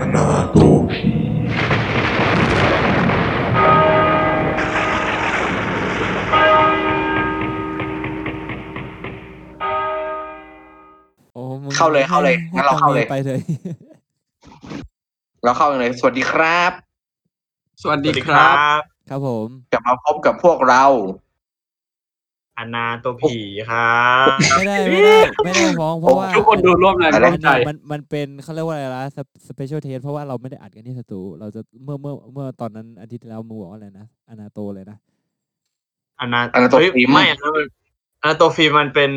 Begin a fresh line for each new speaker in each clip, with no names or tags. รณาตัวผี
โอ้มึง
เข้าเลยเข้าเลยงั้นเราเข้าเลย
ไปเลย
เราเข้ากันเลย สวัสดีครับ
สวัสดีครับ
บ
ครับผม
กลับมาพบกับพวกเรา
อนาโตผีครับ
ไม่ ได้ไม่ได้ไม่ได้ฟ้องเพราะว่า
ทุกคนดูร่วมแรงร่วมใจ
มันมันเป็นเขาเรียกว่าอะไรละสเปเชียลเทสเพราะว่าเราไม่ได้อัดกันที่สตูเราจะเมื่อเมื่อเมื่อตอนนั้นอาทิตย์ที่แล้วมึงบอกว่าอะไรนะอนาโตเลยนะ
อนา
อนาโต
เฮ้ย
ฟิล์ม
ไม่อะนะมันอนาโตฟิล์มมันเป็น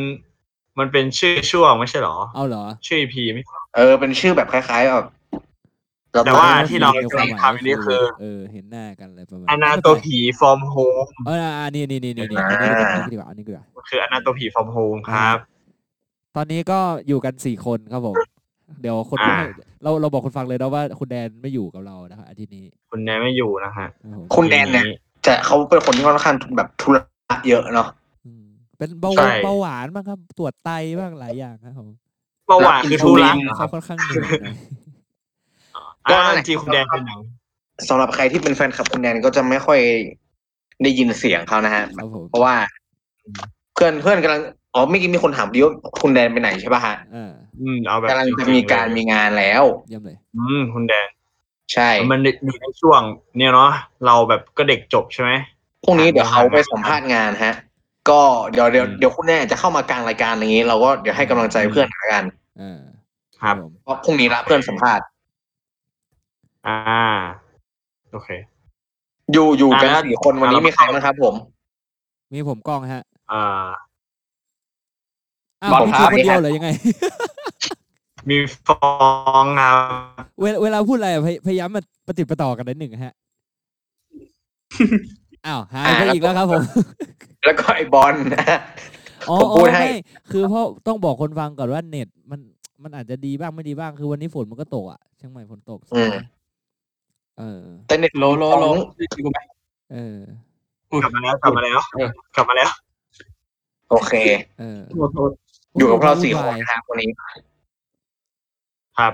มันเป็นชื่อช่วงไม่ใช่เหรอ
เอาเหรอ
ชื่อ EP ไม่
เออเป็นชื่อแบบคล้ายๆแบบเร
แต่ว่า
ตั้ง
ที่เรา
ในความหมย
ทำอันนี้คือ
เออเห็นหน้ากันเลยประมาณ
อนาโตผี from home
เอออ่านี่นี่นี่นี่นี่อันนี้ดีกว่าอันนี้ดีกว่า
คืออนาโตผี from home ครับ
ตอนนี้ก็อยู่กันสี่คนครับผม เดี๋ยวคน
อ่า
เราเราบอกคนฟังเลยนะว่าคุณแดนไม่อยู่กับเรานะครับอาทิตย์นี้
คุณแนนไม่อยู่นะฮะ
ครับผม
คุณแดนเนี่ยจะเขาเป็นคนที่ค่อนข้างแบบธุระเยอะเนาะ
อืมเป็นเบาห
ใช่
วานเบาหวานบ้างครับ ตรวจไตบ้างหลายอย่างครับผม
เมื่อวานคือทุรัก
เขาค่อนข้างเหนื่อยหน่อย
ก็นั่
อ่าน
แหละ
จริงๆคุณแดนเป็นหนัง
สำหรับใครที่เป็นแฟนคลับคุณแดนก็จะไม่ค่อยได้ยินเสียงเขานะฮะ
ครับผม
เพราะว่าเพื่อนเพื่อนกำลังอ๋อไม่อกี้มีคนถามดิว่าคุณแดนไปไหนใช่ป่ะฮะ
อ่า
อืมเอาแบบ
กำลังจะมีการมีงานแล้ว
เยี่ยมเลย
อืมคุณแดน
ใช่
มันอยู่ในช่วง เนี่ยเนาะเราแบบก็เด็กจบใช่ไหม
พรุ่งนี้เดี๋ยวเขาไปสัมภาษณ์งานฮะ ก็เดี๋ยวเดี๋ยว
อืม
เดี๋ยวคุณแดนจะเข้ามากลางรายการอย่างนี้ เราก็เดี๋ยวให้กำลังใจเพื่อนละกัน
อ่า
ครับ
ผม
เพราะพรุ่งนี้ละเพื่อนสัมภาษณ์
อ่า โอเค
อยู่อยู่กัน
อ่ะ
สี่คนวันนี้
อ่ะ
มีใครบ้างครับ ผม
มีผมกล้องฮะ
อ่า
อ้าว
บอล
มี
ครั
คือบ คนเดียวเหรอยังไง
มีฟองครับ
เวลาเวลาพูดอะไรอะพยพยายามมาปฏิดประต่อกันนิดหนึ่งฮะ อ้าวหายไปอีกแล้วครับผม
แล้วก็ไอ้บอล
อ๋อ
ผมพูดให้
ไม่คือเพราะต้องบอกคนฟังก่อนว่าเน็ตมันมันอาจจะดีบ้างไม่ดีบ้าง คือวันนี้ฝนมันก็ตกอ่ะเชียงใหม่ฝนตกใช่ไหมเออ
แต่เน็ต
โลโลโลได้ยินกูไหม
เออ
กลับมา แล้วกลับมาแล้วกลับมาแล้ว
โอเค
เออ
อยู่กับเราสี่
วุ่
คน น
วาย
นะครับวันนี้
ครับ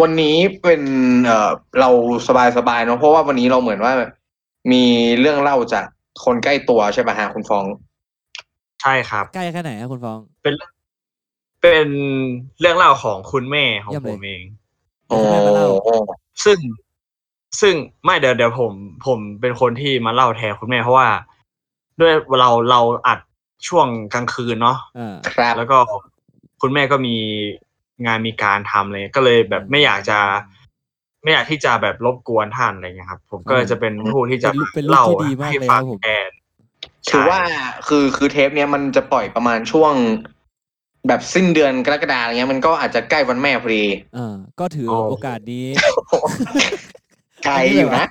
วันนี้เป็นเอ่อเราสบายสบายๆเนาะเพราะว่าวันนี้เราเหมือนว่า มีเรื่องเล่าจากคนใกล้ตัวใช่ป่ะฮะคุณฟอง
ใช่ครับ
ใกล้แค่ไหนอะคุณฟอง
เป็นเรื่องเป็นเรื่องเล่าของคุณแม่ของ
เยี่ยม
ผ
เลย
มเอง
โอ้
ซึ่งซึ่งไม่เดี๋ยวเดี๋ยวผม ผมเป็นคนที่มาเล่าแทนคุณแม่เพราะว่า ด้วยเราเราอัดช่วงกลางคืนเนาะ
เออ
ครับ
แล้วก็คุณแม่ก็มีงานมีการทำเลยก็เลยแบบไม่อยากจะ ไม่อยากที่จะแบบรบกวนท่านอะไรเงี้ยครับ ผมก็เลยจะเป็นผู้ที่จะ
เป็นลูก
เล่า
ที่ดีมาก
ให้
เลย
ฟั
ครั
ง
บผม
แทน
ถือว่าคือคือเทปเนี้ยมันจะปล่อยประมาณช่วง แบบสิ้นเดือนกรกฎาอะไรเงี้ยมันก็อาจจะใกล้วันแม่พอดี
เออ ก็ถือ
โอ้
โอกาสนี้
ไกลอยู่นะ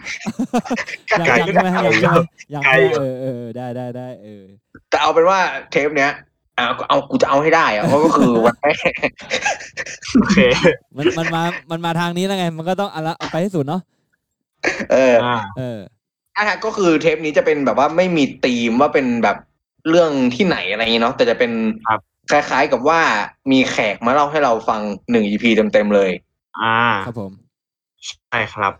ยัง
ไกล
ยังไม่ให้ยังไม่ให้ยัง
ไกล
ไม่
อยู่
เออเออเออได้ได้ได้เออ
แต่เอาเป็นว่าเทปเนี้ยเอาเอากูจะเอาให้ได้อะเพราะก็คือวันแม่
โอเค
มันมันมามันมาทางนี้แล้วไง มันก็ต้องเอาละเอาไปให้สุดเนาะ
เออ
อ่า
เออ
อ่ะฮะก็คือเทปนี้จะเป็นแบบว่าไม่มีธีมว่าเป็นแบบเรื่องที่ไหนอะไรอย่างงี้เนาะแต่จะเป็น
ครับ
คล้ายๆกับว่ามีแขกมาเล่าให้เราฟังหนึ่งอีพีเต็มๆเลย
อ่า
ครับผม
ใช่ครับ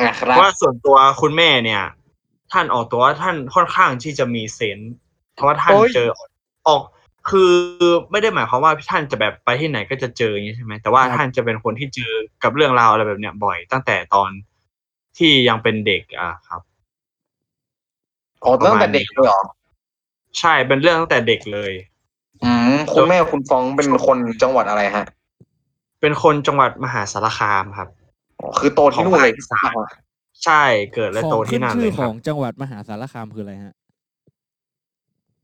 อ่ะค
เพ
รับ
ราะว่าส่วนตัวคุณแม่เนี่ย ท่านออกตัวว่าท่านค่อนข้างที่จะมีเซนส์เพราะว่าท่านเจอออก คือไม่ได้หมายความว่าท่านจะแบบไปที่ไหนก็จะเจออย่างนี้ใช่ไหมแต่ว่า
ครับ
ท่านจะเป็นคนที่เจอกับเรื่องราวอะไรแบบเนี้ยบ่อยตั้งแต่ตอนที่ยังเป็นเด็กอ่ะครับ
อ๋อตั้งแต่เด็กเลยเหรอ
ใช่เป็นเรื่องตั้งแต่เด็กเลย
อืมคุณแม่คุณฟองเป็นคนจังหวัดอะไรฮะ
เป็นคนจังหวัดมหาสารคามครับ
อ๋อคือโตที่นู่นเลย
ของภาคอีสาน ใช่เกิดและ
ของ
โต
ขึ้
ที่
น
นั่น
ชื่
เล
อย ข
ครั
อบ งจังหวัดมหาสารคามคืออะไรฮะ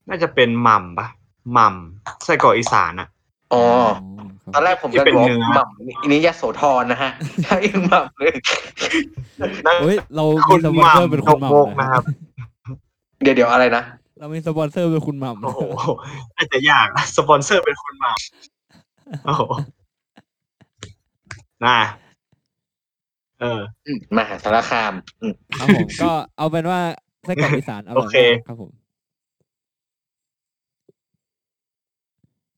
น่าจะเป็นหม่ำปะหม่ำไส้กรอกอีสานอะ
อ๋อ
ครับ
ตอนแรกผมจะ
ที่เป็น
บอก
เนื้อ
หม่ำอันนี้ยโสธรนะ ฮะใช่หม่ำเลย
เฮ้ยเรา
คุ
มี
ณ
สปอน
ห
เซอ
ม่ำ
ร์เป็นคุณห
โมก
ม่ำ
นะ
นะ
ค
ค
รั
รับ บ
เดี๋ยวเดี๋ยวอะไรนะ
เรามีสปอนเซอร์เป็นคุณหม่ำ
โอ้
นะ
โหอาจจะยากนะสปอนเซอร์เป็นคนมาโอ้โหนะเออ
อืมมหาสารคาม อืม
ครับผม ก็เอาเป็นว่าไส้กรอกอีสานอร่อย
โอเค
มากครับผม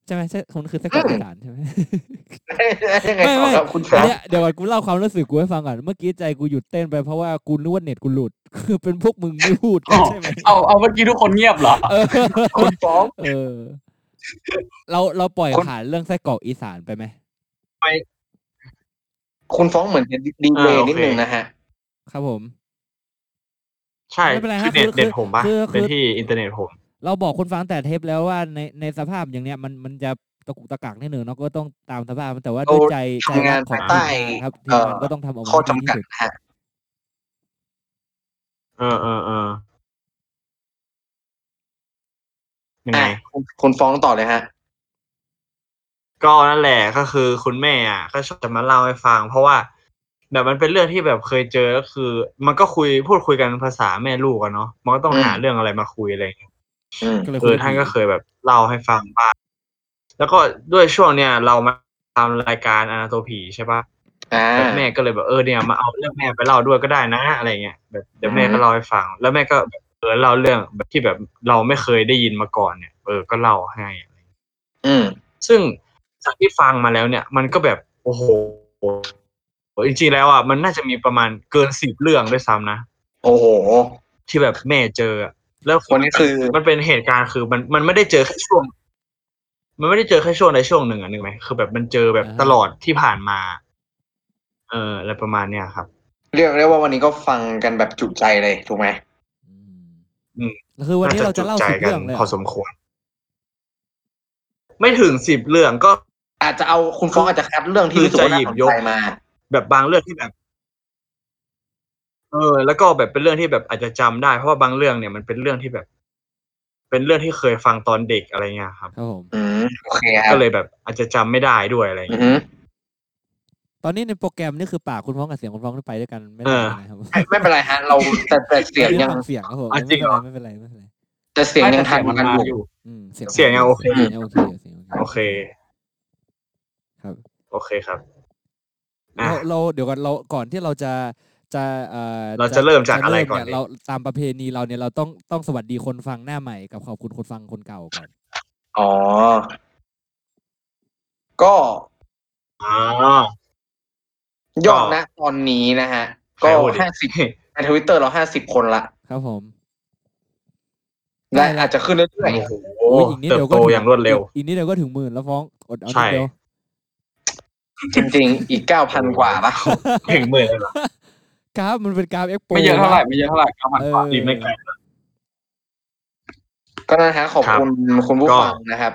ใช่ไหมใช่คนคือไส้กรอกอีสานใช่ไหม
ยังไงต่อครับคุณแซม
เนี่ยเดี๋ยวก่อนกูเล่าความรู้สึกกูให้ฟังก่อน เมื่อกี้ใจกูหยุดเต้นไปเพราะว่ากูนึกว่าเน็ตกูหลุด คือเป็นพวกมึงไม่พูดกันใช่ไหม
เอาเอาเมื่อกี้ทุกคนเงียบเหรอ
เออ
คุณฟ้อง
เออ เราเราปล่อย
คน
ผ่านเรื่องไส้กรอกอีสานไปไหม
คุณฟ้องเหมือนจะดีเลย์นิดนึงนะฮะ
ครับผม
ใช่
ไม่เป็นไรฮะ
คือ
คือ
เน็ตเน็ตผมปะ
คือคือ
เป็นที่อินเทอร์เน็ตผม
เราบอกคนฟังแต่เทปแล้วว่าในในสภาพอย่างเนี้ยมันมันจะตะกุกตะกักนิดหนึ่งเนาะก็ต้องตามสภาพมันแต่ว่าด้วยใจใจ
ทำงาน
รักของ
ภายใต้
ทีมงานครับทีม
เอ่อ
งานก็ต้องทำออกมา
ข้อ
ให้ดี
จำ
ที่
กัด
สุด
นะฮะ
เออเออเออยังไง
อ่ะคุณคุณฟ้องต่อเลยฮะ
ก็นั่นแหละก็คือคุณแม่อ่ะก็ชอบจะมาเล่าให้ฟัง เพราะว่าแบบมันเป็นเรื่องที่แบบเคยเจอก็คือ มันก็คุยพูดคุยกันภาษาแม่ลูกอะเนาะมันก็ต้อง
อืม
หาเรื่องอะไรมาคุยอะไรอย่างเงี้ย
อืม
ก็เลย
เอ
คุ
อย ท่านก็เคยแบบเล่าให้ฟังบ้างแล้วก็ด้วยช่วงเนี้ยเรามาทำรายการอนาโตผีใช่ปะ
อ่า
แบบแม่ก็เลยแบบเออเนี่ยมาเอาเรื่องแม่ไปเล่าด้วยก็ได้นะอะไรเงี้ยแบบเดี๋ยวแม่ก็เล่าให้ฟัง แล้วแม่ก็แบบเออเล่าเรื่องแบบที่แบบเราไม่เคยได้ยินมาก่อนเนี่ยเออก็เล่าให้
อืม
ซึ่งจากที่ฟังมาแล้วเนี่ย มันก็แบบโอ้โหจริงๆแล้วอ่ะมันน่าจะมีประมาณเกินสิบเรื่องด้วยซ้ำนะ
โอ้โห
ที่แบบแม่เจออะแล้ว
วันนี้คือ
มันเป็นเหตุการณ์คือมันมันไม่ได้เจอแค่ช่วง มันไม่ได้เจอแค่ช่วงใดช่วงหนึ่งอ่ะนึกไหมคือแบบมันเจอแบบตลอดที่ผ่านมา เอออะไรประมาณเนี้ยครับ
เรียกได้ว่าวันนี้ก็ฟังกันแบบจุใจเลยถูกไหม
อืม
อืม
คือวันนี้เราจะเล่าสิบ
กั
เรื่องเลยเหร
พอ
อ
สมควร ไม่ถึงสิบเรื่องก็
อาจจะเอาคุณฟ้องอาจจะคัดเรื่องที่รู้สึกว่าน่าสนใจมา
แบบบางเรื่องที่แบบ เออ แล้วก็แบบเป็นเรื่องที่แบบอาจจะจำได้ เพราะว่าบางเรื่องเนี่ยมันเป็นเรื่องที่แบบ เป็นเรื่องที่เคยฟังตอนเด็กอะไรเงี้ยครับ
ครับผม
อืม โอเคครับ
ก็เลยแบบอาจจะจำไม่ได้ด้วยอะไร
อื
เงี้
ม
ย
ตอนนี้ในโปรแกรมนี่คือปากคุณฟ้องกับเสียงคุณฟ้องนี่ไปด้วยกันไม่ได้
เออ
นะครับ
ไม่ไม่เป็นไรฮะ เราแต่แต่เสียงยัง
ฟัเสียงครับผม
อ่ะจริงเหรอ
ไม่เป็นไรไม่เป็นไรไม่เป็นไร
แต่เสียงยังทัน
ไม่แต่เสีย
กัน
งมันมา
อ
อยู่
ยู่
อืม
เสียงยังโอเค
เสียงยังโอเคอยู่เสียงยัง
โอ
โอ
เค
เคครับ
โอเคครับ อ่ะ
เราเราเดี๋ยวก่อนเราก่อนที่เราจะจะเอ่อ
เราจะเริ่มจากอะไรก่อน
เย
ดี
เราตามประเพณีเราเนี่ยเราต้องต้องสวัสดีคนฟังหน้าใหม่กับขอบคุณคนฟังคนเก่าก่อน
อ๋อ ก็
อ๋อ
ยอดนะตอนนี้นะฮะ ก็ห้าสิบในทวิตเตอร์เราห้าสิบคนละ
ครับผม
และอาจจะขึ้นเรื่อย
โอ้โห
โอ้ยอีกนิด
เติ
เดี๋
บ
ยว
โต
ก็ถึ
อย่างรวดเร็ว
อีกนิดเดี๋ยวก็ถึงหมื่นแล้วฟ้องอดเอา
ใช่
นิดเดียว
ๆจริง ๆ อีกเก้าพันกว่าปะ
ถึงหมื่นเลยเหรอก
ราฟมันเป็นกราฟเอ็กโป
ไม่เยอะเท่าไหร่ไม่เยอะเท่าไหร่เก้าพันกว่า
เออ
ดีไม่ไกล
ก็นะฮะขอบคุณคุณผู้
ก็
ฟังนะครับ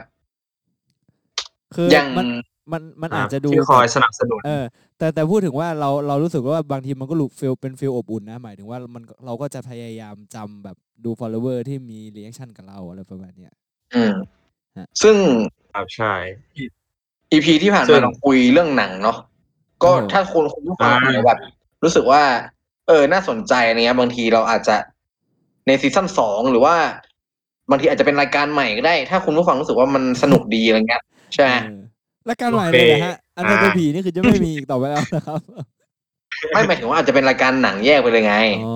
คือ
ยัง
มันมันมันอาจจะดู
ที่คอยสนับสนุน
เออแต่แต่พูดถึงว่าเราเรารู้สึกว่าบางทีมันก็รู้ฟิลเป็นฟิลอบอุ่นนะ หมายถึงว่ามันเราก็จะพยายามจำแบบดู follower ที่มี reaction กับเราอะไรประมาณเนี้ย
อืม
ฮะ
ซึ่ง
ครับใช่
อีพีที่ผ่าน
ซึ่
มาง เราคุยเรื่องหนังเนาะก็ถ้าคุณคุณผู้ฟัง
อ่า
คนไหนแบบ รู้สึกว่า เออน่าสนใจอะไรเงี้ยบางทีเราอาจจะในซีซั่นสองหรือว่า บางทีอาจจะเป็นรายการใหม่ก็ได้ ถ้าคุณผู้ฟังรู้สึกว่ามันสนุกดีอะไรเงี้ยใช่ไหม
เออและการใหม่เลยนะฮะ อันนั้นเป็นผีนี่คือจะไม่มีอีกต่อไปแล้วนะครับ
ไม่หมายถึงว่าอาจจะเป็นรายการหนังแยกไปเลยไง
อ๋อ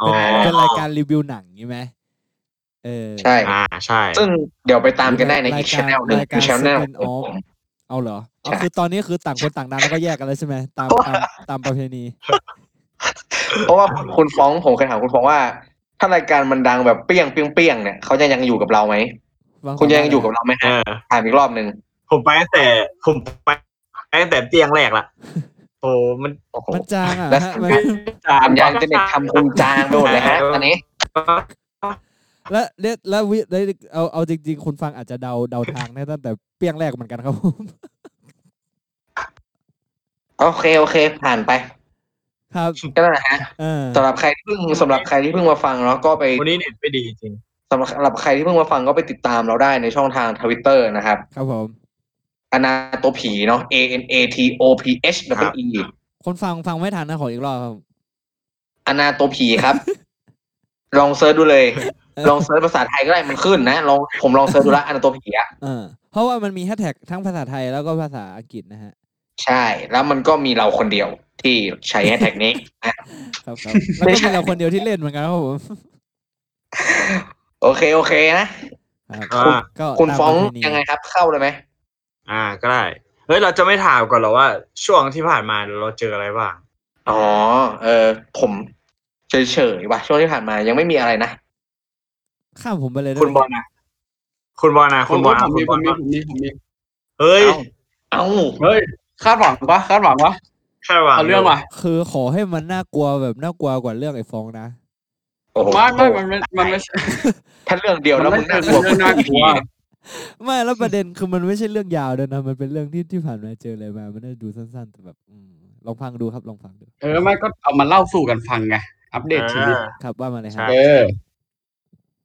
อ๋อ
เป็นเป็นรายการรีวิวหนังใช่ไหมเออ
ใช่
อ่าใช่
ซึ่งเดี๋ยวไปตามกันได้ใน
รายการ
อีกชแนลหนึ่ง
รายการ
คือชแนล
Second Off เอาเหรอเอา
ใช่
คือตอนนี้คือต่างคนต่างดังแล้วก็แยกกันแล้วใช่ไหมตามตามตามประเพณี
เพราะว่าคุณฟ้องผมเคยถามคุณฟ้องว่า ถ้ารายการมันดังแบบเปี้ยงเปี้ยงเปี้ยงเนี่ยเขาจะยังอยู่กับเราไหม
ฟัง
คุณจะยังอยู่กับเราไหม
เอ
ฮะ
อ
ถามอีกรอบหนึ่ง
ผมไปตั้งแต่ผมไปตั้งแต่เตียงแร กละโอ้มัน
โอ้โห
มันจางอ่ะ
และ
ฮะมัน
ทำยานจะเน็ตทำคุณจางไปหมดเลยฮะตอนนี้
และและและวิและเอาเอาจริง ๆ คนฟังอาจจะเดาเดาทางได้ตั้งแต่เปี้ยงแรกเหมือนกันครับผม
โอเคโอเค ผ่านไป
ครับ
ก็นั่นแหละฮะ
เออ
สำหรับใครที่เพิ่งสำหรับใครที่เพิ่งมาฟังเนาะก็ไป
วันนี้เน็ตไม่ดีจริง
สำหรับสำหรับใครที่เพิ่งมาฟังก็ไปติดตามเราได้ในช่องทางทวิตเตอร์นะครับ
ครับผม
อนาโตผีเนาะ A N A T O P H W E
คนฟังฟังไม่ทันนะขออีกรอบครับ
อนาโตผี ครับ ลองเซิร์ชดูเลย
เออ
ลองเซิร์ชภาษาไทยก็ได้มันขึ้นนะลองผมลองเซิร์ชดูละอนาโตผีอะ
เออเพราะว่ามันมีแฮชแท็กทั้งภาษาไทยแล้วก็ภาษาอังกฤษนะฮะ
ใช่ แล้วมันก็มีเราคนเดียวที่ใช้แฮชแท็กนี้นะ
ครับครับแล้วก็มีเราคนเดียวที่เล่นเหมือนกันครับผม
โอเคโอเคนะ
ครับ
อ่า
ก็
คุณ
ตาม
ฟ้อง
ประเพณี
ยังไงครับ เข้าเลยไหม
อ่าก็ได้เฮ้ยเราจะไม่ถามก่อนเหรอว่าช่วงที่ผ่านมาเราเจออะไรบ้าง
อ๋อ เออ ผมเฉยๆว่ะช่วงที่ผ่านมายังไม่มีอะไรนะ
ข้ามผมไปเลยได้
คุณ
ไหม
บอลนะ
คุณบอลนะ
ผ
คุ
ม
ณบอล
ผ
นะ
ม
คุ
มี
ณ
ผ
บอ
มมี
ลนะ
ผมมีผมมี
เฮ้ย
เอ้า
เฮ้ยคาดหวังปะคาดหวังปะ
คาดหวัง
เอาเรื่องว่ะ
คือขอให้มันน่ากลัวแบบน่ากลัวกว่าเรื่องไอ้ฟองนะ
โอ้โห
ไม่ไม่มันไม่มันไม่ใช่
ถ้าเรื่องเดียวแล้วมึงน่ากลัว
เรื่องน่ากลัว
ไม่แล้วประเด็นคือมันไม่ใช่เรื่องยาวด้วยนะมันเป็นเรื่องที่ที่ผ่านมาเจออะไรมา มันน่าดูสั้นๆแต่แบบอืมลองฟังดูครับลองฟังดู
เออไม่ก็เอามาเล่าสู่กันฟังไงอัปเดตชีวิต
อ่า
ครับว่ามาเลยค
ใช่
รับ
เออ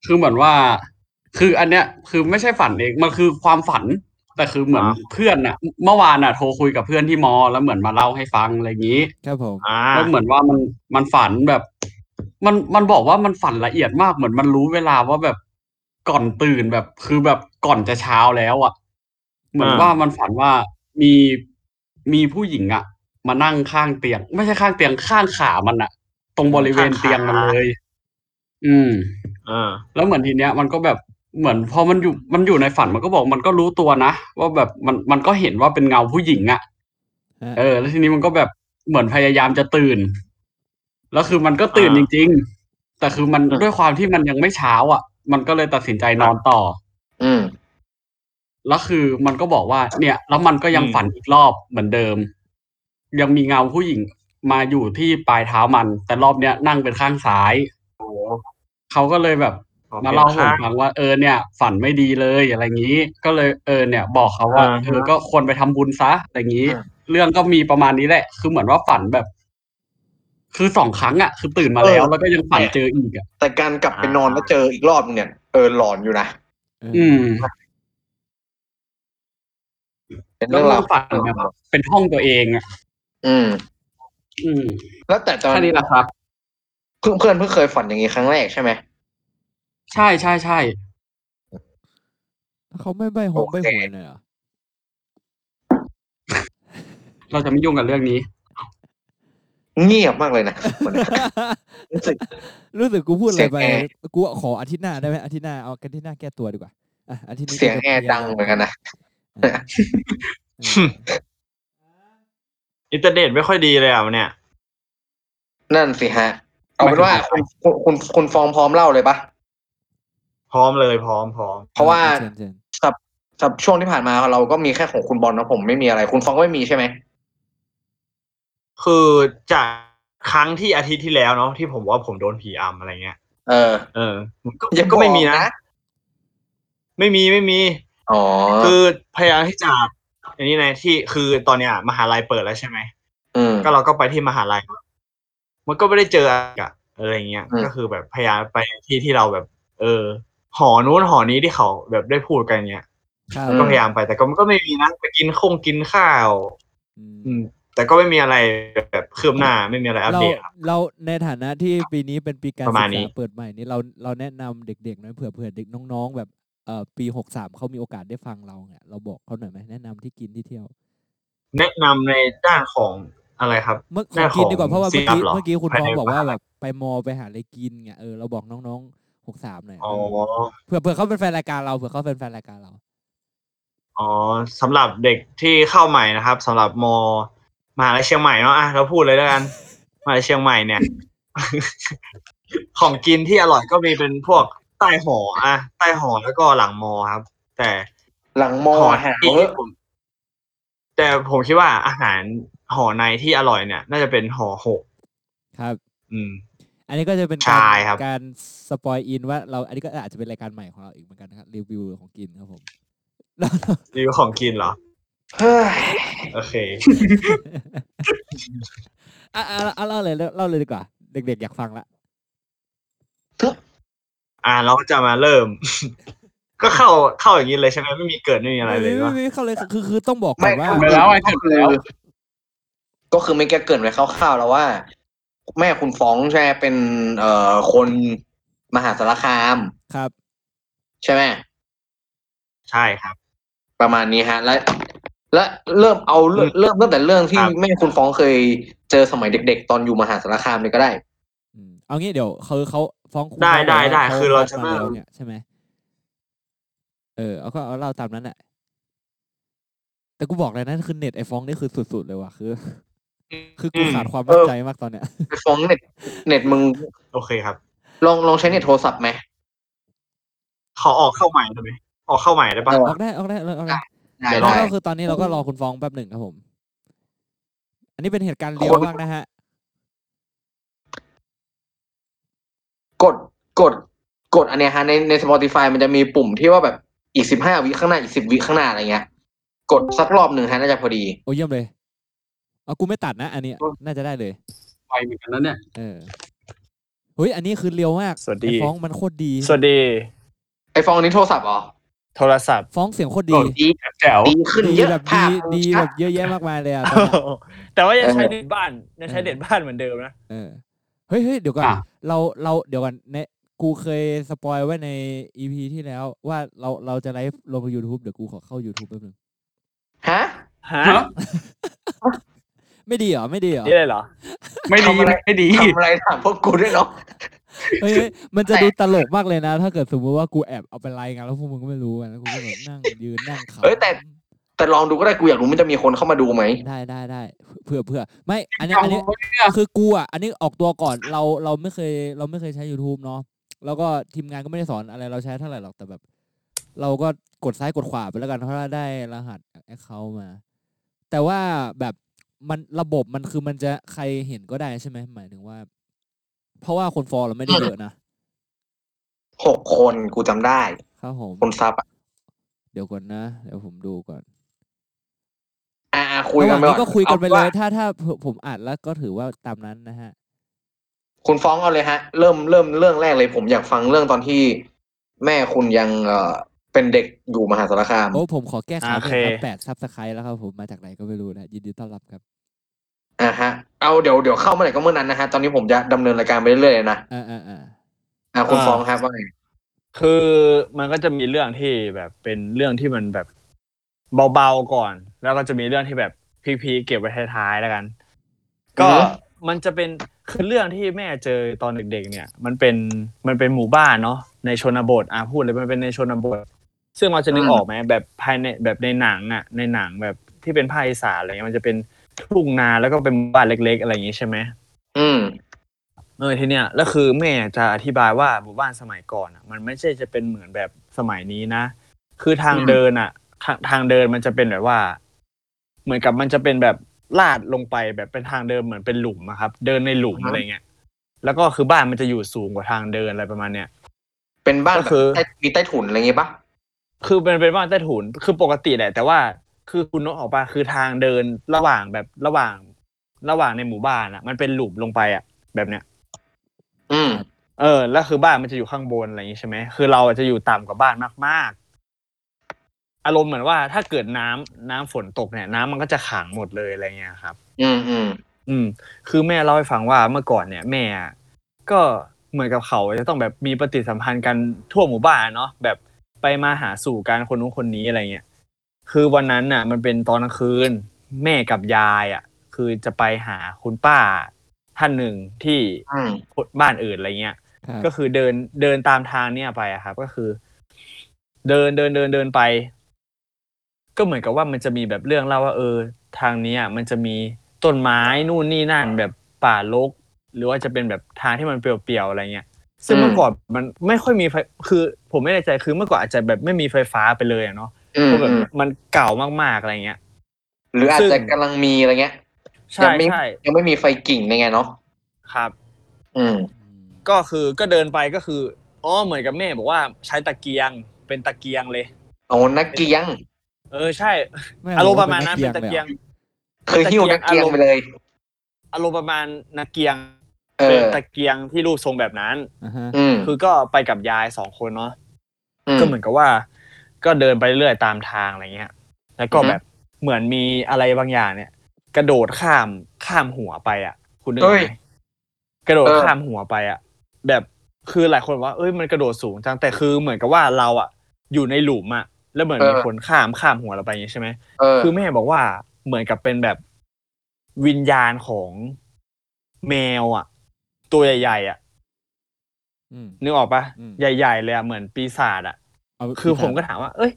คือเหมือนว่า คืออันเนี้ย คือไม่ใช่ฝันเอง มันคือความฝัน แต่คือเหมือน
อ่า
เพื่อนอะเมื่อวานอะโทรคุยกับเพื่อนที่มอ แล้วเหมือนมาเล่าให้ฟังอะไรอย่างนี้
ครับผม
อ่า
แล้วเหมือนว่ามันมันฝันแบบ มันมันบอกว่ามันฝันละเอียดมาก เหมือนมันรู้เวลาว่าแบบก่อนตื่นแบบ คือแบบก่อนจะเช้าแล้วอะเหมือนว่ามันฝันว่ามีมีผู้หญิงอะมานั่งข้างเตียง ไม่ใช่ข้างเตียงข้างขามันอะตรงบริเวณเตียงมันเลย อืม
อ่า
แล้วเหมือนทีเนี้ยมันก็แบบเหมือนพอมันอยู่มันอยู่ในฝันมันก็บอกมันก็รู้ตัวนะว่าแบบมันมันก็เห็นว่าเป็นเงาผู้หญิงอะ่ะ
ฮะ
เออ แล้วทีนี้มันก็แบบเหมือนพยายามจะตื่น แล้วคือมันก็ตื่นจริง ๆ แต่คือมันด้วยความที่มันยังไม่เช้าอะ่ะ มันก็เลยตัดสินใจนอนต่อ
อืม
แล้วคือมันก็บอกว่า เนี่ย แล้วมันก็ยังฝันอีกรอบเหมือนเดิม ยังมีเงาผู้หญิงมาอยู่ที่ปลายเท้ามัน แต่รอบเนี้ยนั่งเป็นข้างซ้าย
โอ้โห
เขาก็เลยแบบ
ขอป
มา
ลี่ยน
เล่าให้ผ
ข้ง
มฟังว่าเออเนี่ย ฝันไม่ดีเลยอะไรงี้ ก็เลยเออเนี่ย บอกเขาว่า
อ่าฮะ
เออก็ควรไปทำบุญซะอะไรงี้
อ่า
เรื่องก็มีประมาณนี้แหละ คือเหมือนว่าฝันแบบ คือสองครั้งอ่ะคือตื่นมาแล้วแล้วก็ยังฝันเจออีกอ่ะ
แต่การกลับไปนอนแล้วเจออีกรอบนึงเนี่ย เออหลอนอยู่นะ
เอออ
อืม
เป็น
แล้ว
เรื่อง
เรา
ราว
ฝันแบบเป็นห้องตัวเองอ่ะ
อืม
อืม
แล้วแต่ตอน
แค่นี้แหละครับ
เพื่อนเพื่อนเพิ่งเคยฝันอย่างนี้ครั้งแรกใช่ไหม
ใช่ใช่ใช่
แล้วเขาไม่ใบหง
โอเค
ใบหวยเลยเหรอ
เราจะไม่ยุ่งกับเรื่องนี้
เงียบมากเลยนะวันนี้รู้สึก
รู้สึกกูพูดอะไรไป
เสียงแอร์
กูขออาทิตย์หน้าได้ไหมอาทิตย์หน้าเอากันที่หน้าแก้ตัวดีกว่าอ่ะอาทิตย์นี้
เสียง
จะ
แอร์ดังเหมือนกันนะ
เออ
ฮึ อินเทอร์เน็ตไม่ค่อยดีเลยอ่ะวันเนี่ย
นั่นสิฮะ เอาเป็นว่าคุณคุณคุณฟองพร้อมเล่าเลยปะ
พร้อมเลยพร้อมพร้อม
เพราะว่า
เชิญเชิญ
ครับครับช่วงที่ผ่านมาเราก็มีแค่ของคุณบอลนะผมไม่มีอะไร คุณฟองก็ไม่มีใช่ไหม
คือจากครั้งที่อาทิตย์ที่แล้วเนาะที่ผมว่าผมโดนผีอำอะไรเงี้ย
เออ
เออมันก็
อย่า
ก็ไม่มี
บอก
นะ ไม่มีไม่มี
อ๋อ
คือพยายามที่จะอันนี้ในที่คือตอนเนี้ยมหาลัยเปิดแล้วใช่ไหม
อืม
ก็เราก็ไปที่มหาลัย มันก็ไม่ได้เจออะอะไรเงี้ย
อืม
ก็คือแบบพยายามไปที่ที่เราแบบ เออ หอนู้นหอนี้ที่เขาแบบได้พูดกันเนี้ย
ครับ
ก็พยายามไปแต่ก็มันก็ไม่มีนะไปกินคงกินข้าว
อืม
อืม แต่ก็ไม่มีอะไรแบบคืบหน้าไม่มีอะไรอัป
เรา
เดตครับ
เราในฐานะที่ปีนี้เป็นปีการ
ป
ศึ
ระ
ก
มาณนี้
ษาเปิดใหม่นี้เราเราแนะนำเด็กๆหน่อยเผื่อเผื่อเด็กน้องๆ แบบเอ่อปีหกสามเขามีโอกาสได้ฟังเราเนี่ยเราบอกเขาหน่อยไหมแนะนำที่กินที่เที่ยว
แนะนำในด้านของอะไรครับ
เมื่อข
แน่
อ
ของ
กินดีกว่าเพราะว่าเมื่อ
สิครับ
กี้
เหรอ
เมื่อกี้คุณ
ภาย
ฟอง
ใน
บอก
บ้า
ว่า
น
แบบไปมอไปหาอะไรกินเนี่ยเออเราบอกน้องๆหกสามหน่อย
อ๋อ
เผื่อเผื่อเขาเป็นแฟนรายการเราเผื่อเขาเป็นแฟนรายการเรา
อ๋อสำหรับเด็กที่เข้าใหม่นะครับสำหรับมมหาลัยเชียงใหม่เนาะอ่ะเราพูดเลยแล้วกัน มหาลัยเชียงใหม่เนี่ย ของกินที่อร่อยก็มีเป็นพวกใต้หออ่ะใต้หอแล้วก็หลังมอครับ แต่
หลังมอ
หอ
หา
ที่
เออ
ผมแต่ผมคิดว่าอาหารหอในที่อร่อยเนี่ย น่าจะเป็นหอหก
ครับ
อืม
อันนี้ก็จะเป็น
ใช่
การ
ครับ
การสปอยอินว่าเราอันนี้ก็อาจจะเป็นรายการใหม่ของเราอีกเหมือนกันนะครับรีวิวของกินครับผม
รีวิวของกินเหรอ
เฮ้ย
โอเค
อ่ะอ่ะอ่ะเล่าเลยเล่าเลยดีกว่า เด็กๆอยากฟังละ
อ่ะเราก็จะมาเริ่ม ก็เข้าเข้าอย่างนี้เลยใช่ไหมไม่มีเกิดไม่มีอะไรเลย
ไม่
วะ
ไม่ไม่เข้าเลยคือคือต้องบอกก่อนว่า
ไม่ แล้วอ้เกิดไปแล้ว
ก็คือไม่แกเกรินไว้คร่าวๆแล้วว่า แม่คุณฟ้องใช่ไหมเป็น เอ่อคนมหาสารคาม
ครับ
ใช่ไหม
ใช่ครับ
ประมาณนี้ฮะ และและเริ่มเอาเริ่มเริ่มตั้งแต่เรื่องที่
ครับ
แม่คุณฟ้องเคยเจอสมัยเด็ก ๆ ตอนอยู่มหาสารคามเลยก็ได้
อืมเอางี้เดี๋ยวเขาเขาฟ้องคุณ
ได้ได้
ว่า
ได้
ข
คือเราจะ
ฟ้ง
เริ่ม
แล้วเนี่ยใช่ไหม เออเอาก็เอาเล่าตามนั้นแหละแต่กูบอกเลยนะคือเน็ตไอฟองนี่คือสุดๆเลยว่ะคือ คือกูขาดความมั่นใจมากตอนเนี้ย
ไปฟ้องเน็ตเน็ตมึง
โอเคครับ
ลองลองใช้เน็ตโทรศัพท์ไหม
ขอออกเข้าใหม่ได้ไหมออกเข้าใหม่ได้ปะ
ได้
ออกได้ออกได้ออกได้
ได้
เดี๋ยว
แล้
เรา
ว
ได้
ก็คือตอนนี้เราก็รอคุณฟองแป๊บหนึ่งครับผม อันนี้เป็นเหตุการณ์เลียว
คน
มากนะฮะ
กดกดกดอันเนี้ยฮะในใน Spotify มันจะมีปุ่มที่ว่าแบบอีกสิบห้าวิข้างหน้าอีกสิบวิข้างหน้าอะไรเงี้ย กดสักรอบหนึ่งฮะน่าจะพอดี
โอ้เยี่ยมเลยเอากูไม่ตัดนะ อันนี้น่าจะได้เลย
ไปเหมือนกันนะเนี่ย
เออเฮ้ยอันนี้คือเลียวมาก
สวัสดี
ไอ้ฟองมันโคตรดี
สวัสดี
ไอฟองนี้โทรศัพท์เหรอ
โทรศัพท์
ฟองเสียงโคตร
โอ้
ดี
ย
ดี
แจ๋ว
ดีขึ้น
ดี
เยอะ
แบบ
ภา
ดีดี
พชั
แบ
ด
บเยอะแยะมากมายเลยอ่ะตอนเนี้ย
แต่ว่ายังใช้
เออ
เด็ดบ้านยังใช้
เออ
เด็ดบ้านเหมือนเดิมนะ
เออเฮ้ยเฮ้ยเดี๋ยวก่อน
อ่ะ
เราเราเดี๋ยวก่อนเนยกูเคยสปอยไว้ในอีพีที่แล้ว ว่าเราเราจะไลฟ์ลงไป YouTube เดี๋ยวกูขอเข้า YouTube แป๊บหนึง
ฮะ
ฮะ
ฮะ
ไม่ดีเหรอไม่ดีเหรอ
นี่เลยเหรอ
ไม่ดี
ทำอะไร
ไม่ดี
ทำอะไรถามพวกกูด้วยเนาะ
เฮ้ยเฮ้ยมันจะ
แต่
ดูตลกมากเลยนะ ถ้าเกิดสมมติว่ากูแอบเอาไปไลน์งานแล้วพวกมึงก็ไม่รู้กันแล้วกูก็แบบนั่ง ยืนนั่งขำ
เอ้ยแต่ แต่ลองดูก็ได้กูอยากรู้มันจะมีคนเข้ามาดูไหม
ได้ได้ได้เผื่อเผื่อไม่ อันนี้
เอา
อันนี้
เนี่ย
คือกูอ่ะ อันนี้ออกตัวก่อน เราเราไม่เคย เราไม่เคยใช้ YouTube เนาะ แล้วก็ทีมงานก็ไม่ได้สอนอะไรเราใช้เท่าไหร่หรอก แต่แบบ เราก็กดซ้ายกดขวาไปแล้วกัน เพราะว่าได้รหัสแอคเคามา แต่ว่าแบบมันระบบมันคือมันจะใครเห็นก็ได้ใช่ไหมหมายถึงว่า เพราะว่าคนฟอลเราไม่ได้เยอะนะ
หกคนกูจำได้
ครับผม
คนซับอะ
เดี๋ยวก่อนนะ เดี๋ยวผมดูก่อน
อ่าคุยกัน
ระห
ไป
ว่าง
ก่อ
นี้
น
ก็คุยกันไป
อา
เล
ว่าย
ถ้าถ้าผมอัดแล้วก็ถือว่าตามนั้นนะฮะ
คุณฟ้องเอาเลยฮะ เริ่มเริ่มเรื่องแรกเลย ผมอยากฟังเรื่องตอนที่ แม่คุณยังเอ่อเป็นเด็กอยู่มหาสารคาม
โอ้ผมขอแก้ข่าว
โอ
ด้วย
เค
ครับแปดซับสไครต์แล้วครับผมมาจากไหนก็ไม่รู้นะยินดีต้อนรับครับ
อ่าฮะ เอาเดี๋ยวเดี๋ยวเข้าเมื่อไหร่ก็เมื่อนั้นนะฮะ ตอนนี้ผมจะดำเนินรายการไปเรื่อยๆเลยนะ
อ่าอ่าอ่า
อ่าคุณ
อ่า
ฟ้องครับว่าไง
คือมันก็จะมีเรื่องที่แบบเป็นเรื่องที่มันแบบเบาๆก่อน แล้วก็จะมีเรื่องที่แบบพีคๆเก็บไว้ท้ายๆแล้วกัน ก็
อือฮึ
มันจะเป็นคือเรื่องที่แม่เจอตอนเด็กๆ เนี่ย มันเป็นมันเป็นหมู่บ้านเนาะในชนบทอ่ะพูดเลยมันเป็นในชนบท ซึ่งเราจะนึกออกไหมแบบภายในแบบในหนังอ่ะในหนังแบบที่เป็นภาคอีสานอะไรเงี้ยมันจะเป็นทุ่งนาแล้วก็เป็นหมู่บ้านเล็ก ๆ อะไรอย่างงี้ใช่ไหม
อืม
เออทีเนี้ยแล้วคือแม่จะอธิบายว่าหมู่บ้านสมัยก่อนอ่ะ มันไม่ใช่จะเป็นเหมือนแบบสมัยนี้นะ คือทาง
อืม
เดินอ่ะทางทางเดินมันจะเป็นแบบว่า เหมือนกับมันจะเป็นแบบลาดลงไปแบบเป็นทางเดินเหมือนเป็นหลุมอะครับ เดินในหลุมอะไรเงี้ยแล้วก็คือบ้านมันจะอยู่สูงกว่าทางเดินอะไรประมาณเนี้ย
เป็นบ้าน
ก็
แบบ
คือ
ใต้มีใต้ถุนอะไรเงงี้ยปะ
คือมันเป็นบ้านใต้ถุนคือปกติแหละ แต่ว่าคือคุณนกออกปะคือทางเดินระหว่างแบบระหว่างระหว่างในหมู่บ้านอ่ะ มันเป็นหลุมลงไปอ่ะแบบเนี้ย
อืม
เออแล้วคือบ้านมันจะอยู่ข้างบนอะไรอย่างนี้ใช่ไหมคือเราจะอยู่ต่ำกว่าบ้านมาก ๆ อารมณ์เหมือนว่าถ้าเกิดน้ำน้ำฝนตกเนี่ยน้ำมันก็จะขังหมดเลยอะไรเงี้ยครับ
อืมอืม
อืม คือแม่เล่าให้ฟังว่าเมื่อก่อนเนี่ย แม่อะก็เหมือนกับเขาจะต้องแบบมีปฏิสัมพันธ์กันทั่วหมู่บ้านอะเนาะแบบไปมาหาสู่กันคนนู้นคนนี้อะไรเงี้ยคือวันนั้นน่ะ มันเป็นตอนกลางคืน แม่กับยายอ่ะ คือจะไปหาคุณป้าท่านหนึ่งที่
อืม
บ้านอื่นอะไรเงี้ย
ครับ
ก็คือเดินเดินตามทางเนี่ยไปอะครับ ก็คือ เดินเดินเดินเดินไป ก็เหมือนกับว่ามันจะมีแบบเรื่องเล่าว่า เออ ทางเนี้ยมันจะมีต้นไม้นู่นนี่นั่น แบบป่ารกหรือว่าจะเป็นแบบทางที่มันเปลี่ยวๆอะไรเงี้ยซึ่งเมื่อก่อนมันไม่ค่อยมีไฟคือ ผมไม่แน่ใจคือเมื่อก่อนอาจจะแบบไม่มีไฟฟ้าไปเลยอะเนาะ
อืม
เพราะแบบ
อืม
มันเก่ามากๆอะไรเงี้ย
หรืออาจ
ซึ่
จะ
ง
กำลังมีอะไรเงี้ย
ใช่
ยังไม่
ใช่
ยังไม่มีไฟกิ่งในไงเนาะ
ครับ
อืม
อืม
ก็คือก็เดินไปก็คืออ๋อเหมือนกับแม่บอกว่าใช้ตะเกียงเป็นตะเกียงเลย
โอ้นักเกียง
เออใช่
ไเ
อารมณ์ประมาณนั้นเป็นตะเกียง
คือหิ้วนักเกียงไปเลย
อารมณ์ประมาณนักเกียง
เอ
เป็น
อ
ตะเกียงที่รูปทรงแบบนั้น
อ่าฮะ
อืม
คือก็ไปกับยายสองคนเนาะ
ม
ก็เหมือนกับว่า ก็เดินไปเรื่อยตามทางอะไรเงี้ย แล้วก็
อือฮึ
แบบเหมือนมีอะไรบางอย่างเนี่ย กระโดดข้ามข้ามหัวไปอ่ะ คุณนึกออก
เอ้ย
ไหมกระโดด
เออ
ข้ามหัวไปอ่ะ แบบคือหลายคนบอกว่าเอ้ยมันกระโดดสูงจังแต่คือเหมือนกับว่าเราอ่ะ อยู่ในหลุมอ่ะแล้วเหมือนมีคนข้ามข้ามหัวเราไปอย่างงี้ใช่ไหม
เออ
คือแม่บอกว่าเหมือนกับเป็นแบบวิญญาณของแมวอ่ะ ตัวใหญ่ๆอ่ะ
อืม
นึกออกปะ
อืม
ใหญ่ ๆ เลยอ่ะเหมือนปีศาจอ่ะ
เอา
คือผมก็ถามว่า เอ้ย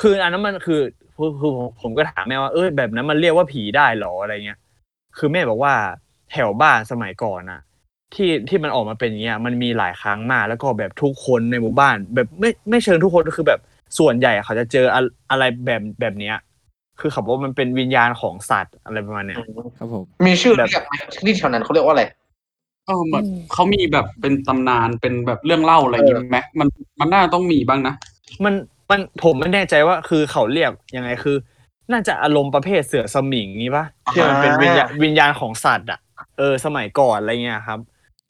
คืออันนั้นมันคือคือคือผมผมก็ถามแม่ว่า เอ้ย แบบนั้นมันเรียกว่าผีได้เหรออะไรเงี้ย คือแม่บอกว่าแถวบ้านสมัยก่อนอะที่ที่มันออกมาเป็นอย่างเงี้ย มันมีหลายครั้งมากแล้วก็แบบทุกคนในหมู่บ้าน แบบไม่ไม่เชิงทุกคนคือแบบส่วนใหญ่เขาจะเจออะอะไรแบบแบบเนี้ย คือเขาบอกว่ามันเป็นวิญญาณของสัตว์อะไรประมาณเนี้ย
ครับผม
มีชื่อ
แบบ
เรียกไหมที่แถวนั้นเขาเรียกว่าอะไร
เออเหมือนเขามีแบบเป็นตำนานเป็นแบบเรื่องเล่าอะไรอย่างงี้ไหมมันมันน่าต้องมีบ้างนะ
มันมันผมไม่แน่ใจว่าคือเขาเรียกยังไงคือ น่าจะอารมณ์ประเภทเสือสมิงนี่ปะที่มันเป็นวิญญาณวิญญาณของสัตว์อ่ะเออสมัยก่อนอะไรเงี้ยครับ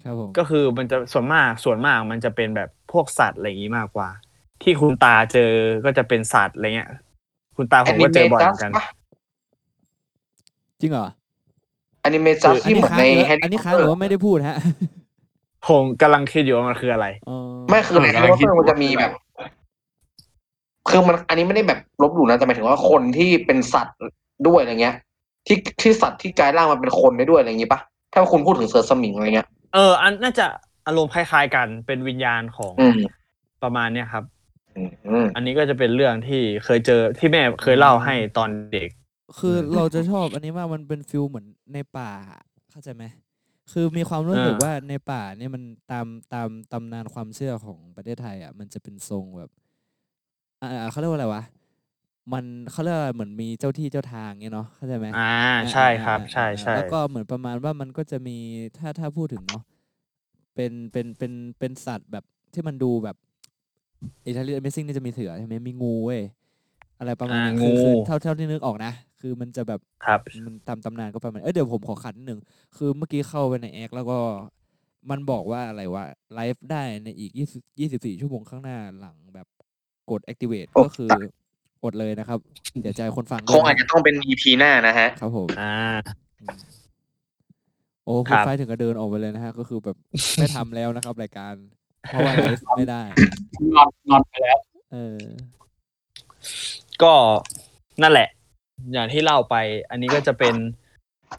ครับผม
ก็คือมันจะส่วนมากส่วนมากมันจะเป็นแบบพวกสัตว์อะไรอย่างนี้มากกว่า ที่คุณตาเจอก็จะเป็นสัตว์อะไรเงี้ย คุณตาผมก็เจอบ่อยเหมือนกัน
Animagus ปะ
จริงเหรอ
Animagus ที่เหมือน
ค้าง
ใน
หรือว่า
Harry
อันนี้ค้างห
Potter
รือว่าไม่ได้พูดฮะ
ผมกำลังคิดอยู่ว่ามันคืออะไร
อ๋อ
ไม่คือใน
เออ
Harry
กำลังคิด
Potter มันจะมีแบบ คือมันอันนี้ไม่ได้แบบลบหลู่นะแต่หมายถึงว่าคนที่เป็นสัตว์ด้วยอะไรเงี้ย ที่ที่สัตว์ที่กลายร่างมาเป็นคนได้ด้วยอะไรอย่างงี้ปะถ้าคุณพูดถึงเสือสมิงอะไรเงี้ย
เออ อันน่าจะอารมณ์คล้ายๆกันเป็นวิญญาณของ
อืม
ประมาณเนี้ยครับ
อืม
อันนี้ก็จะเป็นเรื่องที่เคยเจอที่แม่เคยเล่าให้ตอนเด็ก
คือเราจะชอบอันนี้มากมันเป็นฟิลเหมือนในป่าเข้าใจไหมคือมีความรู้สึก
อ่า
ว่าในป่าเนี่ยมันตามตามตำนานความเชื่อของประเทศไทยอ่ะมันจะเป็นทรงแบบอ่าเขาเรียกว่าอะไรวะมันเขาเรียกว่าอะไรเหมือนมีเจ้าที่เจ้าทางเงี้ยเนาะเข้าใจไหม
อ่า
อ่า
ใช่
อ่า
ครับ
อ่า
ใช่
อ่า
ใช่
แล้วก็เหมือนประมาณว่ามันก็จะมีถ้าถ้าพูดถึงเนาะเป็นเป็นเป็นเป็นสัตว์แบบที่มันดูแบบอิตาลีเมซิ่งนี่จะมีเสือใช่ไหมมีงูเว้ยอะไรประมาณ
อ่า
เนี้ยคือ
งู
คือเท่าเท่าที่นึกออกนะ คือมันจะแบบ
ครับ
มันตามตำนานก็ประมาณเอ้ยเดี๋ยวผมขอขัดนิดนึง คือเมื่อกี้เข้าไปในแอคแล้วก็มันบอกว่าอะไรว่าไลฟ์ได้ในอีกยี่สิบสี่ชั่วโมงข้างหน้าหลังแบบกด activate
โอ้
ก็คือ
ตาย
อดเลยนะครับเดี๋ยวใจคนฟังด้
ค
วย
งอาจ
นะ
จะต้องเป็น EP หน้านะฮะ
ครับผม
อ่า
โอ้
ค
คุ
รั
ณ
บ
ไฟถึงกับเดินออกไปเลยนะฮะ ก็คือแบบ ไม่ทำแล้วนะครับ รายการ เพราะว่าไลฟ์ไม่ได้
นอนนอนไปแล้ว
เออ
ก็นั่นแหละ อย่างที่เล่าไป อันนี้ก็จะเป็น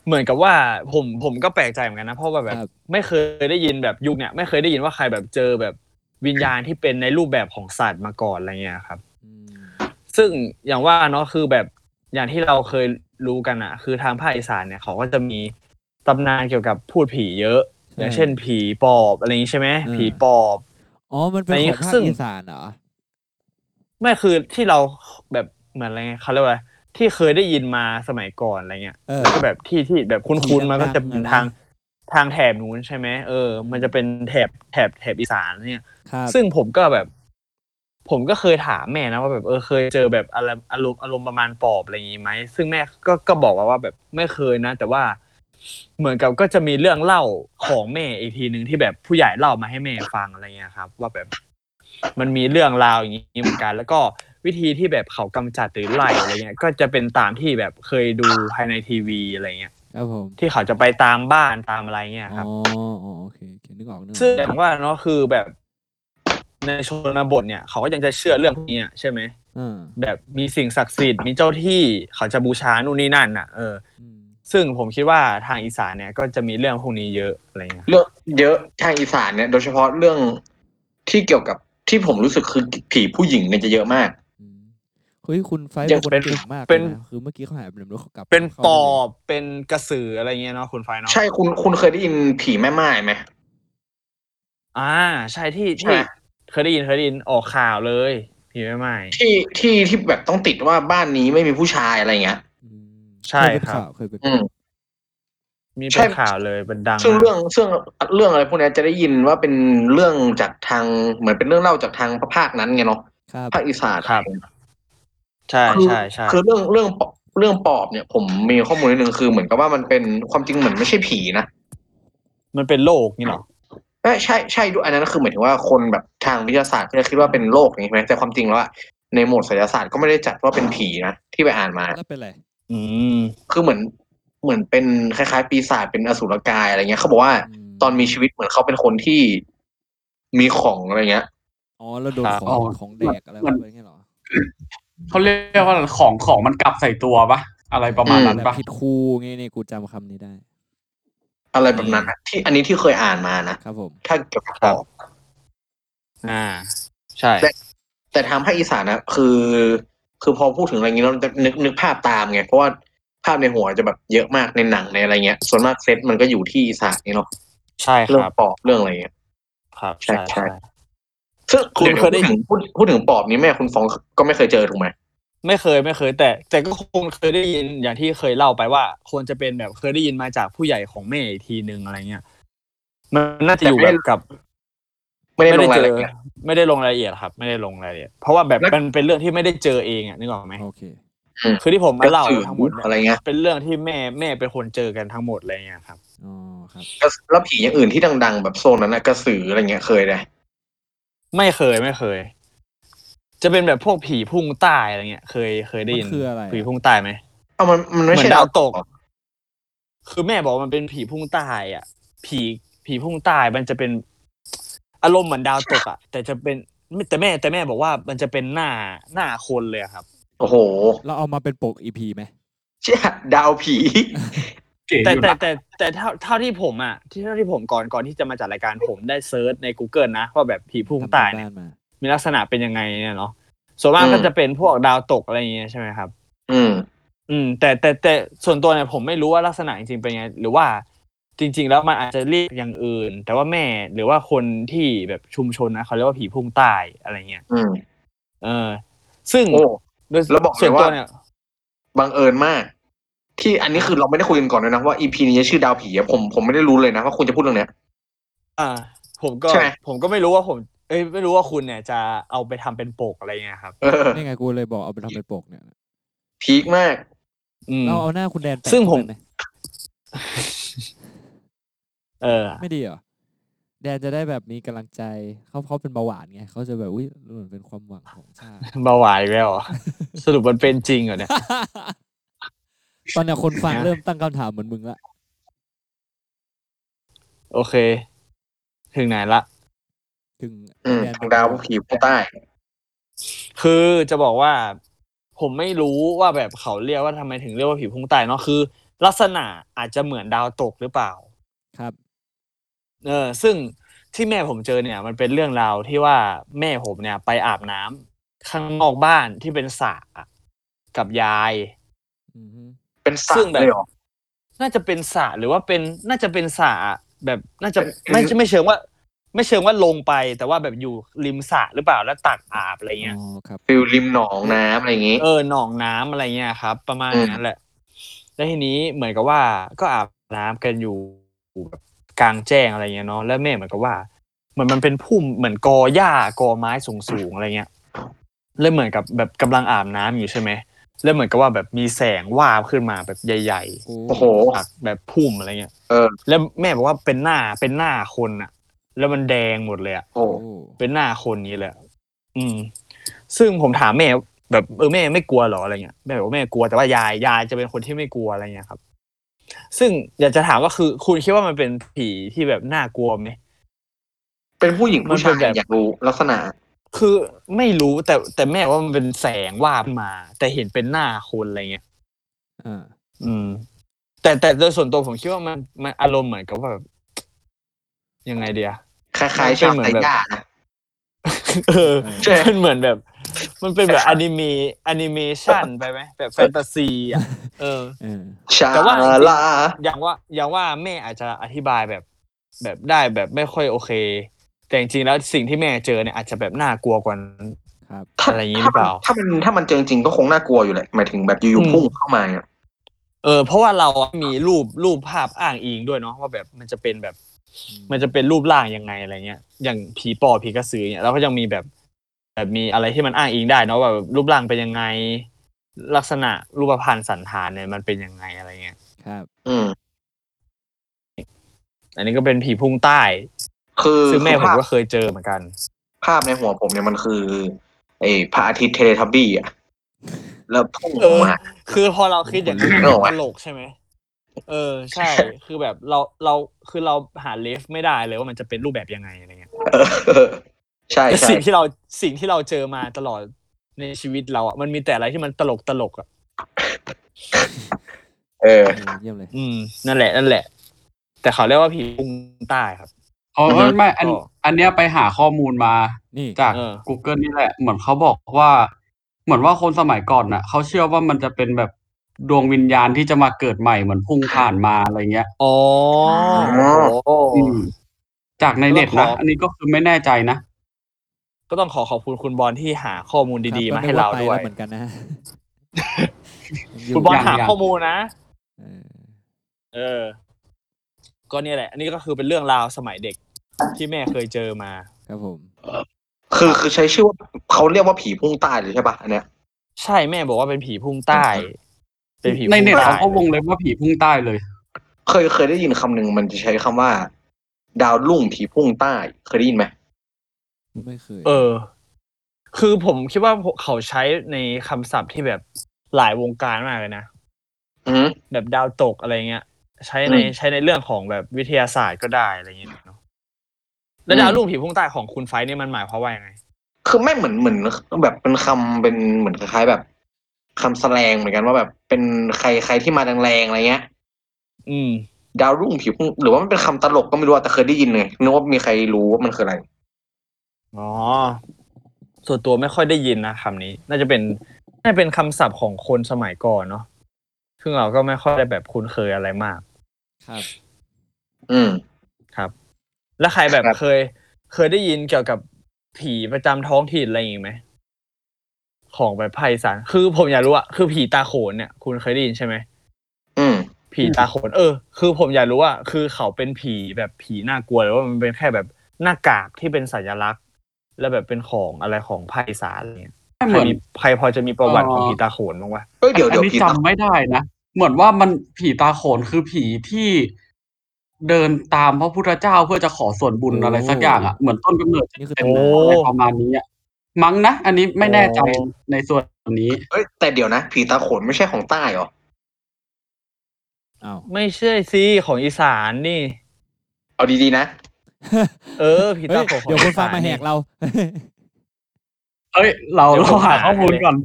เหมือนกับว่าผมผมก็แปลกใจเหมือนกันนะเพราะว่าแบบ
ครับ
ไม่เคยได้ยินแบบยุคเนี้ยไม่เคยได้ยินว่าใครแบบเจอแบบวิญญาณที่เป็นในรูปแบบของสัตว์มาก่อนอะไรเงี้ยครับ
อืม
ซึ่งอย่างว่าเนาะคือแบบอย่างที่เราเคยรู้กันอะคือทางภาคอีสานเนี่ยเขาก็จะมีตำนานเกี่ยวกับพูดผีเยอะ อย่างเช่น ผีปอบอะไรอย่างงี้ใช่ไหมผีปอบ
อ๋อ มันเป็น
อันนี้
ของภาค
ซึ่ง
อีสานเหรอ
ไม่คือที่เราแบบเหมือนอะไรไงเขาเรียกว่าอะไรที่เคยได้ยินมาสมัยก่อนอะไรเงี้ย
เออ
แล้วก็แบบที่ที่แบบคุ้นๆมาก็จะ
ดั
เป็
ง
น
ๆนะ
ทางทางแถบนู้นใช่ไหมเออ มันจะเป็นแถบแถบแถบอีสานเนี่ย
ครับ
ซึ่งผมก็แบบ ผมก็เคยถามแม่นะว่าแบบเออเคยเจอแบบอะไรอารมณ์อารมณ์ประมาณปอบอะไรอย่างงี้ไหมซึ่งแม่ก็ก็บอกว่าว่าแบบไม่เคยนะ แต่ว่าเหมือนกับก็จะมีเรื่องเล่าของแม่อีกทีหนึ่งที่แบบผู้ใหญ่เล่ามาให้แม่ฟังอะไรเงี้ยครับ ว่าแบบมันมีเรื่องราวอย่างนี้เหมือนกัน แล้วก็วิธีที่แบบเขากำจัดหรือไล่อะไรเงี้ย ก็จะเป็นตามที่แบบเคยดูภายในทีวีอะไรเงี้ย
ครับผม
ที่เขาจะไปตามบ้านตามอะไรเงี้ยครับ
อ๋ออ๋อโอเคโอเคนึกออกนึกอ
ซึ่ง
อก
อย่างว่าเนาะคือแบบในชนบทเนี่ย เขาก็ยังจะเชื่อเรื่องพวกนี้อะใช่ไหม
อ่า
แบบมีสิ่งศักดิ์สิทธิ์มีเจ้าที่เขาจะบูชานู่นนี่นั่นน่ะเออ
อืม
ซึ่งผมคิดว่าทางอีสานเนี่ยก็จะมีเรื่องพวกนี้เยอะอะไรเงี้ย
เรื่องเยอะทางอีสานเนี่ยโดยเฉพาะเรื่องที่เกี่ยวกับที่ผมรู้สึกคือผีผู้หญิงเนี่ยจะเยอะมาก
อืมเฮ้ย คุณไฟ
ยัง
เป็นคน
เป็น
เก่งมากลย
เป็น
นะคือเมื่อกี้เขาหายไปไหนไม่รู้เขากลับ
เป็น
ข้า
ป
มา
อ
เลย
บเป็นกระสืออะไรเงี้ยเนาะคุณไฟเนาะ
ใช่คุณคุณเคยได้ยินผีแม่ไม้ไหม
อ่า ใช่ที่
ใช่
ที่เคยได้ยินเคยได้ยินออกข่าวเลยพี่ไม่ไม่
ที่ที่ที่แบบต้องติดว่าบ้านนี้ไม่มีผู้ชายอะไรเงี้ย
อืม
ใช่
เคยเป็น
ครับ
ข่าวเคยเป็น
อืม
มี
ใช่
เป็นข่าวเลยเป็นดัง
ซึ่ง
มาก
เรื่องซึ่งเรื่องอะไรพวกเนี้ยจะได้ยินว่าเป็นเรื่องจากทางเหมือนเป็นเรื่องเล่าจากทางภาคนั้นไงเนาะ
ครับ
ภาคอีสาน
ครับ ใช่
คือ
ใช่ใช่
คือเรื่องเรื่องปอบเรื่องปอบเนี่ย ผมมีข้อมูลนิดนึงคือเหมือนกับว่ามันเป็นความจริงเหมือนไม่ใช่ผีนะ
มันเป็นโลกนี่เหรอ
ใช่ใช่ใช่ด้วยอันนั้นคือหมายถึงว่าคนแบบทางวิทยาศาสตร์ก็จะคิดว่าเป็นโรคอย่างนี้ใช่ไหมแต่ความจริงแล้วอะในหมวดไสยศาสตร์ก็ไม่ได้จัดว่าเป็นผีนะที่ไปอ่านมา
แล้วเป็นไร
อืม
คือเหมือนเหมือนเป็นคล้ายๆ ปีศาจเป็นอสุรกายอะไรเงี้ยเขาบอกว่า
ม
ตอนมีชีวิตเหมือนเขาเป็นคนที่มีของอะไรเงี้ย
อ๋อแล้วโดนขอ
อ๋
ง
อ
ของแดกอะไรเข้าไปอย่างเงี้ยเหรอ
เขาเรียกว่าของของมันกลับใส่ตัวปะอะไรประมาณนั้น
แบบ
ปะ
ผิดครูเงี้ยเนี่ยกูจำคำนี้ได้
อะไรแบบนั้นนะที่อันนี้ที่เคยอ่านมานะครับ
ผม
ถ้าเกี่ยวกับปอบ
อ่า ใช่
แต่ แต่ทางภาคอีสานนะคือ คือพอพูดถึงอะไรอย่างนี้เราจะนึกนึกภาพตามไงเพราะว่าภาพในหัวจะแบบเยอะมากในหนังในอะไรเงี้ย ส่วนมากเซตมันก็อยู่ที่อีสานนี่เนาะ
ใช่ค
เรื่อง
รับ
ปอบเรื่องอะไรเงี้ย
ครับ
ใช่
ใช่
ใช่
ใช่
ซึ่งคุณเคยได้พูดพูดถึงปอบนี้แม่คุณฟองก็ไม่เคยเจอถูกไหม
ไม่เคยไม่เคย แต่แต่ก็คงเคยได้ยินอย่างที่เคยเล่าไปว่าควรจะเป็นแบบเคยได้ยินมาจากผู้ใหญ่ของแม่อีกทีนึงอะไรเงี้ยมันน่าจะอยู่แบบกับ
ไม่ได้ลง
ไม่
ราย
ได้
ละเอี
เจอย
ด
ไม่ได้ลงรายละเอียดครับ ไม่ได้ลงรายละเอียดเพราะว่าแบบ
แล้ว
มันเป็นเรื่องที่ไม่ได้เจอเองอ่ะนึกออกไหม
โอเค
คือที่ผม
ก
มา
ระ
เล่า
สือ
ทั้งหมดเนี่ย
อะไรเงี้ย
เป็นเรื่องที่แม่แม่เป็นคนเจอกันทั้งหมดอะไรเงี้ยครับ
อ๋อครับ
แล้วแล้วผีอย่างอื่นที่ดัง ๆ แบบโซนนั้นนะกระสืออะไรเงี้ยเคยได้
ไม่เคยไม่เคย จะเป็นแบบพวกผีพุ่งใต้อะไรเงี้ย เคยเคยได้ยิน
มันคืออะไรอะ
ผีพุ่งใต้ไหม
เอามันมัน
เห
ไม่
มือ
ใช่
นดาวตก
เหรอ
คือแม่บอกว่ามันเป็นผีพุ่งใต้อ่ะ ผีผีพุ่งใต้มันจะเป็นอารมณ์เหมือนดาวตกอ่ะ แต่จะเป็นแต่แม่แต่แม่บอกว่ามันจะเป็นหน้าหน้าคนเลยอะครับ
โอ้โห
เราเอามาเป็นปกอีพีไหม
เชี่ยดาว ผี
เก๋อ
แต่
ยู่
แต่
นะ
แต่แต่เท่าเท่าที่ผมอ่ะที่เท่าที่ผมก่อนก่อนที่จะมาจัดรายการผมได้เซิร์ชใน Google นะ ว่าแบบผีพุ่งตายเนี่ย
ทำกรบ้นมา
มีลักษณะเป็นยังไงเนี่ยเนาะส่วนมาก
อืม
ก็จะเป็นพวกดาวตกอะไรอย่างเงี้ยใช่ไหมครับ
อืม
อืม แต่แต่แต่ส่วนตัวเนี่ยผมไม่รู้ว่าลักษณะจริงๆเป็นยังไง หรือว่าจริง ๆ แล้วมันอาจจะเรียกอย่างอื่น แต่ว่าแม่หรือว่าคนที่แบบชุมชนนะเขาเรียกว่าผีพุ่งใตายอะไรเงี้ย
อืม
เออ ซึ่ง
โอ้
โดย
แล้วบอกเลย
ส่วนตัว
ว่า
เนี่ย
บังเอิญมาก ที่อันนี้คือเราไม่ได้คุยกันก่อนเลยนะว่าอีพีนี้จะชื่อดาวผีอะผมผมไม่ได้รู้เลยนะว่าคุณจะพูดเรื่องเนี้ย
อ่า ผมก็
ใช่ไหม
ผมก็ไม่รู้ว่าผม เอ้ยไม่รู้ว่าคุณเนี่ยจะเอาไปทำเป็นปกอะไรเงี้ยครับ
เออ
นี่ไงกูเลยบอกเอาไปทำเป็นปกเนี่ย
พีคมาก
อืม
เอาเอาหน้าคุณแดนแปะ
ซึ่งผม
ได้ไห
เออ
ไม่ดีเหรอ แดนจะได้แบบมีกำลังใจเขาเขาเป็นเบาหวานไงเขาจะแบบอุ้ยเหมือนเป็นความหวังของชา ติ
เบาหวานอีกแล้วเหรอ สรุปมันเป็นจริงเหรอเนี่ย
ตอนเนี้ยคนฟัง
นะ
เริ่มตั้งคำถามเหมือนมึงละ
โอเค ถึงไหนละ
ถึง
อืม
แน
ทางดาวผีพวกใต้
คือจะบอกว่า ผมไม่รู้ว่าแบบเขาเรียกว่าทำไมถึงเรียกว่าผีพุ่งใต้เนาะคือ ลักษณะอาจจะเหมือนดาวตกหรือเปล่า
ครับ
เออ ซึ่งที่แม่ผมเจอเนี่ย มันเป็นเรื่องราวที่ว่าแม่ผมเนี่ย ไปอาบน้ำข้างนอกบ้านที่เป็นสระกับยาย
อือฮึ
เป็นสัต
ซึ่ง
ว์
แบบ
เลยเหรอ
น่าจะเป็นสระหรือว่าเป็นน่าจะเป็นสระแบบน่าจะ
เป็น
ไม่ไม่เชิงว่า ไม่เชิงว่าลงไป แต่ว่าแบบอยู่ริมสระหรือเปล่าแล้วตักอาบอะไรเงี้ย
อ๋อครับ
ฟิลริมหนองน้ำอะไรอย่างงี้
เออหนองน้ำอะไรเงี้ยครับ ประมาณ
อืม
นั้นแหละ แล้วทีนี้เหมือนกับว่าก็อาบน้ำกันอยู่แบบกลางแจ้งอะไรเงี้ยเนาะแล้วแม่เหมือนกับว่าเหมือนมันเป็นพุ่มเหมือนกอหญ้ากอไม้สูงสูงๆอะไรเงี้ยแล้วเหมือนกับแบบกำลังอาบน้ำอยู่ใช่ไหมแล้วเหมือนกับว่าแบบมีแสงวาบขึ้นมาแบบใหญ่ ๆ
โอ้
โอ้โห
จากแบบพุ่มอะไรเงี้ย
เออ
แล้วแม่บอกว่าเป็นหน้าเป็นหน้าคนอะแล้วมันแดงหมดเลยอะ
โอ้
โอ้
เป็นหน้าคนนี้เลยอะอืม ซึ่งผมถามแม่แบบเออแม่ไม่กลัวเหรออะไรเงี้ยแม่บอกว่าแม่กลัวแต่ว่ายายยายจะเป็นคนที่ไม่กลัวอะไรเงี้ยครับ ซึ่งอยากจะถามว่าคือ คุณคิดว่ามันเป็นผีที่แบบน่ากลัวไหม
เป็นผู้หญิงผู้ชา
มันเป็นแบ
ย
บ
อยากรู้ลักษณะ
คือไม่รู้แต่แต่แม่ว่ามันเป็นแสงวาบมา แต่เห็นเป็นหน้าคนอะไรเงี้ย
อ่า
อืม แต่แต่โดยส่วนตัวผมคิดว่ามันมันอารมณ์เหมือนกับว่าแบบ ยังไงเดีย
คล้ายๆ ชาวไทยยานะ
เออ
ใช่
มันเหมือนแบบ มันเป็นแบบอนิเมะอนิเมชันไปไหมแบบแฟนตาซีอ่ะเออ
เออ
ชา
แต่ว่าจริง
ลา
อย่างว่าอย่างว่าแม่อาจจะอธิบายแบบ แบบได้แบบไม่ค่อยโอเค แต่จริงๆแล้วสิ่งที่แม่เจอเนี่ยอาจจะแบบน่ากลัวกว่านั้น
ครับ
อะไรอย่างงี้หรือเปล่า
ถ้ามันถ้ามันเจอจริงๆก็คงน่ากลัวอยู่แหละหมายถึงแบบอ
อื
ยู่
ม
ๆพุ่งเข้ามาเนี่ย
เออเพราะว่าเราอะมีรูปรูปภาพอ้างอิงด้วยเนาะว่าแบบมันจะเป็นแบบ มันจะเป็นรูปร่างยังไงอะไรเงี้ย อย่างผีปอบผีกระสือเนี่ยเราก็ยังมีแบบ แบบมีอะไรที่มันอ้างอิงได้เนาะว่าแบบรูปร่างเป็นยังไง ลักษณะรูปพรรณสันฐานเนี่ยมันเป็นยังไงอะไรเงี้ย
ครับ
อืม
อันนี้ก็เป็นผีพุ่งใต้
คือ
ซึ่งแม่ผม
ภาพ
ก็เคยเจอเหมือนกัน
ภาพในหัวผมเนี่ยมันคือไอ้พระอาทิตย์เทเลทับบี้อะแล้วพุ่ง
เอ
ออก
อ
มา
คือพอเราคิดอย่างนั้น
ผมนึ
มัน
กออก
ต
อะ
ลกใช่ไหมเออ ใช่ คือแบบเราเราคือเราหาเลฟไม่ได้เลยว่ามันจะเป็นรูปแบบยังไงอะไรเงี้ย
เออ ใช่
แต่
ใช่
สิ่งที่เราสิ่งที่เราเจอมาตลอดในชีวิตเราอ่ะมันมีแต่อะไรที่มันตลกตลกอ่ะ
เออ
เยี่ยมเลย
อืมนั่นแหละนั่นแหละ แต่เขาเรียกว่าผีพุ่งใต้ครับ
อ๋อ
อือฮึ
ไม่อันอันเนี้ยไปหาข้อมูลมา
นี่
จาก
เออ
Google นี่แหละ เหมือนเขาบอกว่า เหมือนว่าคนสมัยก่อนน่ะเขาเชื่อว่ามันจะเป็นแบบดวงวิญญาณที่จะมาเกิดใหม่เหมือนพุ่งผ่านมาอะไรเงี้ย
อ๋อ
อ๋อ
โอ้
อืมจากในเน็ต
แล้ว
นะ
ขออั
อันนี้ก็คือไม่แน่ใจนะ
ก็ต้องขอขอบคุณคุณบอลที่หาข้อมูล
คบ
ดี
ก็
ๆมา
นึ
ให้
ก
เรา
ไป
ด้วย
แล้เหมือน กันนะฮะยังยู่
คุณบอลหาข้อมูลนะ
เออ
เออ ก็เนี่ยแหละ อันนี้ก็คือเป็นเรื่องราวสมัยเด็กที่แม่เคยเจอมา
ครับผม
คือคือใช้ชื่อว่าเขาเรียกว่าผีพุ่งใต้เลยใช่ปะอันเนี้ย
ใช่แม่บอกว่าเป็นผีพุ่งใต้ เป็นผี
ใน
พุ่ง
เน็ต
ใต้
เขาก็วงเล็บว่าผีพุ่งใต้เลย
เคยเคยได้ยินคำหนึ่งมันจะใช้คำว่า ดาวรุ่งผีพุ่งใต้ เคยได้ยินไหม
ไม่เคย
เออ คือผมคิดว่าเขาใช้ในคำศัพท์ที่แบบหลายวงการมากเลยนะ
อืม
แบบดาวตกอะไรเงี้ย ใช้ใน
อืม
ใช้ในเรื่องของแบบวิทยาศาสตร์ก็ได้อะไรเงี้ยเนอะแล้ว
อืม
ดาวลูกผีพุ่งใต้ของคุณไฟท์เนี่ยมันหมายความว่ายังไง
คือไม่เหมือนเหมือนแบบเป็นคำเป็นเหมือนคล้ายๆแบบคำแสดงเหมือนกันว่าแบบเป็นใครใครที่มาแรงๆอะไรเงี้ย
อืม
ดาวรุ่งผีพุ่งหรือว่ามันเป็นคำตลกก็ไม่รู้อะแต่เคยได้ยินเลยนึกว่ามีใครรู้ว่ามันคืออะไร
อ๋อ ส่วนตัวไม่ค่อยได้ยินนะคำนี้ น่าจะเป็นน่าจะเป็นคำศัพท์ของคนสมัยก่อนเนาะซึ่งเราก็ไม่ค่อยได้แบบคุ้นเคยอะไรมาก
ครับ
อืม
ครับ แล้วใครแบบ
ครับ
เคย เคยได้ยินเกี่ยวกับผีประจำท้องถิ่นอะไรอย่างงี้ไหมของแบบภาคอีสานคือผมอยากรู้อะคือผีตาโขนเนี่ย คุณเคยได้ยินใช่ไหม
อืม
ผีตาโขนเออ คือผมอยากรู้ว่า คือเขาเป็นผีแบบผีน่ากลัวหรือว่ามันเป็นแค่แบบหน้ากากที่เป็นสัญลักษณ์ แล้วแบบเป็นของอะไรของภาคอีสานอะไรเงี้ย
เห
ใคร
มือน
มีใครพอจะมีประวัติ
เอ่อ
ของผีตาโขนบ้างวะ
เอ้ยเดี๋ยว
อัน
เดี๋ยว
นี้
ผี
จำ
ตา
ไม่ได้นะ เหมือนว่ามันผีตาโขนคือผีที่เดินตามพระพุทธเจ้าเพื่อจะขอส่วนบุญ
โอ้
อะไรสักอย่างอ่ะ เหมือนต้นกำเนิด
นี่คือ
เป็น
ตำนาน
อะไรประมาณนี้อะมั้งนะ อันนี้ไม่แน่ใจในส่วนนี้
เอ้ยแต่เดี๋ยวนะ ผีตาโขนไม่ใช่ของใต้เหรอ
อ้าว
ไม่ใช่สิของอีสานนี่
เอาดีๆนะ
เออผีตาโขน
เฮ้ยเดี๋ยวคนฟังมาแหก
เรา
เรา
เอ้ย เรา
เดี๋ยว
เรา
ผม
หา
หา
ข้อมูล
ให้เลย
ก่อน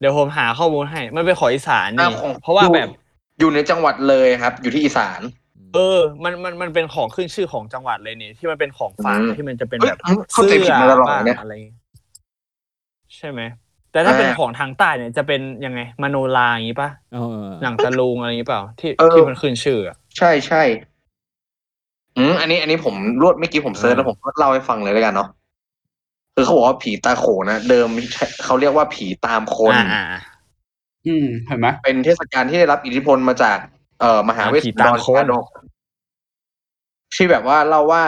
เดี๋ยวผมหาข้อมูลให้ มันเป็นของอีสานนี่
อ้าวของ
เพราะว่าแบบ
อยู่ในจังหวัดเลยครับ อยู่ที่อีสาน
เออ มันมันมันเป็นของขึ้นชื่อของจังหวัดเลยนี่ ที่มันเป็นของฝาก
อืม
ที่มันจะเป็น
เฮ้ย
แบบ
เข้าใจผิดมาตลอดเลยเนี่ย
บ้างอะไรใช่ไหม แต่ถ้าเป็น
อ่า
ของทางใต้เนี่ยจะเป็นยังไงมโนราอย่างนี้ปะ
เออเออ
หนังตะลุงอะไรอย่างนี้เปล่า ที่
เออ
ที่มันขึ้นชื่ออะ
ใช่ใช่อืมอันนี้ อันนี้ผมรวดเมื่อกี้ผมเซิร์ชแล้วผมก็เล่าให้ฟังเลยแล้วกันเนาะคือเขาบอกว่าผีตาโขนนะเดิมใช้เขาเรียกว่าผีตามคน
อ่า
อืมเห็นไหม
เป็นเทศกาลที่ได้รับอิทธิพลมาจาก เอ่อมหาเวส
ผี
สัน
ตา
ด
ม
ร
คน
ชาดกที่แบบว่าเล่าว่า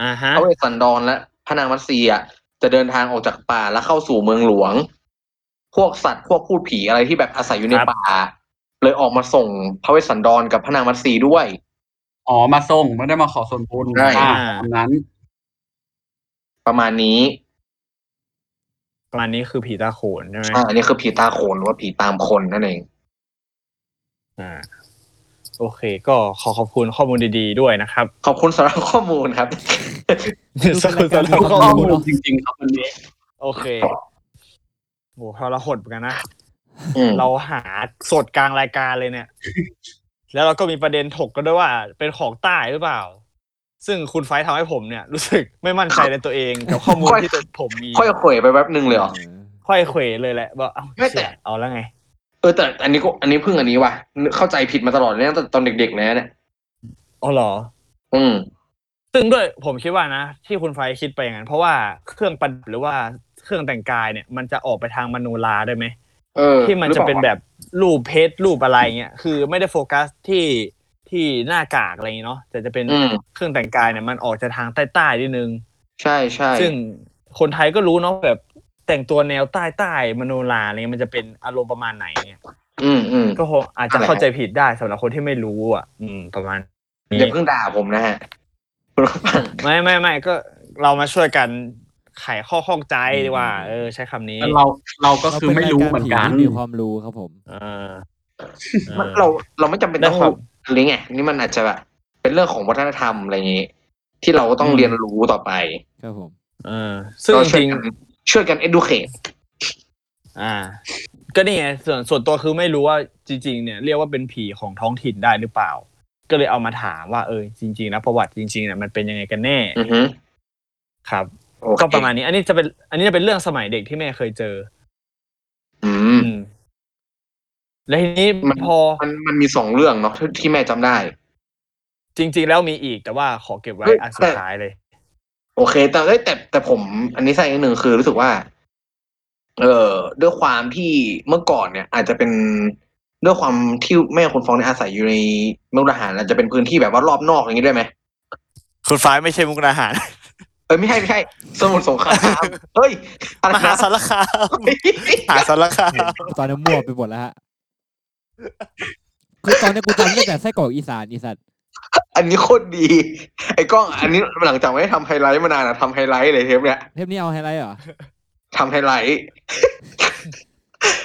อ่าฮะ
พระเวสสันดรและพระนางมัตสีอ่ะจะเดินทางออกจากป่าและเข้าสู่เมืองหลวง พวกสัตว์พวกพูดผีอะไรที่แบบอาศัยอยู่ในป่า เลยออกมาส่งพระเวสสันดรกับพระนางมัตสีด้วย
อ๋อมาส่งไม่ได้มาขอส่วนบุญ
ใช่
อ่าอันนั้น
ประมาณนี้
ประมาณนี้คือผีตาโขนใช่ไหม
อ่าอันนี้คือผีตาโขนหรือว่าผีตามคนนั่นเอง
อ่า โอเค ก็ขอขอบคุณข้อมูลดีๆด้วย นะครับ
ขอบคุณสำหรับข้อมูลครับ
ขอบคุณสำหรับข้
ข้
อ
อ
มู
มู
ล
ลจริงๆครับวันนี้
โอเคโหเราละหดเหมือนกันนะ
อืม
เราหาสดกลางรายการเลย เนี่ย แล้วเราก็มีประเด็นถกกันด้วยว่า เป็นของใต้หรือเปล่า ซึ่งคุณไฟท์ทำให้ผมเนี่ย รู้สึกไม่มั่นใจในตัวเองกับข้อมูลที่ตัวผมมี
ค่อยเขวยไปแป๊บหนึ่งเลยเหรอ
ออ
ค่อยเขวเลยแหละว่าเอ้า
ไม่แต่
เชี่ยเอาแล้วไง
เออแต่อันนี้ก็อันนี้เพิ่งอันนี้ว่ะเข้าใจผิดมาตลอดเลยตั้งแต่ตอนเด็กๆเลยนะเนี่ย
อ๋อเหรอ
อืม
ซึ่งด้วยผมคิดว่านะ ที่คุณไฟท์คิดไปอย่างนั้น เพราะว่าเครื่องประดับหรือว่าเครื่องแต่งกายเนี่ย มันจะออกไปทางมโนราได้ไหม
เออ
ที่มันจะเป็
ห
น
รือปล่าว
แบบรูปเพชรรูปอะไรเงี้ย คือไม่ได้โฟกัสที่ที่หน้ากากอะไรอย่างงี้เนาะแต่จะเป็น
อืม
เครื่องแต่งกายเนี่ยมันออกจะทางใต้ๆนิดนึง
ใช่ใช่
ซึ่งคนไทยก็รู้เนาะแบบแต่งตัวแนวใต้ใต้ๆมโนราอะไรเงี้ยมันจะเป็นอารมณ์ประมาณไหนเนี่ย
อืมอืม
ก็คงอาจจะเข้าใจผิดได้สำหรับคนที่ไม่รู้อ่ะ อืม ประมาณนี้
อย่าเพิ่งด่าผมนะฮะคุณผู้ฟัง
ไม่ไม่ไม่ก็เรามาช่วยกันไขข้อข้องใจดีกว่า เออ ใช้คำนี้
เราเราก็คือไม่รู้เหมือนกัน
ราป็รายารผีที่มีความรู้ครับผม
เออ
มันเราเราไม่จำเป็นต้อง
ได้ครับ
หรือไงนี่มันอาจจะแบบเป็นเรื่องของวัฒนธรรมอะไรอย่างนี้ ที่เราก็ต้อง
อืม
เรียนรู้ต่อไป
ครับผม
เออ ซึ่ง
เรา
จ
ช่วย
ริง
กั
ๆ
นช่วยกัน educate
อ่า ก็นี่ไงส่วนส่วนตัวคือไม่รู้ว่าจริง ๆ เนี่ยเรียกว่าเป็นผีของท้องถิ่นได้หรือเปล่า ก็เลยเอามาถามว่าเออจริงๆนะประวัติจริงๆเนี่ยมันเป็นยังไงกันแน่
อือฮึ
ครับ
โอเค
ก็ประมาณนี้ อันนี้จะเป็นอันนี้จะเป็นเรื่องสมัยเด็กที่แม่เคยเจอ
อื
อื
ม
ม และทีนี้
มัน
พอ
มันมันมีสองเรื่องเนาะที่ที่แม่จำได้
จริง ๆ แล้วมีอีกแต่ว่าขอเก็บไว้
เฮ้ย
อันสุ
แต่
ดท้ายเลย
โอเค แต่เอ้ยแต่แต่ผม อันนี้ใส่อีกหนึ่งคือรู้สึกว่า เอ่อด้วยความที่เมื่อก่อนเนี่ย อาจจะเป็นด้วยความที่แม่คุณฟองเนี่ยอาศัยอยู่ในเมืองทหารอาจจะเป็นพื้นที่แบบว่ารอบนอกอย่างนี้ด้วยไหม
คุณฟ้าไม่ใช่มุกดาหาร
เอ้ยไม่ใช่ไม่ใช่สมุทรสงครามเฮ้ยอะไร
มหา
นะ
สารคามมหาสารคาม
ตอนนี้มั่วไปหมดแล้วฮะ คือตอนนี้กูจำได้แต่ไส้กรอกอีสานอีสัตว์
อันนี้โคตรดี ไอ้กล้อง อันนี้หลังจากไม่ได้ทำไฮไลท์มานานอะทำไฮไลท์เลยเทปเนี่ย
เทปนี้เอาไฮไลท์เหรอ
ทำไฮไลท์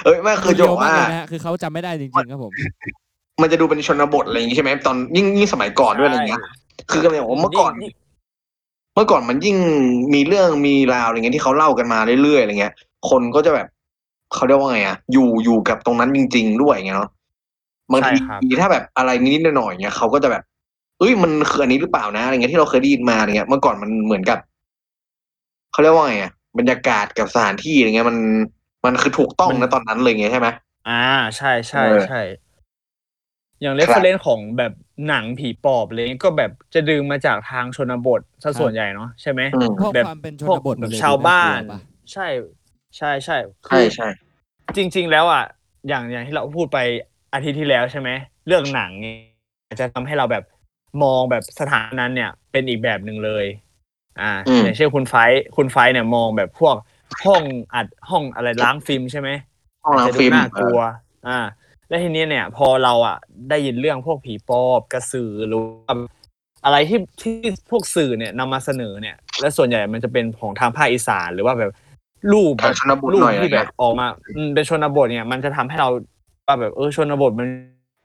เอ้ยไม่คือจะ
เร็
บ
ว
อก
มาก
ว่า
เลยนะฮะคือเขาจำไม่ได้จริงๆครับผม
มันจะดูเป็นชนบทอะไรอย่างงี้ใช่ไหมตอนยิ่งยิ่งสมัยก่อนด้วยอะไรเงี้ย คือกำลังบอกว่าเมื่อก่อน เมื่อก่อนมันยิ่งมีเรื่องมีราวอะไรเงี้ยที่เขาเล่ากันมาเรื่อยๆอะไรเงี้ย คนก็จะแบบเขาเรียกว่าไงอะอยู่อยู่กับตรงนั้นจริง ๆ ด้วยอย่างเงี้ยเนาะบาง
ใช่ครับ
ทีถ้าแบบอะไรนิดๆหน่อยๆเงี้ยเขาก็จะแบบเอ้ยมันคืออันนี้หรือเปล่านะอะไรเงี้ยที่เราเคยได้ยินมาอะไรเงี้ยเมื่อก่อนมันเหมือนกับเขาเรียกว่าไงอะบรรยากาศกับสถานที่อะไรเงี้ยมันมันคือถูกต้องนะตอนนั้นเลยไงใช่ไหม
อ่า ใช่ใช่
เออ
ใช่ อย่าง
ค
เร
รั
ฟ
บ
เฟรนซ์ของแบบหนังผีปอบอะไรเงี้ยก็แบบจะดึงมาจากทางชนบทซะส่วนใหญ่เนาะใช่ไหม
อืม
พวก
แบบ
ความเป็นช
พวน ก
บท
แบบ
เลย
ชาวบ้าน
น่กลัวปะ
ใช่ ใช่ใช่
ใช่
คือ
ใช่
จริง ๆ แล้วอ่ะอย่างอย่างที่เราพูดไปอาทิตย์ที่แล้วใช่ไหมเรื่องหนังเนี่ยอาจจะทำให้เราแบบมองแบบสถานนั้นเนี่ย เป็นอีกแบบหนึ่งเลย อ่า
อืม
อย่างเช่นคุณไฟท์คุณไฟท์เนี่ยมองแบบพวกห้องอัดห้องอะไรล้างฟิล์มใช่ไหม
ห้องล้างฟิล์ม
จะดูน่ากลัว อ่า และทีเนี้ยเนี่ย พอเราอ่ะได้ยินเรื่องพวกผีปอบกระสือหรือว่าอะไรที่ที่พวกสื่อเนี่ยนำมาเสนอเนี่ย และส่วนใหญ่มันจะเป็นของทางภาคอีสานหรือว่าแบบรูปแบบ
ทางชนบท
รู
ห
ป
น่อยอะไร
ที่
เงี้ย
แบบออกมาอืมเป็นชนบทเนี่ย มันจะทำให้เราว่าแบบเออชนบทมัน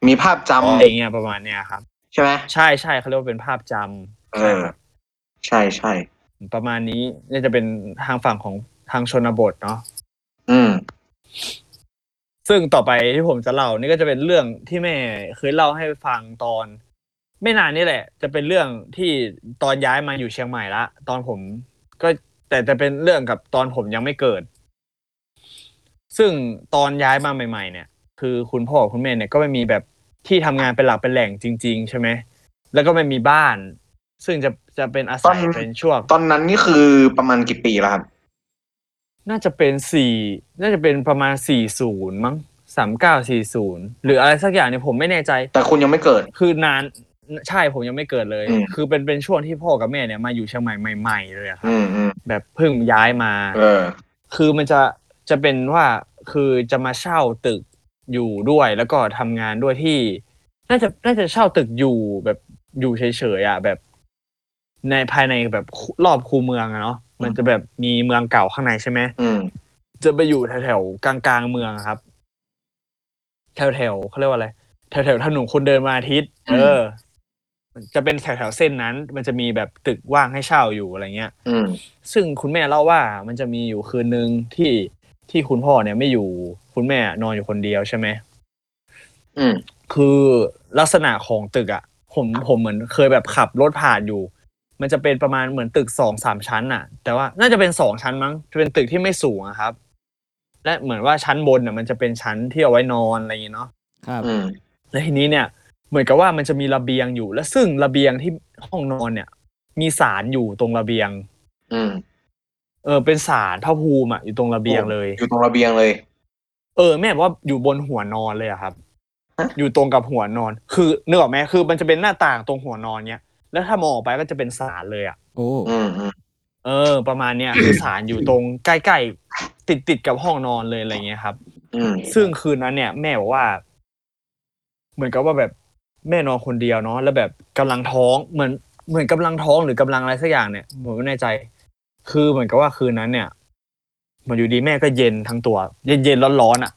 มีภาพจำ
อะไรเงี้ยประมาณเนี้ยครับ
ใช่ไหม
ใช่ใช่เขาเรียกว่าเป็นภาพจำ
เออ ใช่ใช่
ประมาณนี้เนี่ยจะเป็นทางฝั่งของทางชนบทเนาะ
อืม
ซึ่งต่อไปที่ผมจะเล่านี่ก็จะเป็นเรื่องที่แม่เคยเล่าให้ฟังตอน ไม่นานนี่แหละ จะเป็นเรื่องที่ตอนย้ายมาอยู่เชียงใหม่ละตอนผมก็แต่จะเป็นเรื่องกับตอนผมยังไม่เกิด ซึ่งตอนย้ายมาใหม่ ๆ เนี่ย คือคุณพ่อคุณแม่เนี่ยก็ไม่มีแบบที่ทำงานเป็นหลักเป็นแหล่งจริง ๆ ใช่ไหมแล้วก็ไม่มีบ้าน ซึ่งจะจะเป็นอาศัย
ตอน
เป็นช่วง
ตอนนั้นนี่คือประมาณกี่ปีแล้วครับ
น่าจะเป็นสี่น่าจะเป็นประมาณสี่ศูนย์มั้งสามเก้าสี่ศูนย์หรืออะไรสักอย่างเนี่ยผมไม่แน่ใจ
แต่คุณยังไม่เกิด
คือนานใช่ผมยังไม่เกิดเลย
อืม
คือเป็นเป็นช่วงที่พ่อกับแม่เนี่ยมาอยู่เชียงใหม่ใหม่ ๆ เลยอะครับ
อืมอืม
แบบเพิ่งย้ายมา
เออ
คือมันจะจะเป็นว่าคือจะมาเช่าตึกอยู่ด้วย แล้วก็ทำงานด้วยที่ น่าจะน่าจะเช่าตึกอยู่แบบอยู่เฉยๆอ่ะแบบ ในภายในแบบรอบคูเมืองอะเนาะมันจะแบบมีเมืองเก่าข้างในใช่ไหม
อืม
จะไปอยู่แถวๆกลางกลางๆเมืองอะครับ แถวๆเขาเรียกว่าอะไรแถวๆถนนคนเดินวันอาทิตย์
อืม
เออ มันจะเป็นแถวๆเส้นนั้น มันจะมีแบบตึกว่างให้เช่าอยู่อะไรเงี้ย
อืม
ซึ่งคุณแม่เล่าว่ามันจะมีอยู่คืนหนึ่งที่ที่คุณพ่อเนี่ยไม่อยู่ คุณแม่นอนอยู่คนเดียวใช่ไหม
อืม
คือลักษณะของตึกอะผมผมเหมือนเคยแบบขับรถผ่านอยู่ มันจะเป็นประมาณเหมือนตึกสองสามชั้นอะแต่ว่าน่าจะเป็นสองชั้นมั้งจะเป็นตึกที่ไม่สูงอะครับ และเหมือนว่าชั้นบนน่ะมันจะเป็นชั้นที่เอาไว้นอนอะไรอย่างงี้เนาะ
ครับ
อืม
และทีนี้เนี่ย เหมือนกับว่ามันจะมีระเบียงอยู่ และซึ่งระเบียงที่ห้องนอนเนี่ย มีสารอยู่ตรงระเบียง
อืม
เออเป็นสารพระภูมิอะอยู่ตรงระเบียงเลย
อยู่ตรงระเบียงเลย
เออแม่บอกว่าอยู่บนหัวนอนเลยอะครับ
ฮะ
อยู่ตรงกับหัวนอน คือนึกออกไหมคือมันจะเป็นหน้าต่างตรงหัวนอนเนี้ยแล้วถ้ามองออกไปก็จะเป็นศาลเลยอะ
โอ้
อืมอืม
เออ ประมาณเนี้ย คือศาลอยู่ตรงใกล้ๆติดติดๆกับห้องนอนเลยอะไรเงี้ยครับ
อืม
ซึ่งคืนนั้นเนี่ย แม่บอกว่า เหมือนกับว่าแบบแม่นอนคนเดียวเนาะแล้วแบบกำลังท้องเหมือนเหมือนกำลังท้องหรือกำลังอะไรสักอย่างเนี่ยผมไม่แน่ใจ คือเหมือนกับว่าคืนนั้นเนี่ยเหมันอยู่ดีแม่ก็เย็นทั้งตัว เย็นเย็นร้อนร้อนๆอ่ะ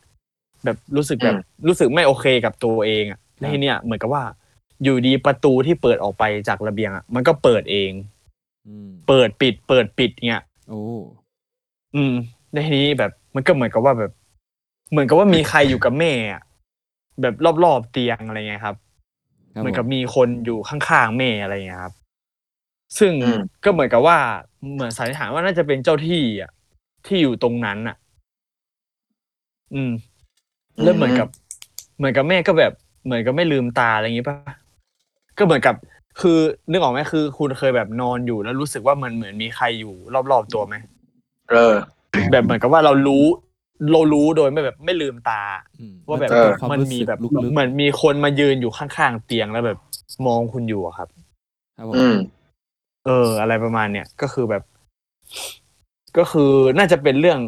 แบบรู้สึกแบบ
อืม
รู้สึกไม่โอเคกับตัวเองอ่ะแล้วทีเนี่ยเหมือนกับว่า อยู่ดีประตูที่เปิดออกไปจากระเบียงอ่ะมันก็เปิดเอง
อืม
เปิดปิด เปิดปิดเนี่ย
โอ้
อืมในทีนี้แบบมันก็เหมือนกับว่าแบบ เหมือนกับว่ามีใครอยู่กับแม่อะแบบรอบๆเตียงอะไรเงี้ยครับ
ครับ
เหมือนกับ
ผ
มีคนอยู่ข้างๆเมย์อะไรอย่างเงี้ยครับ ซึ่ง
อืม
ก็เหมือนกับว่าเหมือนสันนิษฐานว่าน่าจะเป็นเจ้าที่อ่ะที่อยู่ตรงนั้นอ่ะ อืม แล้วเหมือนกับ เหมือนกับแม่ก็แบบ เหมือนกับไม่ลืมตาอะไรอย่างงี้ป่ะก็เหมือนกับ คือนึกออกไหมคือ คุณเคยแบบนอนอยู่แล้วรู้สึกว่ามันเหมือนมีใครอยู่รอบๆตัวไหม
เออ
แบบเหมือนกับว่าเรารู้เรารู้โดยไม่แบบไม่ลืมตา
อืม
ว่าแบบ
นจะเป็นค
มัน
รู้สึ
มี
ก
แบบ
ลึก
เหมือนมีคนมายืนอยู่ข้างๆเตียงแล้วแบบมองคุณอยู่อะครับ
ๆครับผม
อืม
เออ อะไรประมาณเนี้ยก็คือแบบ ก็คือน่าจะเป็นเรื่อง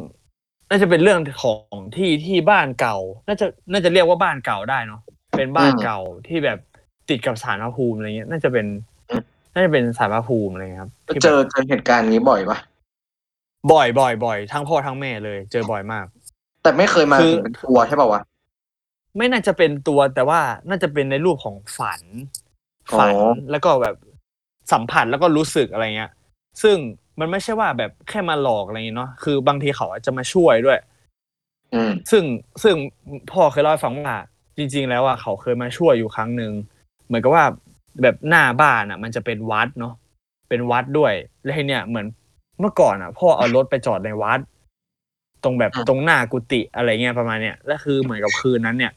น่าจะเป็นเรื่องของที่ที่บ้านเก่า น่าจะน่าจะเรียกว่าบ้านเก่าได้เนาะเป็นบ้านเก่าที่แบบติดกับสารพระภูมิอะไรเงี้ย น่าจะเป็น
อืม
น่าจะเป็นสารพระภูมิอะไรเงี้ยครับที่แบบ
เจอเจอเหตุการณ์อย่างนี้บ่อยปะ
บ่อยบ่อยบ่อยทั้งพ่อทั้งแม่เลย เจอบ่อยมาก
แต่ไม่เคยมา
คือ
ถึงเป็นตัวใช่ป่าวะ
ไม่น่าจะเป็นตัวแต่ว่าน่าจะเป็นในรูปของฝัน ฝัน
อ๋อ
แล้วก็แบบสัมผัสแล้วก็รู้สึกอะไรเงี้ย ซึ่งมันไม่ใช่ว่าแบบแค่มาหลอกอะไรเงี้ยเนาะคือบางทีเขาอาจจะมาช่วยด้วย
อืม
ซึ่งซึ่งพ่อเคยเล่าให้ฟังว่าจริง ๆ แล้วอ่ะเขาเคยมาช่วยอยู่ครั้งหนึ่งเหมือนกับว่าแบบหน้าบ้านอ่ะ มันจะเป็นวัดเนาะเป็นวัดด้วย แล้วทีเนี่ยเหมือนเมื่อก่อนอ่ะ พ่อเอารถไปจอดในวัด ตรงแบบ
อ่ะ
ตรงหน้ากุฏิอะไรเงี้ยประมาณเนี้ยแล้วคือเหมือนกับคืนนั้นเนี่ย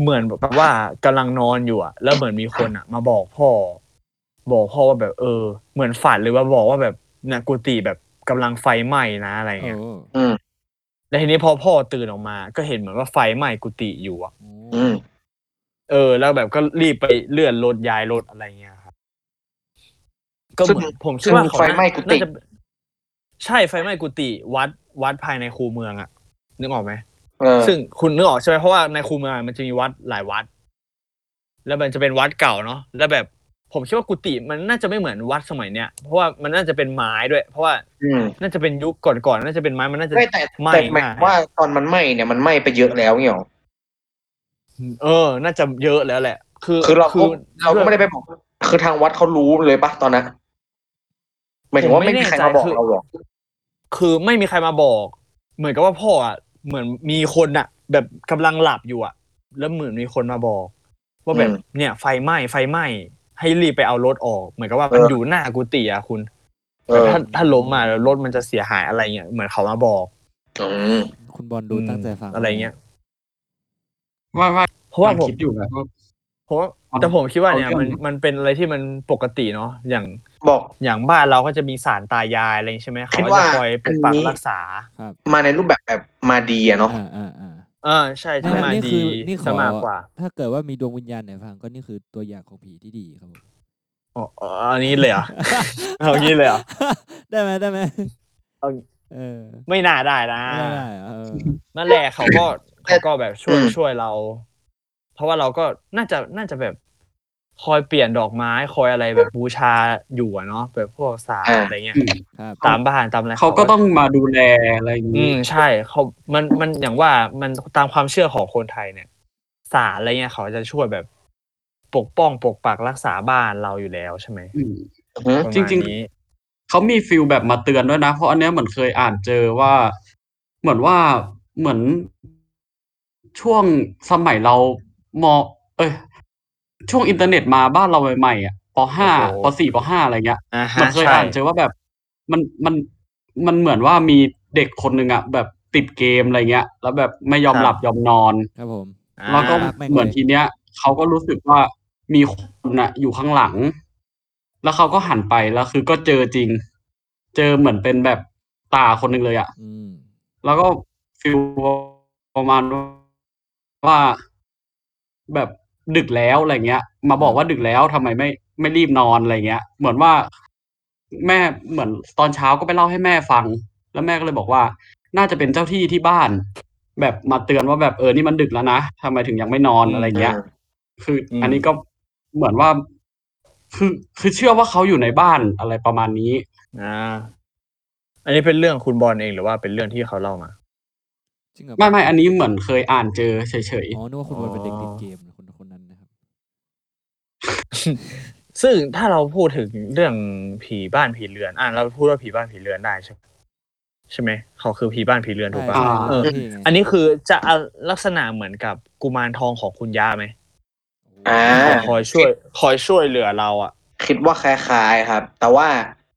เหมือนแบบว่ากำลังนอนอยู่อ่ะ แล้วเหมือนมีคนอ่ะ มาบอกพ่อ บอกพ่อว่าแบบเออ เหมือนฝันเลยว่าบอกว่าแบบเนี่ยกุฏิแบบกำลังไฟไหม้นะอะไร
โอ้
เงี้ย
โห
อืม
แล้วทีนี้พอพ่อตื่นออกมา ก็เห็นเหมือนว่าไฟไหม้กุฏิอยู่อะ
อืม
เออ แล้วแบบก็รีบไปเลื่อนรถย้ายรถอะไรเงี้ยครับ ก็เหมือนผมเชื่อว่าเขา
ไฟไหม้กุฏิ
น่าจะใช่ไฟไหม้กุฏิวัดวัดภายในคูเมืองอะนึกออกไหม
เออ
ซึ่งคุณนึกออกใช่ไหมเพราะว่าในคูเมืองมันจะมีวัดหลายวัด แล้วมันจะเป็นวัดเก่าเนาะแล้วแบบผมคิดว่ากุฏิมันน่าจะไม่เหมือนวัดสมัยเนี้ยเพราะว่ามันน่าจะเป็นไม้ด้วย เพราะว่า
อืม
น่าจะเป็นยุคก่อนๆน่าจะเป็นไม้มันน่าจะ
ไม่แต่
ไหม้
แต่หมาย
มาก
ว่าตอนมันไหม้เนี่ยมันไหม้ไปเยอะแล้วเนี่ยหรอ
เออ น่าจะเยอะแล้วแหละ คือ
คือเราก็เราก็
อง
ไม่ได้ไปบอกคือทางวัดเขารู้เลยปะตอนนั้นหมายถึงว่าไม่มีใครมาบอกเราหรอก
คือไม่มีใครมาบอก เหมือนกับว่าพ่ออ่ะเหมือนมีคนอ่ะ แบบกำลังหลับอยู่อ่ะ แล้วเหมือนมีคนมาบอก ว่าแบบ
อืม
เนี่ย ไฟไหม้ไฟไหม้ให้รีบไปเอารถออก เหมือนกับว่ามัน
เอออ
อยู่หน้ากุฏิอ่ะคุณ
เออ
ถ้าถ้าล้มมาแล้วรถมันจะเสียหายอะไรเงี้ยเหมือนเขามาบอก
อืม
คุณบอลดูตั้งใจฟัง
อะไรเงี้ย
ว่าว่า
เพราะว่าผม
คิดอยู่นะว่า
เพราะว่า
เอา
แต่ผมคิดว่าเนี่ย
เอาเรื่
มั
อนง
มันเป็นอะไรที่มันปกติเนาะอย่าง
บอก
อย่างบ้านเราก็จะมีสารตายายอะไรใช่ไหมเขา
คิ
ก็
ดว่า
จะคอยปกปั
อั
ก
นนี้
รักษา
มาในรูปแบบแบบมาดีอะเนาะ
อ่าอ่าอ่า
อ่าใช่ใช่
นั่น
มา
นี่
ดี
คือนี่ข
จะ
อ
มากกว่า
ถ้าเกิดว่ามีดวงวิญญาณไหนฟังก็นี่คือตัวอย่างของผีที่ดีครับผม
อ๋ออ๋ออันนี้เลยเหรอ เอางี้เลยเหรอ
ได้ไหมได้ไหม
เอา
เออ
ไม่น่าได้นะ
ไม่ได้เหรอเออ
นั่นแหละเขาก็เขาก็แบบช่วยช่วยเรา เพราะว่าเราก็น่าจะน่าจะแบบคอยเปลี่ยนดอกไม้คอยอะไรแบบบูชาอยู่อะเนาะแบบพวกสารอะไรเงี้ย
อืม
ครับ
ตามบ้านตามอะไร
เขาก็ต้องมาดูแลอะไรอย่าง
อื
นี้
มใช่เขามันมันอย่างว่ามันตามความเชื่อของคนไทยเนี่ยสารอะไรเงี้ยเขาจะช่วยแบบปกป้องปกปักรักษาบ้านเราอยู่แล้วใช่ไหม
อืม
อือฮึ
ปะมาณ
จริงๆ
นี้
เขามีฟิลแบบมาเตือนด้วยนะ เพราะอันเนี้ยเหมือนเคยอ่านเจอว่า เหมือนว่าเหมือนช่วงสมัยเรามอ เอ้ยช่วงอินเทอร์เน็ตมาบ้านเราใหม่ๆอ่ะปห้า
โอ้
ป
โห
สี่ปห้าอะไรเงี้ย
อ่า
เหมือ
ฮะ
นเคย
ใช่
อ่านเจอว่าแบบ มันมันมันเหมือนว่ามีเด็กคนหนึ่งอ่ะแบบติดเกมอะไรเงี้ย แล้วแบบไม่ยอม
ครับ
หลับยอมนอน
ครับผม
แล้วก็
อ่า
เหมือนทีเนี้ยเขาก็รู้สึกว่ามีคนน่ะ อยู่ข้างหลัง แล้วเขาก็หันไปแล้วคือก็เจอจริง เจอเหมือนเป็นแบบตาคนหนึ่งเลยอะ
อืม
แล้วก็ฟิลประมาณว่าแบบดึกแล้วอะไรเงี้ย มาบอกว่าดึกแล้วทำไมไม่ไม่รีบนอนอะไรเงี้ย เหมือนว่าแม่เหมือนตอนเช้าก็ไปเล่าให้แม่ฟัง แล้วแม่ก็เลยบอกว่า น่าจะเป็นเจ้าที่ที่บ้าน แบบมาเตือนว่าแบบเออนี่มันดึกแล้วนะทำไมถึงยังไม่นอน
อืม
อะไรเงี้ย
อืม
คืออ
ม
อันนี้ก็เหมือนว่า คือคือเชื่อว่าเขาอยู่ในบ้านอะไรประมาณนี้
อ่า อันนี้เป็นเรื่องคุณบอลเองหรือว่าเป็นเรื่องที่เขาเล่ามา
จริงเหรอ
ไม่ไม่อันนี้เหมือนเคยอ่านเจอเฉย
อ๋อนึกว่าคุณบอลเป็นเด็กติด
อ๋อ
เกมนะคนคนนั้นนะครับ
ซึ่งถ้าเราพูดถึงเรื่องผีบ้านผีเรือน อ่ะเราพูดว่าผีบ้านผีเรือนได้ใช่ไหมใช่ไหมเขาคือผีบ้านผีเรือนถูกปะ
ใช่ใช่
เออ
ใช่ไง
อันนี้คือจะเอาลักษณะเหมือนกับกุมารทองของคุณย่าไหม
โอ้
อ่า
คอยช่วย คอยช่วยเหลือเราอ่ะ
คิดว่าคล้ายๆครับ แต่ว่า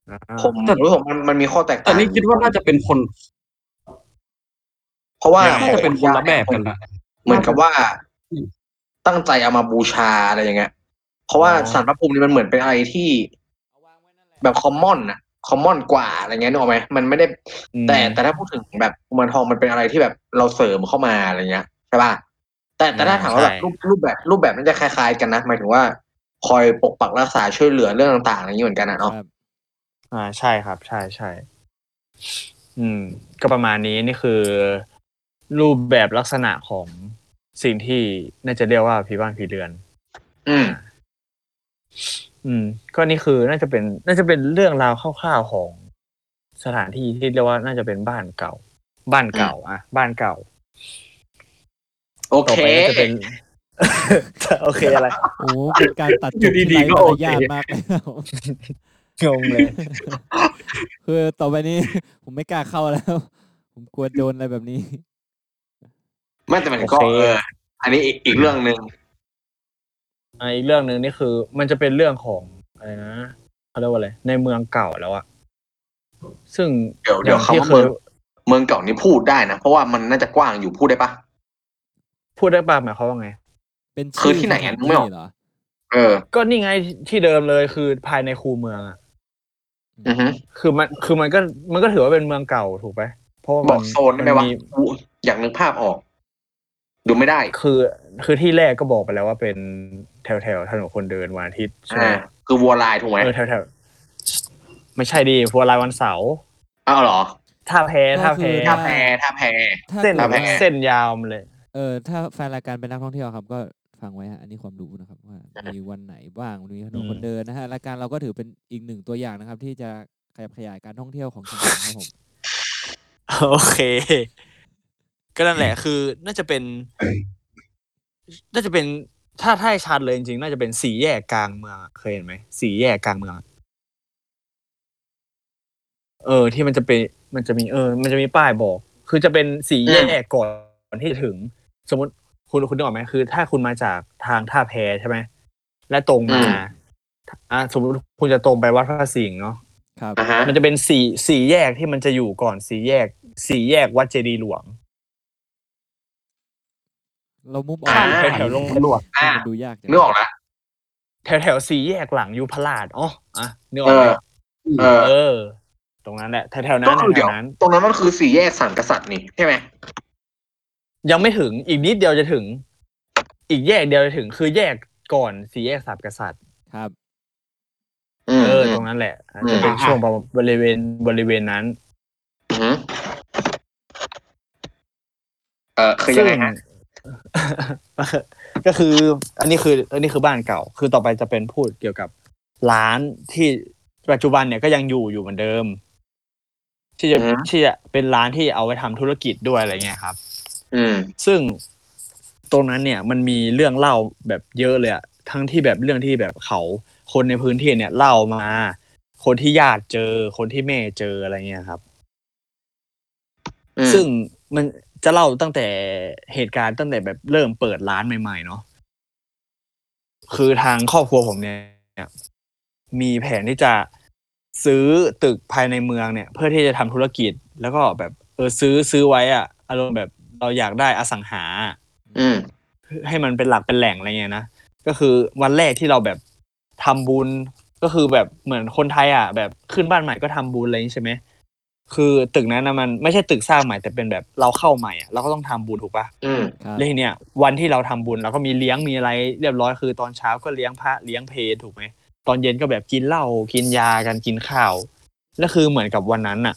อ่า
ผม
แต่
รู้ผมมันมันมีข้อแตกต่าง
แต่นี่คิดว่าน่าจะเป็นคน
เพราะว่า
น่าจะเป็นคนละแบบกันนะ
เหมือนกับว่า
อืม
ตั้งใจเอามาบูชาอะไรอย่างเงี้ย เพราะว่าสารพระภูมินี่มันเหมือนเป็นอะไรที่แบบคอมมอนอะคอมมอนกว่าอะไรเงี้ยนึกออกไหมมันไม่ได้
อืม
แต่แต่ถ้าพูดถึงแบบกุมารทองมันเป็นอะไรที่แบบเราเสริมเข้ามาอะไรเงี้ยใช่ป่ะแต่แต่ถ้า
อืม
ถามว่าแบบ
ใช่
รูปรูปแบบรูปแบบมันจะคล้ายๆกันนะหมายถึงว่า คอยปกปักรักษาช่วยเหลือเรื่องต่างๆอะไรอย่างนี้เหมือนกันนะเนาะ
ครับ
อ่าใช่ครับ ใช่ใช่อืม ก็ประมาณนี้นี่คือ รูปแบบลักษณะของสิ่งที่น่าจะเรียกว่าผีบ้านผีเรือน
อืม
อืม ก็นี่คือน่าจะเป็น น่าจะเป็นเรื่องราวคร่าวๆของสถานที่ที่เรียกว่าน่าจะเป็นบ้านเก่า บ้านเก่า อ่ะ บ้านเก่า
โอ
ต่อ
เค
ไปน่าจะ เป็น โอเคอะไร
โอ้โหเป็นการตัด
อ
จ
ยู่
บที่
ดี
ไร้
ๆก็
มาร
โอเค
ยาทมากเลยครับ
งง เลย
คือต่อไปนี้ ผมไม่กล้าเข้าแล้ว ผมกลัวโดนอะไรแบบนี้
ไม่แต่มันก็
โอเค
เอออันนี้อีกอีกเรื่องหนึ่ง
อ่ะอีกเรื่องหนึ่งนี่คือ มันจะเป็นเรื่องของอะไรนะเขาเรียกว่าอะไรในเมืองเก่าแล้วอะซึ่ง
เดี๋ยวเดี๋ยว
ที่
คำว่า
เค
เมื
ย
องเมืองเก่านี่พูดได้นะเพราะว่ามันน่าจะกว้างอยู่พูดได้ปะ
พูดได้ป่ะหมายความว่าไง
เป็น
คื
ชื่
อที่ไหน
สถา
นึกไม่ออก
เหรอ
เออ
ก็นี่ไงที่เดิมเลยคือภายในคูเมืองอะ
อือฮึ
คือมันคือมันก็มันก็ถือว่าเป็นเมืองเก่าถูกไหมเพราะว่า
บ
มั
อกโซนได้ไหมวะอุ๊ยอยากนึกภาพออก ดูไม่ได้
คือ คือที่แรกก็บอกไปแล้วว่าเป็นแถวแถวๆถนนคนเดินวันอาทิตย์ใช่ไหม
อ่า คือวัวลายถูกไหม
เออแถวแถวๆไม่ใช่ดีพัวลายวันเสาร์
อ้าวเหรอ
ท่าแพ้ท่าแพ้
ท่าแพท่าแพ
ถ้า
เส้น
ท่า
เกิ
แพ
ดว่า
เส้นยาวมาเลย
เออถ้าแฟนรายการเป็นนักท่องเที่ยวครับ ก็ฟังไว้ฮะอันนี้ความรู้นะครับว่ามีวันไหนบ้างมีถนนคนเดินนะฮะรายการเราก็ถือเป็นอีกหนึ่งตัวอย่างนะครับ ที่จะขยับขยายการท่องเที่ยวของจังหวัดครับผม
โอเค ก็นั่นแหละคือน่าจะเป็น น่าจะเป็นถ้าถ้าให้ชัดเลยจริงๆ น่าจะเป็นสี่แยกกลางเมืองอะเคยเห็นไหมสี่แยกกลางเมืองอะเออ ที่มันจะเป็นมันจะมีเออ มันจะมีป้ายบอก คือจะเป็นสี่แยกก่อนที่จะถึง สมมติคุณคุณนึกออกไหมคือ ถ้าคุณมาจากทางท่าแพใช่ไหมและตรงมา
อืม
อ่าสมมติคุณจะตรงไปวัดพระสิงห์เนาะ
ครับ
อ่าฮะ
มันจะเป็นสี่สี่แยกที่มันจะอยู่ก่อนสี่แยกสี่แยกวัดเจดีย์หลวง
เรามุบออ
อ่า
น
แถวๆโรงตำรวจ
ให้มันดูยากจัง
นึกออกแล้ว
แถวแถวสี่แยกหลังยูพลาดอ๋ออ่ะนึกอ
เอ
อกไห
อ
ม
เออ
เออ ตรงนั้นแหละแถวแถวๆนั้
ก็
น
คือ
แถ
เดี๋ยว ว
ๆนั้น
ตรงนั้นมันคือสี่แยกสามกษัตริย์นี่ใช่ไหม
ยังไม่ถึงอีกนิดเดียวจะถึง อีกแยกเดียวจะถึง คือแยกก่อนสี่แยกสามกษัตริย์
ครับ
อืม
เออ
ม
ตรงนั้นแหละอ่ะ
อืม
จะเป็นช่วงประมาณบริเวณบริเวณนั้น
อืมเออคือยังไงฮะ
ซึ่ง ก็คือ อันนี้คือ อันนี้คือบ้านเก่า คือต่อไปจะเป็นพูดเกี่ยวกับร้านที่ปัจจุบันเนี่ยก็ยังอยู่อยู่เหมือนเดิม ที่จะที่จะเป็นร้านที่เอาไว้ทำธุรกิจด้วยอะไรเงี้ยครับ
อืม
ซึ่งตรงนั้นเนี่ยมันมีเรื่องเล่าแบบเยอะเลยอะทั้งที่แบบเรื่องที่แบบเขาคนในพื้นที่เนี่ยเล่ามา คนที่ญาติเจอ คนที่แม่เจออะไรเงี้ยครับ
อืม
ซึ่งมันจะเล่าตั้งแต่เหตุการณ์ตั้งแต่แบบเริ่มเปิดร้านใหม่ๆเนาะคือทางครอบครัวผมเนี่ย มีแผนที่จะซื้อตึกภายในเมืองเนี่ย เพื่อที่จะทำธุรกิจ แล้วก็แบบเออซื้อซื้อไว้อะอารมณ์แบบเราอยากได้อสังหา
อืม
ให้มันเป็นหลักเป็นแหล่งอะไรเงี้ยนะ ก็คือวันแรกที่เราแบบทำบุญก็คือแบบเหมือนคนไทยอ่ะ แบบขึ้นบ้านใหม่ก็ทำบุญอะไรอย่างงี้ใช่ไหมคือตึกนั้นนะมันไม่ใช่ตึกสร้างใหม่แต่เป็นแบบเราเข้าใหม่อ่ะเราก็ต้องทำบุญถูกปะ
อืม
ครับ
แล้วทีเนี้ยวันที่เราทำบุญเราก็มีเลี้ยงมีอะไร เรียบร้อยคือตอนเช้าก็เลี้ยงพระเลี้ยงเพลถูกไหมตอนเย็นก็แบบกินเหล้ากินยากันกินข้าวแล้วคือเหมือนกับวันนั้นอ่ะ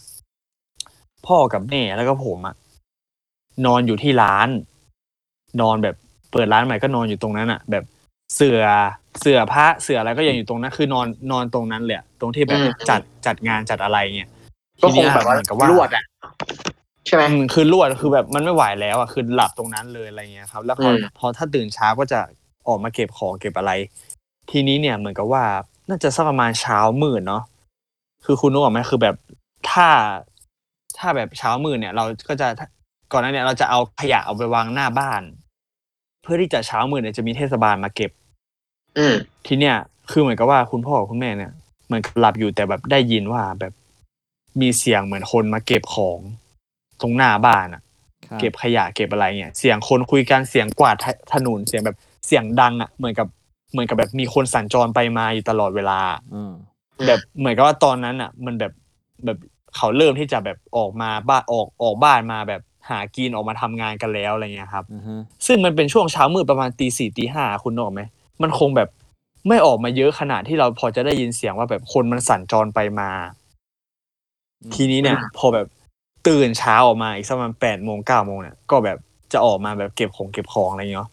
พ่อกับแม่แล้วก็ผมอะนอนอยู่ที่ร้าน นอนแบบเปิดร้านใหม่ก็นอนอยู่ตรงนั้นอะแบบเสือเสือผ้าเสืออะไรก็ยังอยู่ตรงนั้น คือนอนนอนตรงนั้นเลยอะตรงที่แบบ
อืม
จัดจัดงานจัดอะไรเนี่ย
ก็คงแบบว่า
ทีนี้อะเหมือนกับว่า
ลวดอ่ะ ใช่ไหม
อืมคือลวดคือแบบมันไม่ไหวแล้วอะคือหลับตรงนั้นเลยอะไรเงี้ยครับ แล้วพอ
อืม
พอถ้าตื่นเช้าก็จะออกมาเก็บของเก็บอะไร ทีนี้เนี่ยเหมือนกับว่า น่าจะสักประมาณเช้ามืดเนาะคือคุณรู้ออกไหมคือแบบถ้าถ้าแบบเช้ามืดเนี่ย เราก็จะก่อนหน้าเนี่ยเราจะเอาขยะเอาไปวางหน้าบ้าน เพื่อที่จะเช้ามืดเนี่ยจะมีเทศบาลมาเก็บ
อืม
ทีเนี้ยคือเหมือนกับว่าคุณพ่อกับคุณแม่เนี่ยเหมือนกับหลับอยู่แต่แบบได้ยินว่าแบบมีเสียงเหมือนคนมาเก็บของตรงหน้าบ้านอะ
ครับ
เก็บขยะเก็บอะไรเงี้ยเสียงคนคุยกันเสียงกวาดถถนนเสียงแบบเสียงดังอ่ะเหมือนกับเหมือนกับแบบมีคนสัญจรไปมาอยู่ตลอดเวลา
อ่า
แบบเหมือนกับว่าตอนนั้นอ่ะ มันแบบแบบเขาเริ่มที่จะแบบออกมาบ้านออกออกบ้านมาแบบหากินออกมาทำงานกันแล้วอะไรเงี้ยครับ
อ่าฮะ
ซึ่งมันเป็นช่วงเช้ามืดประมาณตีสี่ตีห้าคุณนึกออกไหมมันคงแบบไม่ออกมาเยอะขนาดที่เราพอจะได้ยินเสียงว่าแบบคนมันสัญจรไปมา
อืม
ทีนี้เนี่ยพอแบบตื่นเช้าออกมาอีกสักประมาณแปดโมงเก้าโมงเนี่ยก็แบบจะออกมาแบบเก็บของเก็บของอะไรอย่างเงี้ยเนาะ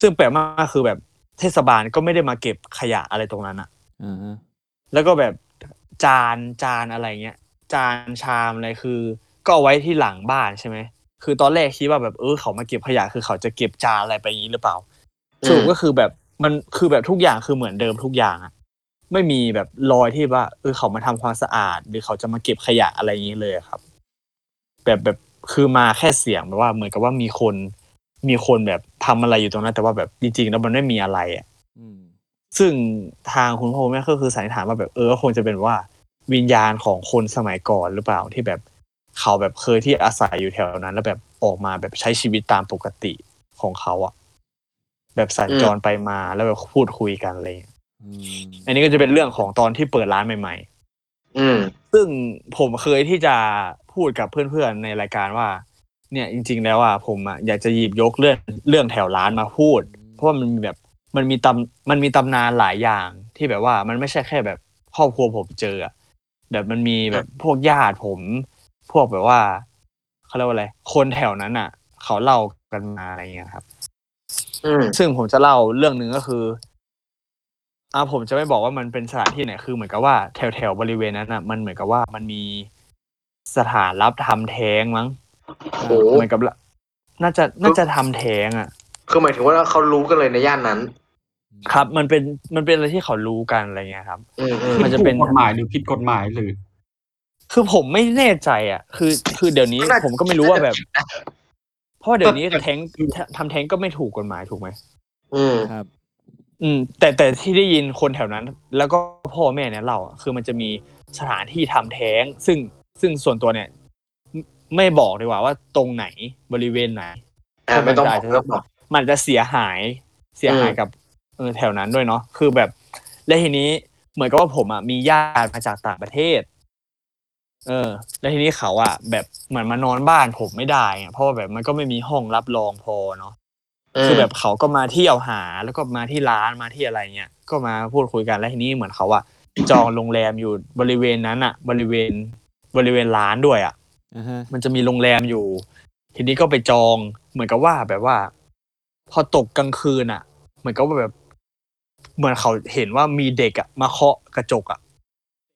ซึ่งแปลกมากๆคือแบบเทศบาลก็ไม่ได้มาเก็บขยะอะไรตรงนั้นอะ
อ่าฮะ
แล้วก็แบบจานจานอะไรเงี้ย จานชามอะไรคือ ก็เอาไว้ที่หลังบ้านใช่ไหมคือตอนแรกคิดว่าแบบเออเขามาเก็บขยะคือเขาจะเก็บจานอะไรไปอย่างนี้หรือเปล่า
อืม
สรุปก็คือแบบมันคือแบบทุกอย่างคือเหมือนเดิมทุกอย่างอะไม่มีแบบรอยที่ว่าเออเขามาทำความสะอาด หรือเขาจะมาเก็บขยะอะไรอย่างนี้เลยอะครับ แบบแบบคือมาแค่เสียงแบบว่าเหมือนกับว่ามีคน มีคนแบบทำอะไรอยู่ตรงนั้น แต่ว่าแบบจริงๆแล้วมันไม่มีอะไรอะ
อืม
ซึ่งทางคุณพ่อคุณแม่ก็คือสันนิษฐานว่าแบบเออก็คงจะเป็นว่าวิญญาณของคนสมัยก่อนหรือเปล่าที่แบบเขาแบบเคยที่อาศัยอยู่แถวนั้น แล้วแบบออกมาแบบใช้ชีวิตตามปกติของเขาอะแบบสัญจรไปมาแล้วแบบพูดคุยกันอะไรอย่างเงี้ย
อืม
อันนี้ก็จะเป็นเรื่องของตอนที่เปิดร้านใหม่ ๆ
อืม
ซึ่งผมเคยที่จะพูดกับเพื่อนๆในรายการว่า เนี่ยจริง ๆ แล้วอ่ะผมอ่ะอยากจะหยิบยกเรื่องเรื่องแถวร้านมาพูด เพราะว่ามันมีแบบมันมีตำมันมีตำนานหลายอย่างที่แบบว่ามันไม่ใช่แค่แบบครอบครัวผมเจออะแบบมันมีแบบพวกญาติผม พวกแบบว่าเขาเรียกว่าอะไร คนแถวนั้นอ่ะ เขาเล่ากันมาอะไรอย่างเงี้ยครับ
อืม
ซึ่งผมจะเล่าเรื่องหนึ่งก็คืออ่าผมจะไม่บอกว่ามันเป็นสถานที่ไหน คือเหมือนกับว่าแถวแถวๆบริเวณนั้นอ่ะ มันเหมือนกับว่ามันมีสถานรับทำแท้งมั้ง
โอ้โห
เหมือนกับละน่าจะน่าจะทำแท้งอ่ะ
คือหมายถึงว่าเขารู้กันเลยในย่านนั้น
ครับ มันเป็นมันเป็นอะไรที่เขารู้กันอะไรเงี้ยครับ
อืมอืม
มันจะเป็น
ถูกกฎหมายหรือผิดกฎหมายหรือ
คือผมไม่แน่ใจอ่ะ คือ คือเดี๋ยวนี้ผมก็ไม่รู้ว่าแบบ เพราะเดี๋ยวนี้แท้งทำแท้งก็ไม่ถูกกฎหมายถูกไหม
อืม
ครับ
อืมแต่แต่ที่ได้ยินคนแถวนั้น แล้วก็พ่อแม่เนี่ยเล่าอะคือมันจะมีสถานที่ทำแท้ง ซึ่งซึ่งส่วนตัวเนี่ย ไม่ไม่บอกดีกว่าว่าตรงไหนบริเวณไหน
อ่าไม่ต้องบอกเรื่องหรอก
มันจะเสียหายเสียหายกับเออแถวนั้นด้วยเนาะคือแบบ และทีนี้เหมือนกับว่าผมอ่ะมีญาติมาจากต่างประเทศ เออ แล้วทีนี้เขาอ่ะ แบบเหมือนมานอนบ้านผมไม่ได้อะเพราะว่าแบบมันก็ไม่มีห้องรับรองพอเนาะ คือแบบเขาก็มาเที่ยวหาแล้วก็มาที่ร้านมาที่อะไรเงี้ยก็มาพูดคุยกันแล้วทีนี้เหมือนเขาอะจองโรงแรมอยู่บริเวณนั้นอะบริเวณบริเวณร้านด้วยอะ
อ่าฮะ
มันจะมีโรงแรมอยู่ ทีนี้ก็ไปจองเหมือนกับว่าแบบว่า พอตกกลางคืนอะเหมือนกับว่าแบบ เหมือนเขาเห็นว่ามีเด็กอะมาเคาะกระจกอะ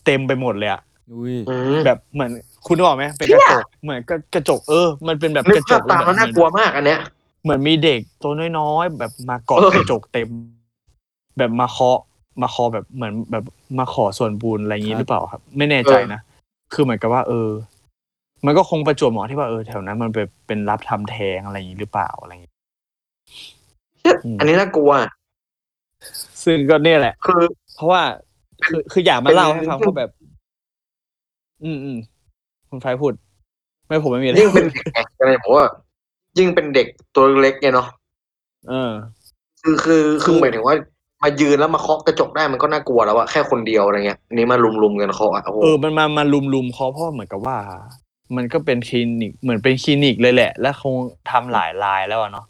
เต็มไปหมดเลยอะ
อุ้ย
อืม
แบบเหมือนคุณนึกออกไหมเป็นกระจกเหมือนกระกระจกเออ มันเป็นแบบ
นึ
ก
ก
ระจ
ภาพ
ก
ตาม
แบ
แล้ว
บ
น่ากลัวมากอันเนี้ย
เหมือนมีเด็กตัวน้อยๆ แบบมาเกาะ
เออ
กระจกเต็ม แบบมาเคาะมาเคาะแบบเหมือนแบบมาขอส่วนบุญอะไรอย่าง
ครั
นี้
บ
หรือเปล่าครับ ไม่แน่ใจนะ คือเหมือนกับว่า เออ มันก็คงประจวบเหมาะที่ว่าเออแถวนั้น มันเป็นเป็นรับทำแท้งอะไรอย่างนี้หรือเปล่าอะไรอย่างนี้
เชี่ย
อืม
อันนี้น่ากลัว
ซึ่งก็เนี่ยแหละ
คือ
เพราะว่าคือคืออยากมาเล่าให้ฟังเพราะแบบ อืมอืมคุณไฟพูด ไม่ผมไม่มีอะไร
ยิ่งเป็นเด็กไงอะไรผมว่า ยิ่งเป็นเด็กตัวเล็กไงเนาะ
เออ
คือคือ
คื
คือ
อ
หมายถึงว่า มายืนแล้วมาเคาะกระจกได้มันก็น่ากลัวแล้วอะแค่คนเดียวอะไรเงี้ยอันนี้มาลุมๆกันเคาะอะโอ้โห
เออ มันมา มาลุมลุมๆเขาเพราะเหมือนกับว่า มันก็เป็นคลินิก เหมือนเป็นคลินิกเลยแหละ และคงทำหลายรายแล้วอะเนาะ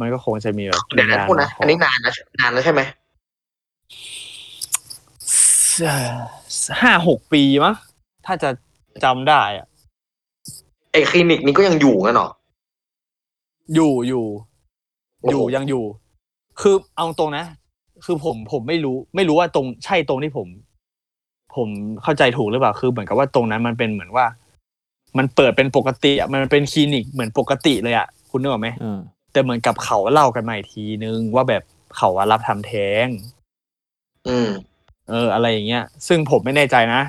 มันก็คงจะมีแบบ
เดี๋ยวนะโทษนะ
ขง
อันนี้นานนะนานแล้วใช่ไหม
เอ่อห้าหกปีมั้ง ถ้าจะจำได้อะ
ไอคลินิกนี้ก็ยังอยู่งั้นเหรอ
อยู่อยู่
โอ้
อ
โห
ยู่ยังอยู่ คือเอาตรงนะ คือผมผมไม่รู้ ไม่รู้ว่าตรงใช่ตรงที่ผม ผมเข้าใจถูกหรือเปล่า คือเหมือนกับว่าตรงนั้นมันเป็นเหมือนว่า มันเปิดเป็นปกติอะมันเป็นคลินิกเหมือนปกติเลยอะคุณนึกออกไหม
อ่า
แต่เหมือนกับเขาเล่ากันมาอีกทีนึงว่าแบบเขาอะรับทำแท้ง
อืม
เอออะไรอย่างเงี้ย ซึ่งผมไม่แน่ใจนะ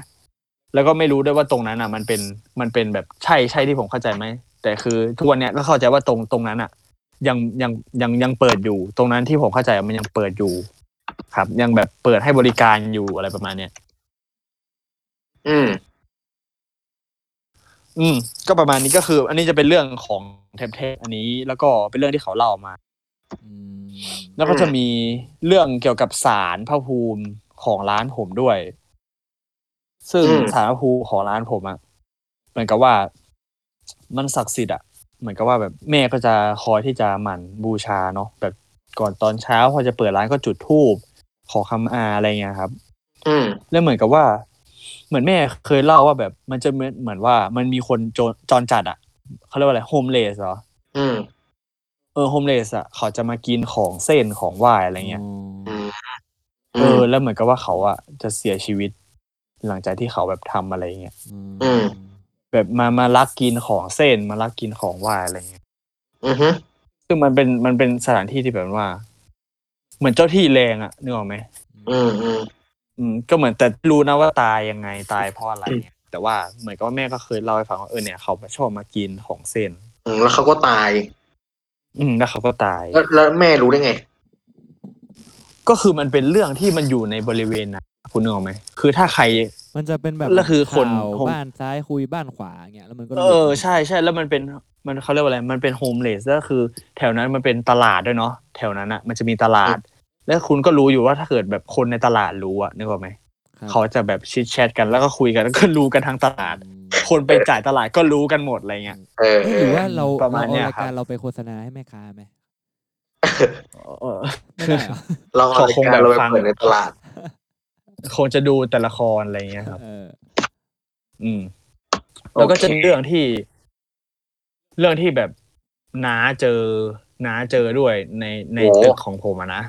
แล้วก็ไม่รู้ด้วยว่าตรงนั้นอ่ะ มันเป็นมันเป็นแบบใช่ใช่ที่ผมเข้าใจไหมแต่คือทุกวันเนี้ยก็เข้าใจว่าตรงตรงนั้นอ่ะ ยังยังยังยังเปิดอยู่ ตรงนั้นที่ผมเข้าใจอะมันยังเปิดอยู่ ครับ ยังแบบเปิดให้บริการอยู่อะไรประมาณเนี้ย
อืม
อืม ก็ประมาณนี้ก็คือ อันนี้จะเป็นเรื่องของเทปเทปอันนี้ แล้วก็เป็นเรื่องที่เขาเล่ามา
อืม
แล้วก็จะมีเรื่องเกี่ยวกับสารพระภูมิของร้านผมด้วย ซึ่ง
อืม
สารพระภูมิของร้านผมอะเหมือนกับว่ามันศักดิ์สิทธิ์อะเหมือนกับว่าแบบแม่ก็จะคอยที่จะหมั่นบูชาเนาะแบบก่อนตอนเช้าพอจะเปิดร้านก็จุดธูปขอคำอาอะไรเงี้ยครับ
อืม
แล้วเหมือนกับว่า เหมือนแม่เคยเล่าว่าแบบ มันจะเหมือนเหมือนว่ามันมีคนโจรจรจัดอะเขาเรียกว่าอะไรโฮมเลสเหรอ
อืม
เออโฮมเลสอะเขาจะมากินของเส้นของไหว้อะไรเงี้ย
อ๋อ
เออแล้วเหมือนกับว่าเขาอะจะเสียชีวิต หลังจากที่เขาแบบทำอะไรเงี้ย
อืม
แบบมามาลักกินของเส้นมาลักกินของไหวายอะไรเงี้ย
อือฮึ
ซึ่งมันเป็นมันเป็นสถานที่ที่แบบว่า เหมือนเจ้าที่แรงอะนึกออกไหม
อืมอืม
อืมก็เหมือนแต่รู้นะว่าตายยังไงตายเพราะอะไรเงี้ยแต่ว่าเหมือนกับว่าแม่ก็เคยเล่าให้ฟังว่าเออเนี่ยเขาชอบมากินของเส้น
อืมแล้วเขาก็ตาย
อืมแล้วเขาก็ตาย
แล้วแล้วแม่รู้ได้ไง
ก็คือมันเป็นเรื่องที่มันอยู่ในบริเวณนะคุณนึกออกไหมคือถ้าใคร
มันจะเป็นแบบ
แล้วคือคน
ข่าว
ผม
บ้านซ้ายคุยบ้านขวาอย่างเงี้ยแล้วมันก็
เออใช่ใช่แล้วมันเป็นมันเขาเรียกว่าอะไรมันเป็นโฮมเลสก็คือ แถวนั้นมันเป็นตลาดด้วยเนาะแถวนั้นอ่ะ มันจะมีตลาด แล้วคุณก็รู้อยู่ว่าถ้าเกิดแบบคนในตลาดรู้อะนึกออกไหม
เขา
เขาจะแบบชิดแชทกันแล้วก็คุยกันแล้วก็รู้กันทั้งตลาด คนไปจ่ายตลาดก็รู้กันหมดอะไรเงี้ย
เออ
หรือว่าเรา
ประมาณ
เอ
เนี้ย
ราย
ครับ
การเราไปโฆษณาให้แม่ค้าไหม
เออ
ไม่ได้เหรอ
เราเอารายการเราไปเปิดในตลาด
คงจะดูแต่ละครอะไรเงี้ยครับ
เออ
อืม แล้วก็จะ
โอเค
เรื่องที่ เรื่องที่แบบน้าเจอน้าเจอด้วยในในตึกของผมอะนะ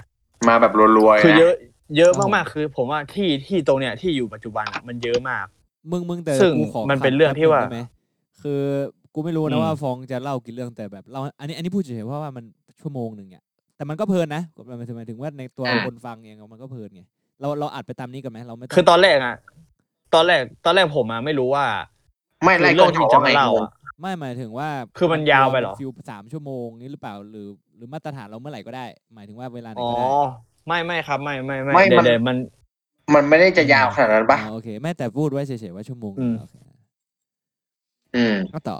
มาแบบรัวๆ
คือ
นะ
เยอะเยอะมากๆ คือผมว่าที่ที่ตรงเนี้ยที่อยู่ปัจจุบันอะมันเยอะมาก
มึงมึงแต่
ซึ่ง
กูขอ
มันเป็น
ขัด
เรื่องที่ว่า
แป๊บนึได้ไหมคือกูไม่รู้
อื
นะ
ม
ว่าฟองจะเล่ากี่เรื่องแต่แบบเราอันนี้อันนี้พูดเฉยๆเพราะว่ามันชั่วโมงหนึ่งเนี่ยแต่มันก็เพลินนะหมายถึงหมายถึงว่าในตัวคนฟังเองมันก็เพลินไงเราเราอัดไปตามนี้กันไหมเราไม่ง
คือตอนแรกอะตอนแรกตอนแรกผมอะไม่รู้ว่า
ไม่ไล่
คือกเรื่
ล้อ
อง ง
ที่
ที่
จะมา
จะมา
เล่า
เล่า
อะ
อะ
ไม่หมายถึงว่า
คือมันยาวไปเหรอ
ฟิวสามชั่วโมงนี้หรือเปล่าหรือ หรือมาตรฐานเราเมื่อไหร่ก็ได้ หมายถึงว่าเวลาไหน
อ๋อ
ก็ได้
ไม่ไม่ครับ ไม่ไม่
ไม่
ไม่เดี๋
มั
ยวน เดี๋ยวมัน
มันไม่ได้จะยาวขนาดนั้นปะ
อ๋อโอเคแม่แต่พูดไว้เฉยๆว่าชั่วโมง
อืม
โอเค
อืม
ก็ ต่อ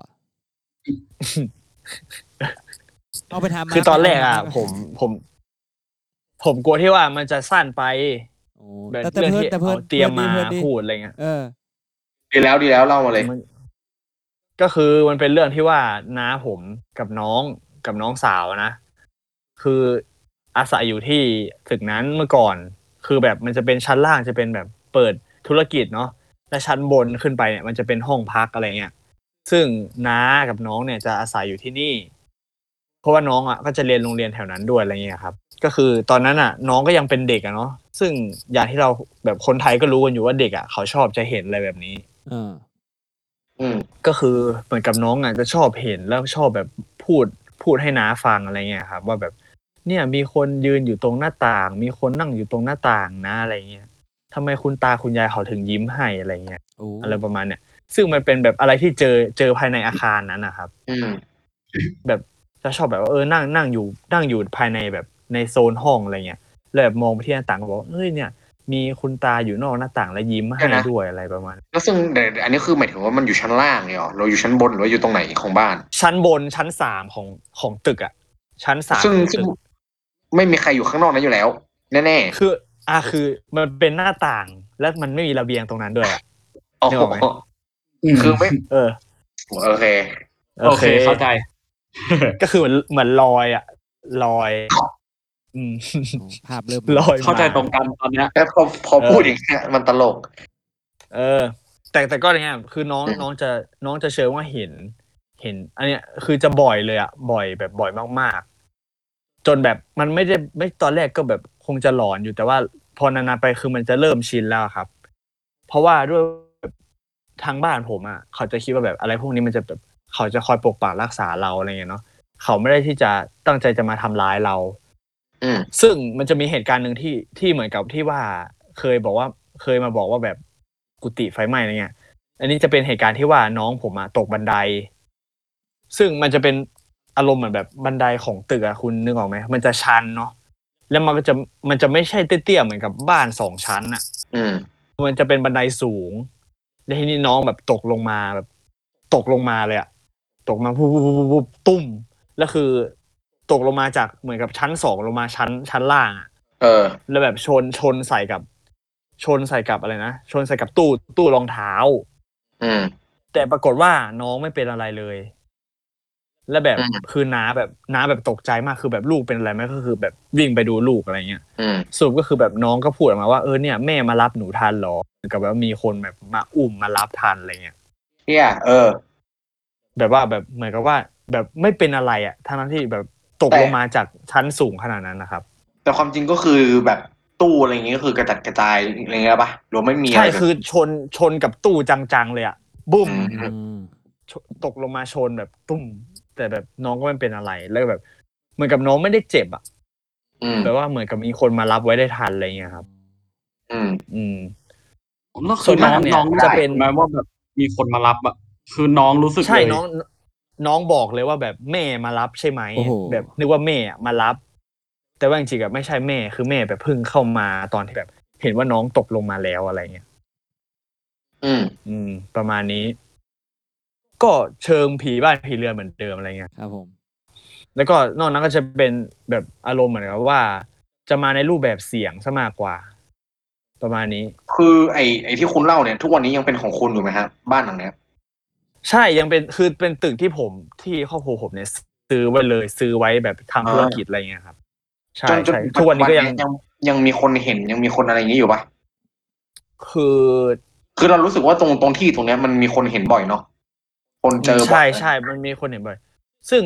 เอาไปทำมา
คือตอนแรกอะ
ไปทำมา
ผมผม ผมกลัวที่ว่ามันจะสั้นไป
โอ้
แบบ
แต่แต่
เรื่อ
เพิ่
ง
น
ที่
แต่เพิ่น
เอาเตรียมมา
พิ่นดี
พู
เพิ่น
ดอะไรเงี้ย
เออ
ดีแล้วดีแล้วเล่ามาเลย
มันก็คือมันเป็นเรื่องที่ว่าน้าผมกับน้องกับน้องสาวนะ คืออาศัยอยู่ที่ตึกนั้นเมื่อก่อน คือแบบมันจะเป็นชั้นล่างจะเป็นแบบเปิดธุรกิจเนาะและชั้นบนขึ้นไปเนี่ยมันจะเป็นห้องพักอะไรเงี้ยซึ่งน้ากับน้องเนี่ยจะอาศัยอยู่ที่นี่ เพราะว่าน้องอ่ะก็จะเรียนโรงเรียนแถวนั้นด้วยอะไรเงี้ยครับ ก็คือตอนนั้นอ่ะ น้องก็ยังเป็นเด็กอ่ะเนาะซึ่งอย่างที่เราแบบคนไทยก็รู้กันอยู่ว่าเด็กอ่ะเขาชอบจะเห็นอะไรแบบนี้
เออ
อืม
ก็คือเหมือนกับน้องอ่ะจะชอบเห็นแล้วชอบแบบพูดพูดให้น้าฟังอะไรเงี้ยครับว่าแบบ เนี่ยมีคนยืนอยู่ตรงหน้าต่าง มีคนนั่งอยู่ตรงหน้าต่างนะอะไรเงี้ยทำไมคุณตาคุณยายเขาถึงยิ้มให้อะไรเงี้ย
โอ้
อะไรประมาณเนี่ย ซึ่งมันเป็นแบบอะไรที่เจอเจอภายในอาคารนั้นนะครับ
อืม
แบบจะชอบแบบว่าเออนั่งนั่งอยู่นั่งอยู่ภายในแบบในโซนห้องอะไรเงี้ยแล้วแบบมองไปที่หน้าต่างก็บอกว่าเอ้ยเนี่ย มีคุณตาอยู่นอกหน้าต่างแล้วยิ้มให้
เดี๋ยวนะ
ด้วยอะไรประมาณ
แล้วซึ่งเดี๋ยวอันนี้คือหมายถึงว่ามันอยู่ชั้นล่างเนี่ยหรอเราอยู่ชั้นบนหรือว่าอยู่ตรงไหนของบ้าน
ชั้นบนชั้นสามของของตึกอ่ะ ชั้นสาม
ซึ่ง
ของ
ซึ่ง
ตึก
ไม่มีใครอยู่ข้างนอกนั้นอยู่แล้ว แน่
คืออ่ะคือมันเป็นหน้าต่างและมันไม่มีระเบียงตรงนั้นด้วยอะ
ๆโอ้
นึก
โห
ออกไหม
คือไม่
เออ
โอเค
โอเคเข้าใจ
ก็คือเหมือนเหมือนลอยอ่ะลอย อืม
โอ้ภาพเริ่ม
ลอย
เข้าใจตรงกันตอนเนี้ย
แล้วพอพอ
เออ
พูดอย่างเงี้ยมันตลก
เออ แต่แต่ก็อย่างเงี้ยคือน้อง
อืม
น้องจะน้องจะเชิงว่าเห็น เห็น อันเนี้ยคือจะบ่อยเลยอ่ะบ่อยแบบบ่อยมากๆ จนแบบมันไม่ได้ไม่ตอนแรกก็แบบคงจะหลอนอยู่แต่ว่าพอนานๆไปคือมันจะเริ่มชินแล้วครับ เพราะว่าด้วยแบบทางบ้านผมอ่ะเขาจะคิดว่าแบบอะไรพวกนี้มันจะแบบเขาจะคอยปกปักรักษาเราอะไรเงี้ยเนาะเขาไม่ได้ที่จะตั้งใจจะมาทำร้ายเรา
อืม
ซึ่งมันจะมีเหตุการณ์หนึ่งที่ที่เหมือนกับที่ว่าเคยบอกว่าเคยมาบอกว่าแบบกุฏิไฟไหม้อะไรเงี้ย อันนี้จะเป็นเหตุการณ์ที่ว่าน้องผมอะตกบันได ซึ่งมันจะเป็นอารมณ์เหมือนแบบบันไดของตึกอะคุณนึกออกไหมมันจะชันเนาะ แล้วมันก็จะมันจะไม่ใช่เตี้ยๆเหมือนกับบ้านสองชั้นอ่ะ
อืม
มันจะเป็นบันไดสูง แล้วทีนี้น้องแบบตกลงมาแบบ ตกลงมาเลยอะตกมาปุ๊บปุ๊บปุ๊บปุ๊บตุ้ม แล้วคือ ตกลงมาจากเหมือนกับชั้นสองลงมาชั้นชั้นล่างอะ
เออ
แล้วแบบชนชนใส่กับ ชนใส่กับอะไรนะชนใส่กับตู้ตู้รองเท้า
อืม
แต่ปรากฏว่าน้องไม่เป็นอะไรเลย และแบบ
อืม
คือน้าแบบน้าแบบตกใจมากคือแบบลูกเป็นอะไรไหมก็คือ แบบวิ่งไปดูลูกอะไรเงี้ย
อืม
สรุปก็คือแบบน้องก็พูดออกมาว่าเออเนี่ยแม่มารับหนูทันเหรอเหมือนกับว่ามีคนแบบมาอุ้มมารับทันอะไรเงี้ย
เนี่ยเออ
แบบว่าแบบเหมือนกับว่าแบบไม่เป็นอะไรอะทั้งนั้นที่แบบตก
แต่
ลงมาจากชั้นสูงขนาดนั้นนะครับ
แต่ความจริงก็คือแบบตู้อะไรอย่างเงี้ยก็คือกระจัดกระจายอะไรเงี้ยปะหรือว่าไม่มีะ
ใช่
ไรแบบ
คือชนชนกับตู้จังๆเลยอะบุ้ม
อืม
อืม
ชนตกลงมาชนแบบตุ้ม แต่แบบน้องก็ไม่เป็นอะไรแล้วแบบ เหมือนกับน้องไม่ได้เจ็บอะ
อืม
แบบว่าเหมือนกับมีคนมารับไว้ได้ทันอะไรเงี้ยครับ
อืม
อืม
แล้วคือน้องน้อง
จะ
จะ
เป็
เป็น นไหมว่าแบบมีคนมารับอะคือน้องรู้สึก
ใช่
เลย
น้องน้องบอกเลยว่าแบบแม่มารับใช่ไหม
โอ้โห
แบบนึกว่าแม่อะมารับ แต่ว่าจริงๆอะไม่ใช่แม่คือแม่แบบเพิ่งเข้ามาตอนที่แบบ เห็นว่าน้องตกลงมาแล้วอะไรเงี้ย
อืม
อืม ประมาณนี้ ก็เชิงผีบ้านผีเรือนเหมือนเดิมอะไรเงี้ย
ครับผม
แล้วก็นอกนั้นก็จะเป็นแบบอารมณ์เหมือนกับว่า จะมาในรูปแบบเสียงซะมากกว่า ประมาณนี้
คือไอ้ไอ้ที่คุณเล่าเนี่ย ทุกวันนี้ยังเป็นของคุณอยู่ไหมฮะบ้านหลังเนี้ย
ใช่ยังเป็นคือเป็นตึกที่ผมที่ครอบครัวผมเนี่ยซื้อไว้เลยซื้อไว้แบบทำธุรกิจอะไรเงี้ยครับ ใช่
จนจน
ใช่ทุกวันนี้ก็ยัง
ปัจจุบัเยยังมีคนเห็นยังมีคนอะไรอย่างนี้อยู่ปะ
คือ
คือเรารู้สึกว่าตรงตรงที่ตรงเนี้ยมันมีคนเห็นบ่อยเนาะคนเจอบ่อย
ใช่ใช่ มันมีคนเห็นบ่อย ซึ่ง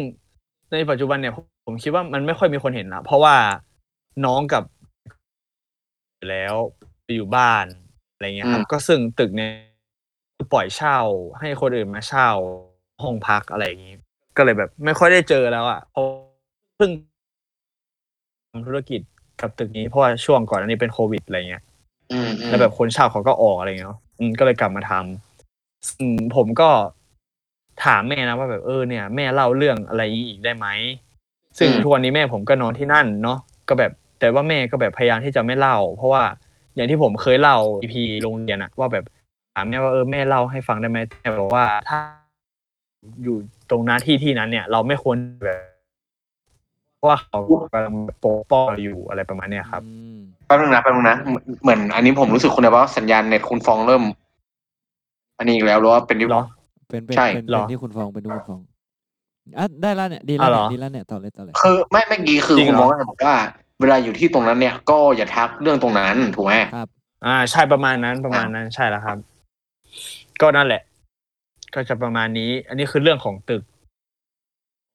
ในปัจจุบันเนี่ยผมผมคิดว่ามันไม่ค่อยมีคนเห็นละเพราะว่าน้องกับอยู่แล้วไปอยู่บ้านอะไรเงี้ยครับ ก็ซึ่งตึกเนี่ยปล่อยเช่าให้คนอื่นมาเช่าห้องพักอะไรอย่างงี้ ก็เลยแบบ ไม่ค่อยได้เจอแล้วอ่ะเพราะเพิ่งทำธุรกิจกับตึกนี้เพราะว่าช่วงก่อนอันนี้เป็นโควิดอะไรเงี้ย
อืมอืม
แล้วแบบคนเช่าเขาก็ออกอะไรเงี้ยเนอะอืมก็เลยกลับมาทำอืมผมก็ถามแม่นะว่าแบบเออเนี่ย แม่เล่าเรื่องอะไรอย่างงี้อีกได้ไหม ซึ่งทุกวันนี้แม่ผมก็นอนที่นั่นเนาะ ก็แบบ แต่ว่าแม่ก็แบบพยายามที่จะไม่เล่า เพราะว่าอย่างที่ผมเคยเล่า EP โรงเรียนอะว่าแบบถามแม่ว่าเออแม่เล่าให้ฟังได้ไหมแม่บอกว่าถ้าอยู่ตรงหน้าที่ที่นั้นเนี่ย เราไม่ควรแบบเพราะว่าเขากำลังปกป้องเราอยู่อะไรประมาณเนี้ยครับ
อืม
แป๊บนึงนะแป๊บนึงนะเหมือนเหมือนอันนี้ผมรู้สึกคุณนะว่าสัญญาณเน็ตคุณฟองเริ่ม อันนี้อีกแล้วหรือว่าเป็นดิว
เหรอ
เป็นเป็น
ใช่
เป็น
เหรอ
เป็นที่คุณฟองเป็นที่คุณฟองอ่ะได้แล้วเนี่ยดีแล้
อ่ะ
ว
เหร
เนี่ย
อ
ดีแล้วเนี่ยต่อเลยต่อเลย
คือไม่เมื่อกี้คือ
จริง
คุณ
เหรอ
ฟองบอกว่า เวลาอยู่ที่ตรงนั้นเนี่ย ก็อย่าทักเรื่องตรงนั้นถูกไหม
ครับ
อ่าใช่ประมาณนั้นประมาณนั้นใช่แล้วครับ ก็นั่นแหละ ก็จะประมาณนี้ อันนี้คือเรื่องของตึก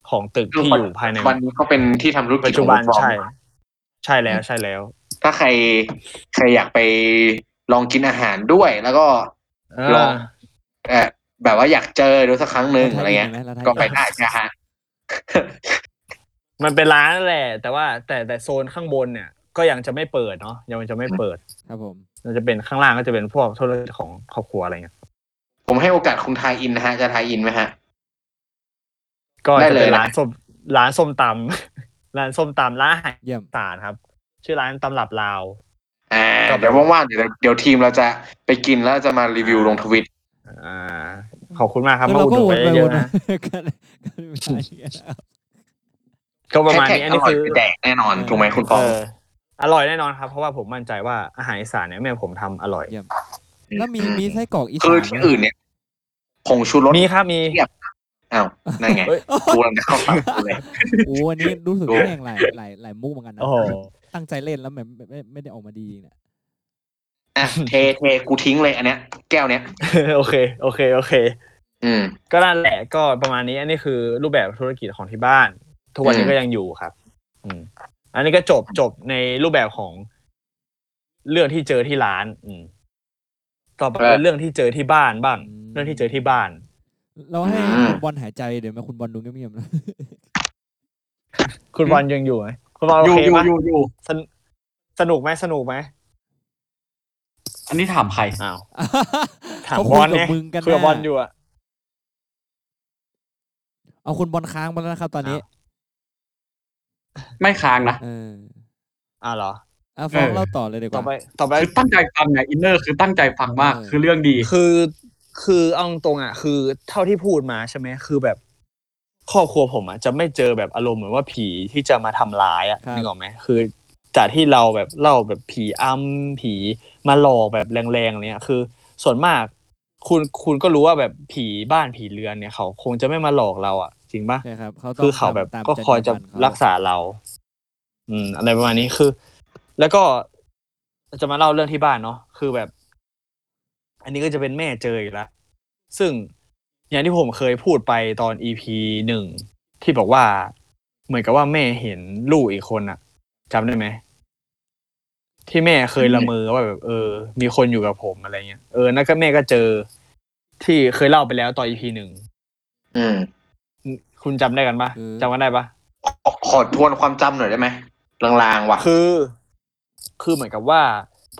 ของตึกที่อยู่ภายใน
วันนี้ก็เป็นที่ทำธุรกิจ
ปัจ
ข
จุ
อง
บั
คุ
น
ณฟอง
ใช่ ใช่แล้วใช่แล้ว
ถ้าใครใครอยากไปลองกินอาหารด้วย แล้วก็
อ่า
ลอง เออแบบว่าอยากเจอดูสักครั้งหนึ่ง
แล้วถ้า
อะไรเงี้ย
อีกไหมแล้วถ้า
ก็ไปได้นะฮะ
มันเป็นร้านนั่นแหละ แต่ว่าแต่แต่โซนข้างบนเนี่ย ก็ยังจะไม่เปิดเนาะยังจะไม่เปิด
ครับผม
มันจะเป็นข้างล่างก็จะเป็นพวกธุรกิจของครอบครัวอะไรเงี้ย
ผมให้โอกาสคุณทายอินนะฮะ จะทายอินไหมฮะ
ก็จะ
ได้
เป็น
เลยนะ
ร้านส้มร้านส้มตำ ร้านส้มตำร้านอาหาร
เยี่ยม
อีสานครับ ชื่อร้านตำรับลาว
อ่า
ครับ
เดี๋ยวว่างๆเดี๋ยวเดี๋ยวทีมเราจะไปกินแล้วจะมารีวิวลงทวิต
อ่า ขอบคุณมากครับ
แล้ว
มา
เรา
อุด
ก็วนไป
หนุนไปเย
วน
อะๆ
มา
นะ
กันกันไป ครับ
ก็ประมาณ
แค่
นี้
แขกอร่อ
อันนี้
ย
คือ
ไปแดกแน่นอน ถูกไหมคุณป
เอ
อง
ออร่อยแน่นอนครับ เพราะว่าผมมั่นใจว่าอาหารอีสานเนี่ยแม่ผมทำอร่อย
เยี่ยม แล้วมีมีไส้กรอกอีสาน
คือที่อื่นเนี่ยผงชูรส
มีครับมี
อ้าวนั่นไง
เฮ้ย
กูรังจะเข้าปากกูเลย
โอ้อันนี้รู้สึก
ดู
ว่าแม่งหลายหลายหลายมุกเหมือนกันนะ
โอ้โห
ตั้งใจเล่นแล้วแบบไม่ไม่ไม่ได้ออกมาดีเนี่ย
อ่ะเทเทกูทิ้งเลยอันเนี้ย แก้วเนี้ย
โอเค โอเค โอเค
อืม
ก็นั่นแหละก็ประมาณนี้ อันนี้คือรูปแบบธุรกิจของที่บ้าน ทุกวันนี้ก็ยังอยู่ครับ อืม อันนี้ก็จบจบในรูปแบบของเรื่องที่เจอที่ร้าน อืม ต่อไปเป็นเรื่องที่เจอที่บ้านบ้าง เรื่องที่เจอที่บ้าน
เราให้
อืม
คุณบอลหายใจเดี๋ยวไหมาคุณบอลดูเงียบๆนะ
คุณบอลยังอยู่ไหมคุณบอล
อ
โอยู่
อ
เค
ยู่
ไหม
อยู่อยู่
สนสนุกไหมสนุกไหม
อันนี้ถามใคร
อ้าว ถาม
เขา
บ
คุ
อย ล
กั
ไง
บมึงกัน
คุยกับบอล
น่ะ
อยู่อะ
เอาคุณบอลค้างมาแล้วนะครับ ตอนนี้
ไม่ค้างนะ
เออ
อ่าเหรอ
อ่ะฟ้อง
เออ
เล่าต่อเลยดีก
ต่อ
ว่า
ไปต่อไป
คือตั้งใจฟังไงอินเนอร์คือตั้งใจฟังมาก
เออ
คือเรื่องดี
คือคือเอาตรงๆอ่ะ คือเท่าที่พูดมาใช่ไหมคือแบบ ครอบครัวผมอ่ะจะไม่เจอแบบอารมณ์เหมือนว่าผีที่จะมาทำร้ายอ่ะ
ครับ
นึกออกไหมคือ จากที่เราแบบเล่าแบบผีอ้ำผีมาหลอกแบบแรงๆอะไรเนี่ยคือ ส่วนมาก คุณคุณก็รู้ว่าแบบผีบ้านผีเรือนเนี่ยเขาคงจะไม่มาหลอกเราอ่ะ จริงปะ
ใช่ครับเขาต้ง
คือเขาแบบ
ทำตม
ก็คอยจะ
รรยาบรรณเข
รักษาเรา อืม อะไรประมาณนี้คือ แล้วก็จะมาเล่าเรื่องที่บ้านเนาะคือแบบ อันนี้ก็จะเป็นแม่เจออีกแล้วซึ่งอย่างที่ผมเคยพูดไปตอน EP หนึ่งที่บอกว่า เหมือนกับว่าแม่เห็นลูกอีกคนอะจำได้ไหม ที่แม่เคยละเมอว่าแบบ เออ มีคนอยู่กับผมอะไรเงี้ยเออนั่นก็แม่ก็เจอ ที่เคยเล่าไปแล้วตอน EP หนึ่ง
อืม
คุณจำได้กันปะจำกันได้ปะ
ขอขอทวนความจำหน่อยได้ไหมลางๆว่ะ
คือ คือเหมือนกับว่า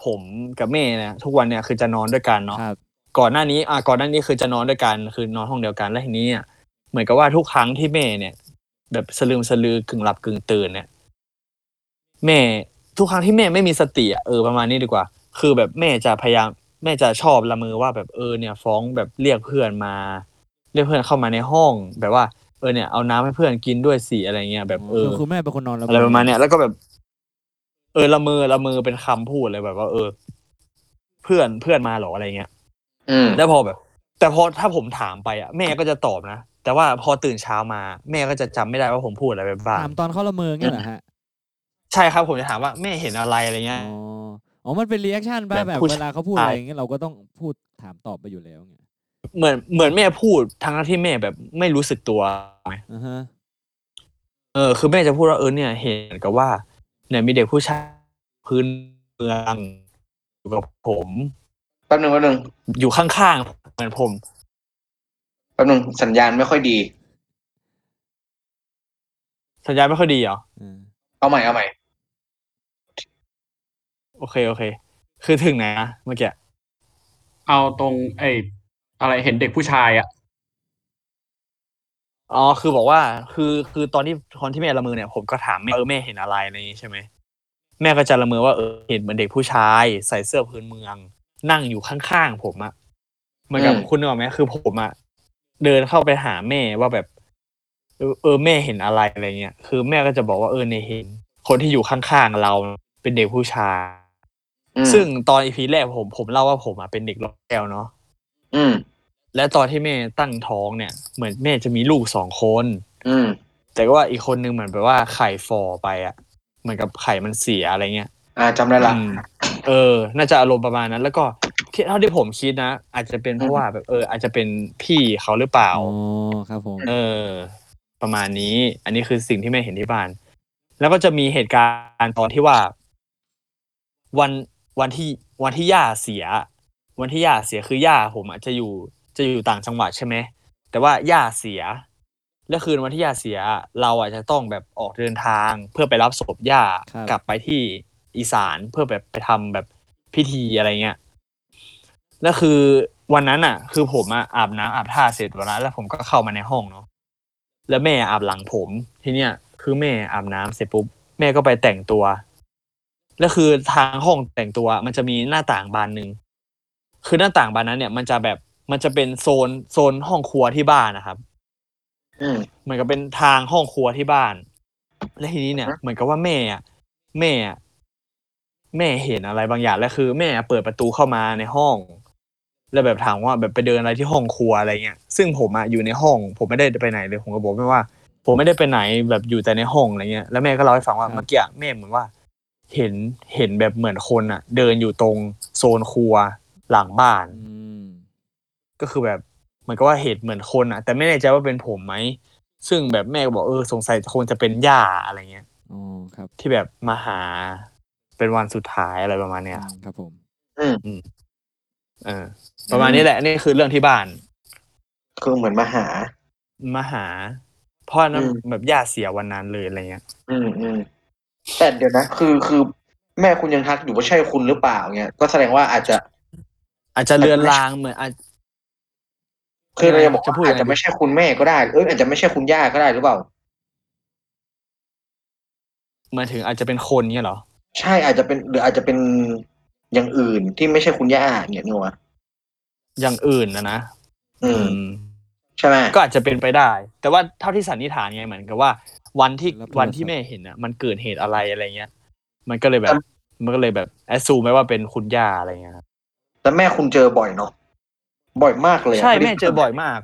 ผมกับเม่เนี่ยทุกวันเนี่ยคือจะนอนด้วยกันเนาะ
ครับ
ก่อนหน้านี้อ่ะก่อนหน้านี้คือจะนอนด้วยกันคือนอนห้องเดียวกันแล้วทีนี้อ่ะเหมือนกับว่าทุกครั้งที่เม่เนี่ย แบบสลืมสลือกึ่งหลับกึ่งตื่นเนี่ย แม่ทุกครั้งที่แม่ไม่มีสติอ่ะเออประมาณนี้ดีกว่า คือแบบแม่จะพยายามแม่จะชอบละเมือว่าแบบเออเนี่ยฟ้องแบบเรียกเพื่อนมา เรียกเพื่อนเข้ามาในห้อง แบบว่าเออเนี่ยเอาน้ำให้เพื่อนกินด้วยสิอะไรเงี้ยแบบเออ
คือคุณแม่เป็นคนนอนแล้ว
อะไรประมาณเนี้ยแล้วก็แบบ เออละเมอละเมอเป็นคำพูดเลยแบบว่า เออ เพื่อนเพื่อนมาเหรออะไรเงี้ย
อืม
แล้วพอแบบ แต่พอถ้าผมถามไปอ่ะแม่ก็จะตอบนะแต่ว่าพอตื่นเช้ามา แม่ก็จะจำไม่ได้ว่าผมพูดอะไรไปบ้าง
ถามตอนเข้าละเมอเงี้ยเหรอฮะ
ใช่ครับผมจะถามว่าแม่เห็นอะไรอะไร
อ๋
เงี้ย
ออ๋อมันเป็นรีแอคชั่นป่ะ
แบบ
แบบ
ผู้
เว
ชาย
ลาเขาพูดอะไรอย่างเงี้ยเราก็ต้องพูดถามตอบไปอยู่แล้วเงี้ย
เหมือนเหมือนแม่พูดทั้งที่แม่แบบไม่รู้สึกตัวไหม
อ่าฮะ
เออคือแม่จะพูดว่าเออเนี่ย เห็นกับว่า เนี่ยมีเด็กผู้ชายพื้นเมืองอยู่กับผม
แป๊บหนึ่งแป๊บหนึ่ง
อยู่ข้างๆเหมือนผม
แป๊บหนึ่งสัญญาณไม่ค่อยดี
สัญญาณไม่ค่อยดีเหรอ
อ่า
เอาใหม่เอาใหม่
โอเค โอเค คือถึงไหนนะเมื่อกี้
เอาตรงไอ้อะไรเห็นเด็กผู้ชายอ่ะ
อ๋อคือบอกว่า คือคือตอนที่ตอนที่แม่ละเมอเนี่ยผมก็ถามแม่เออแม่เห็นอะไรอะไรอย่างงี้ใช่ไหมแม่ก็จะละเมอว่าเออเห็นเหมือนเด็กผู้ชาย ใส่เสื้อพื้นเมือง นั่งอยู่ข้างๆผมอะเหมือนกับ
อืม
คุณนึกออกไหมคือผมอะเดินเข้าไปหาแม่ว่าแบบ เออเออแม่เห็นอะไรอะไรเงี้ยคือแม่ก็จะบอกว่าเออในยเห็น คนที่อยู่ข้างๆเราเป็นเด็กผู้ชาย
อืม
ซึ่งตอนอีพีแรกผมผมเล่าว่าผมอะเป็นเด็กล็อกแก้วเนาะ
อืม
และตอนที่แม่ตั้งท้องเนี่ย เหมือนแม่จะมีลูกสองคน
อืม
แต่ก็ว่าอีกคนนึงเหมือนแบบว่าไข่ฟอไปอะเหมือนกับไข่มันเสียอะไรเงี้ย
อ่าจำได้ละ
อืมเออ น่าจะอารมณ์ประมาณนั้น แล้วก็ที่เท่าที่ผมคิดนะ อาจจะเป็นเพราะว่าแบบเออ อาจจะเป็นพี่เขาหรือเปล่า
อ๋อครับผม
เออ ประมาณนี้ อันนี้คือสิ่งที่แม่เห็นที่บ้าน แล้วก็จะมีเหตุการณ์ตอนที่ว่า วันวันที่วันที่ย่าเสีย วันที่ย่าเสียคือย่าผมอาจจะอยู่จะอยู่ต่างจังหวัดใช่ไหมแต่ว่าย่าเสีย และคืนวันที่ย่าเสีย เราอาจจะต้องแบบออกเดินทาง เพื่อไปรับศพย่ากลับไปที่อีสานเพื่อแบบไปทำแบบพิธีอะไรเงี้ย แล้วคือวันนั้นอ่ะ คือผมอะอาบน้ำอาบท่าเสร็จวันนั้นแล้วผมก็เข้ามาในห้องเนาะแล้วแม่อาบหลังผม ทีเนี้ยคือแม่อาบน้ำเสร็จปุ๊บแม่ก็ไปแต่งตัว แล้วคือทางห้องแต่งตัว มันจะมีหน้าต่างบานหนึ่งคือหน้าต่างบานนั้นเนี่ย มันจะแบบมันจะเป็นโซนโซนห้องครัวที่บ้านนะครับ
อืม
เหมือนกับเป็นทางห้องครัวที่บ้าน และทีนี้เนี่ย
อ่าฮะ
เหมือนกับว่าแม่อะแม่อะแม่เห็นอะไรบางอย่างแล้วคือ แม่เปิดประตูเข้ามาในห้อง แล้วแบบถามว่าแบบไปเดินอะไรที่ห้องครัวอะไรเงี้ย ซึ่งผมอะอยู่ในห้อง ผมไม่ได้ไปไหนเลย ผมก็บอกแม่ว่า ผมไม่ได้ไปไหนแบบอยู่แต่ในห้องอะไรเงี้ย แล้วแม่ก็เล่าให้ฟังว่าเมื่อกี้อะแม่เหมือนว่า เห็นเห็นแบบเหมือนคนอะเดินอยู่ตรงโซนครัวหลังบ้าน
อืม
ก็คือแบบเหมือนกับว่าเหตุเหมือนคนอ่ะ แต่ไม่แน่ใจว่าเป็นผมไหม ซึ่งแบบแม่ก็บอกเออสงสัยคงจะเป็นย่าอะไรเงี้ย
อ๋อครับ
ที่แบบมาหาเป็นวันสุดท้ายอะไรประมาณเนี้ย
อืมครับผม
อืม
เออ ประมาณนี้แหละนี่คือเรื่องที่บ้าน
คือเหมือนมาหา
มาหาเพราะนั้น
อืม
แบบย่าเสียวันนั้นเลยอะไรเงี้ย
อืมอืมแต่เดี๋ยวนะ คือคือแม่คุณยังทักอยู่ว่าใช่คุณหรือเปล่าเนี่ย ก็แสดงว่าอาจจะ
อาจจะเลือนลางเหมือนอาจ
คือเราจะบอก
จะพูด
ว่า
ยัง
อา
ไง
จจะไม่ใช่คุณแม่ก็ได้ เอออาจจะไม่ใช่คุณย่าก็ได้หรือเปล่า
หมายถึงอาจจะเป็นคนเงี้ยเหรอ
ใช่อาจจะเป็นหรืออาจจะเป็นอย่างอื่นที่ไม่ใช่คุณย่าอย่างเงี้ยนึกว่า
อย่างอื่นนะนะ
อืม
อืม
ใช่ไหม
ก็อาจจะเป็นไปได้ แต่ว่าเท่าที่สันนิษฐานไงเหมือนกับว่า วันที่
แล้วโทรศัพท์
วันที่แม่เห็นอ่ะ มันเกิดเหตุอะไรอะไรเงี้ย มันก็เลยแบบ มันก็เลยแบบแอสซูมไว้ว่าเป็นคุณย่าอะไรเงี้ยครับ
แล้วแม่คุณเจอบ่อยเนาะบ่อยมากเลยะ
ใช่
ไได้
แม่เจอบ่อยมาก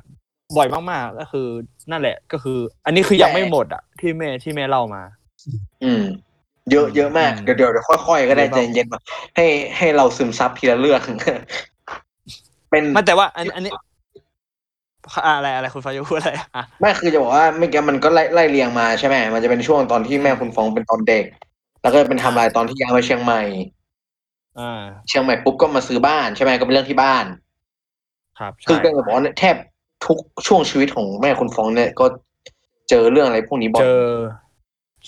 บ่อยมากๆก็คือ นั่นแหละ ก็คือ อันนี้คือยังไม่หมดอ่ะที่แม่ที่แม่เล่ามา
อืม เยอะเยอะมาก
อืม
เดี๋ยวเดี๋ยวเดี๋ยวค่อยๆก็ได้ใจเย็นๆให้ให้เราซึมซับทีละเรื่อง เป็น
ไม่แต่ว่าอันอันนี้อะไรอะไรคุณฟ้าจะพูดอะไรอ่ะ
ไม่คือจะบอกว่าเมื่อกี้มันก็ไล่ไล่เรียงมาใช่ไหมมันจะเป็นช่วงตอนที่แม่คุณฟองเป็นตอนเด็ก แล้วก็เป็นไทำลายตอนที่ย้ายมาเชียงใหม่
อ่า
เชียงใหม่ปุ๊บก็มาซื้อบ้านใช่ไหมก็เป็นเรื่องที่บ้าน
ครับใช่
คือก็จะบอกว่าแทบทุกช่วงชีวิตของแม่คุณฟองเนี่ยก็เจอเรื่องอะไรพวกนี้บ่อย
เจอ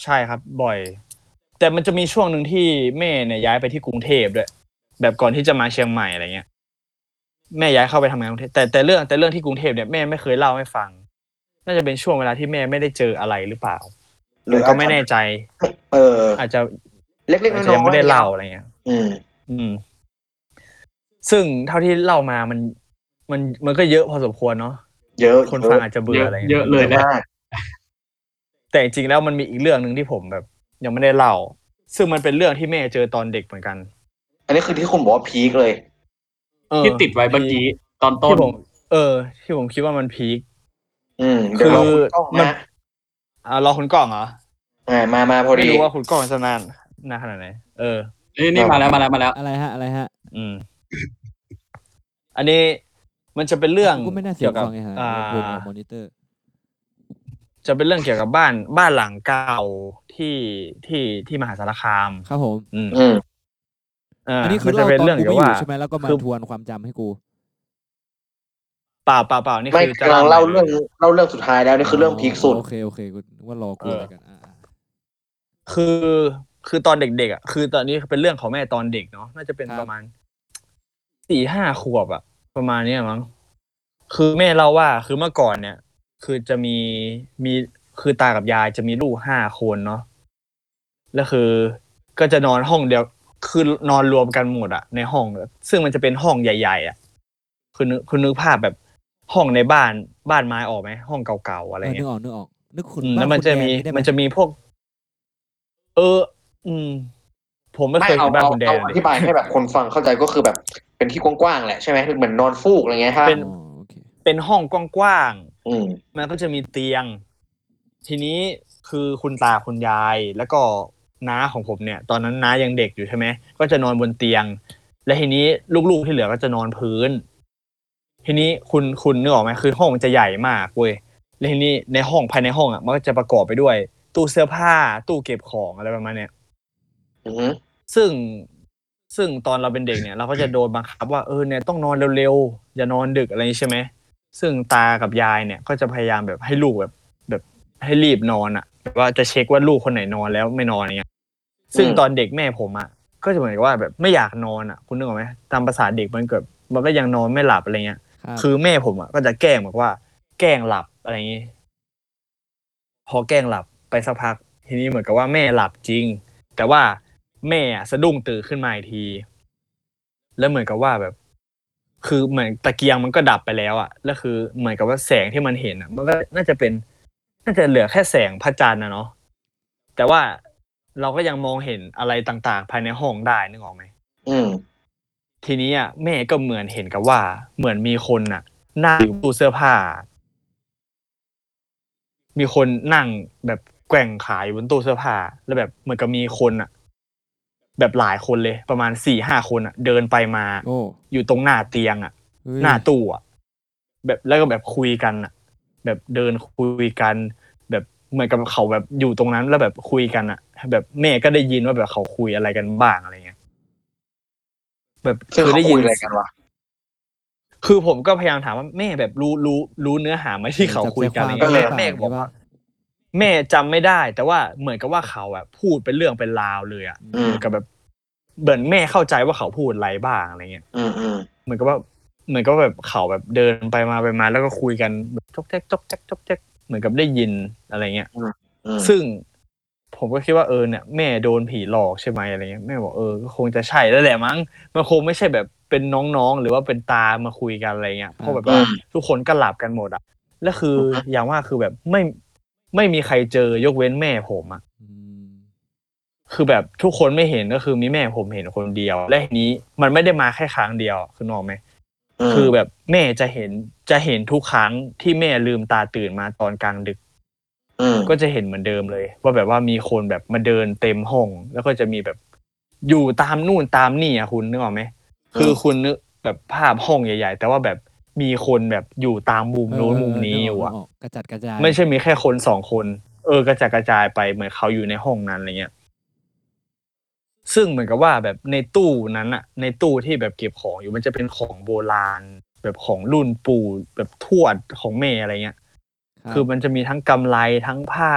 ใช่ครับ บ่อย แต่มันจะมีช่วงหนึ่งที่แม่เนี่ยย้ายไปที่กรุงเทพด้วยแบบก่อนที่จะมาเชียงใหม่อะไรเงี้ย แม่ย้ายเข้าไปทำงานกรุงเทพแต่แต่เรื่องแต่เรื่องที่กรุงเทพเนี่ยแม่ไม่เคยเล่าให้ฟัง น่าจะเป็นช่วงเวลาที่แม่ไม่ได้เจออะไรหรือเปล่าหรือก็ไม่แน่ใจ
เออ
อาจจะ
เล็กๆน้อ
อาจจะยัง
ยๆ
ไม่ได้เล่าอะไรเงี้ย
อืม
อืม ซึ่งเท่าที่เล่ามามัน มันมันก็เยอะพอสมควรเนาะ
เยอะ
คนฟังอาจจะเบื่ออะไรงี้
เยอะเลยนะ
มาก
แต่จริงๆแล้วมันมีอีกเรื่องหนึ่งที่ผมแบบ ยังไม่ได้เล่า ซึ่งมันเป็นเรื่องที่แม่เจอตอนเด็กเหมือนกัน
อันนี้คือที่คุณบอกว่าพีคเลย
เออ
ที่ติดไว้เมื่อกี้ตอนต้น
ที่ผมเออ ที่ผมคิดว่ามันพีค
อืมเดี๋ยวเรา
คือ
ต้อง
มัน
นะ
อ่ารอคุณกล้องเหรอ
อ่ามามาพอ
ไม่
ดี
รู้ว่าคุณกล้องจะนานนานขนาดไหนเออ
เอ้ยนี่มาแล้วมาแล้วมาแล้ว
อะไรฮะอะไรฮะ
อืม อันนี้มันจะเป็นเรื่อง
ก็ไม่น่าเสี
เกี่
ย
ยวกับ
ฟังไงฮะ
อ่า
ลำโพงออกมอนิเตอร์
จะเป็นเรื่องเกี่ยวกับบ้านบ้านหลังเก่าที่ที่ที่มหาสารคาม
ครับผม
อืม
อืม
อ่า
อันนี้คือ
มัจะ
เล่า
เป็น
ตอน
เรื่อง
กู
เกี่ย
ไม่อ
วว่า
ยู่ใช่ไหมแล้วก็มา
คือ
ทวนความจำให้กู
เปล่าเปล่าเปล่านี่
ไม่
คือจะ
กำลังเล่า
ใหม่
เรื่อง
ย
เล่าเรื่องสุดท้ายแล้วนี่คือเรื่องพีคสุด
โอเคโอเคกูนึกว่ารอกู
เอออ
อะไรกันอ่า
คือคือตอนเด็กๆอ่ะคือตอนนี้เป็นเรื่องของแม่ตอนเด็กเนาะน่าจะเป็นประมาณสี่ห้าขวบอ่ะ ประมาณเนี้ยมั้งคือแม่เล่าว่าคือเมื่อก่อนเนี่ย คือจะมีมีคือตากับยายจะมีลูกห้าคนเนาะแล้วคือก็จะนอนห้องเดียว คือนอนรวมกันหมดอะในห้อง ซึ่งมันจะเป็นห้องใหญ่ ๆอะคือนึกคือนึกภาพแบบห้องในบ้านบ้านไม้ออกไหมห้องเก่าๆอะไร
เออนึ
เงี้ย
กออกนึกออก นึกคุณ
อืม
บ้า
แล้วมัน
คุณ
จะ
แดง
มี
นี่ได้ไห
มันจะมีพวก เออ อืม ผมไม่
ไม่
เคย
เอา
เห็นบ้าน
เอา
คุณแด
เอา
ง
อธิบายให้แบบคนฟังเข้าใจก็คือแบบเป็นที่กว้างๆแหละใช่ไหมเหมือนนอนฟูกอะไรเงี้ยฮะ
เป็น
อ๋อโอเค
เป็นห้องกว้าง
อืม
ๆมันก็จะมีเตียง ทีนี้คือคุณตาคุณยาย แล้วก็น้าของผมเนี่ย ตอนนั้นน้ายังเด็กอยู่ใช่ไหมก็จะนอนบนเตียง และทีนี้ลูกๆที่เหลือก็จะนอนพื้น ทีนี้คุณคุณนึกออกไหมคือห้องมันจะใหญ่มากเว้ยและทีนี้ในห้องภายในห้องอ่ะมันก็จะประกอบไปด้วย ตู้เสื้อผ้า ตู้เก็บของอะไรประมาณเนี้ย
อือหือ
ซึ่งซึ่งตอนเราเป็นเด็กเนี่ย เราก็จะโดนบังคับว่าเออเนี่ยต้องนอนเร็วๆ อย่านอนดึกอะไรอย่างนี้ใช่ไหมซึ่งตากับยายเนี่ยก็จะพยายามแบบให้ลูกแบบ แบบให้รีบนอนอะ่ะแบบว่าจะเช็คว่าลูกคนไหนนอนแล้วไม่นอนอย่างเงี้ยซึ่งตอนเด็กแม่ผมอะ่ะก็จะเหมือนกับว่าแบบไม่อยากนอนอะ่ะ คุณนึกออกไหมตามภาษาเด็กมันเกิดมันก็ยังนอนไม่หลับอะไรเงี้ย
ครับ
คือแม่ผมอ่ะก็จะแกล้งบอกว่า แกล้งหลับอะไรอย่างนี้พอแกล้งหลับไปสักพัก ทีนี้เหมือนกับว่าแม่หลับจริง แต่ว่าแม่อะสะดุ้งตื่นขึ้นมาอีกที แล้วเหมือนกับว่าแบบ คือเหมือนตะเกียงมันก็ดับไปแล้วอ่ะแล้วคือเหมือนกับว่าแสงที่มันเห็นอ่ะ มันก็น่าจะเป็น น่าจะเหลือแค่แสงพระจันทร์นะเนาะแต่ว่าเราก็ยังมองเห็นอะไรต่างๆ ภายในห้องได้นึกออกไหม
อืม
ทีนี้อ่ะแม่ก็เหมือนเห็นกับว่า เหมือนมีคนน่ะ นั่งอยู่ตู้เสื้อผ้า มีคนนั่งแบบแกว่งขาอยู่บนตู้เสื้อผ้า แล้วแบบเหมือนกับมีคนอ่ะ แบบหลายคนเลย ประมาณสี่ห้าคนอ่ะ เดินไปมา
โอ้
อยู่ตรงหน้าเตียงอ่ะ
เฮ้ย
หน้าตู้อ่ะ แบบแล้วก็แบบคุยกันอ่ะ แบบเดินคุยกัน แบบเหมือนกับเขาแบบอยู่ตรงนั้น แล้วแบบคุยกันอ่ะ แบบแม่ก็ได้ยินว่าแบบเขาคุยอะไรกันบ้างอะไรเงี้ยแบบ
ซึ่ง
คือ
เขา
ได้ยิ
คุ
น
ยอะไรกันวะ
คือผมก็พยายามถามว่าแม่แบบรู้รู้รู้เนื้อหาไหมที่เขาคุยกันอะไร
จั
เงี้ยแม่
ใจวา
แม่ก็บอกว่า แม่จำไม่ได้ แต่ว่าเหมือนกับว่าเขาอะพูดเป็นเรื่องเป็นราวเลยอะ
อืม
เหมือนกับแบบเหมือนแม่เข้าใจว่าเขาพูดอะไรบ้างอะไรเงี้ย
อืมอืม
เหมือนกับว่า เหมือนกับแบบเขาแบบเดินไปมาไปมา แล้วก็คุยกันแบบจกแจ๊กจกแจ๊กจกแจ๊กเหมือนกับได้ยินอะไรเงี้ย
อืม
ซึ่ง ผมก็คิดว่าเออเนี่ยแม่โดนผีหลอกใช่ไหมอะไรเงี้ยแม่บอกเออก็คงจะใช่แล้วแหละมั้งมันคงไม่ใช่แบบเป็นน้องๆ หรือว่าเป็นตามาคุยกันอะไรเงี้ยเพราะแบบว่า
อืม
ทุกคนก็หลับกันหมดอะแล้วคืออย่างว่าคือแบบไม่ไม่มีใครเจอยกเว้นแม่ผมอะ
อืม
คือแบบทุกคนไม่เห็นก็คือมีแม่ผมเห็นคนเดียว และทีนี้มันไม่ได้มาแค่ครั้งเดียวคือนกออกไหม
ม
คือแบบแม่จะเห็นจะเห็นทุกครั้งที่แม่ลืมตาตื่นมาตอนกลางดึก
อืม
ก็จะเห็นเหมือนเดิมเลย ว่าแบบว่ามีคนแบบมาเดินเต็มห้อง แล้วก็จะมีแบบอยู่ตามนู่นตามนี่อ่ะคุณนึกออกไหมคือคุณนึกแบบภาพห้องใหญ่ ๆ แต่ว่าแบบมีคนแบบอยู่ตามมุมโน้นมุมนี้อยู่อ่ะ
เกกระจัดกระจาย
ไม่ใช่มีแค่คนสองคน เออกระจายกระจายไปเหมือนเขาอยู่ในห้องนั้นอะไรเงี้ย ซึ่งเหมือนกับว่าแบบในตู้นั้นอะในตู้ที่แบบเก็บของอยู่มันจะเป็นของโบราณ แบบของรุ่นปู่แบบทวดของแม่อะไรเงี้ย
รับ
คือมันจะมีทั้งกำไรทั้งผ้า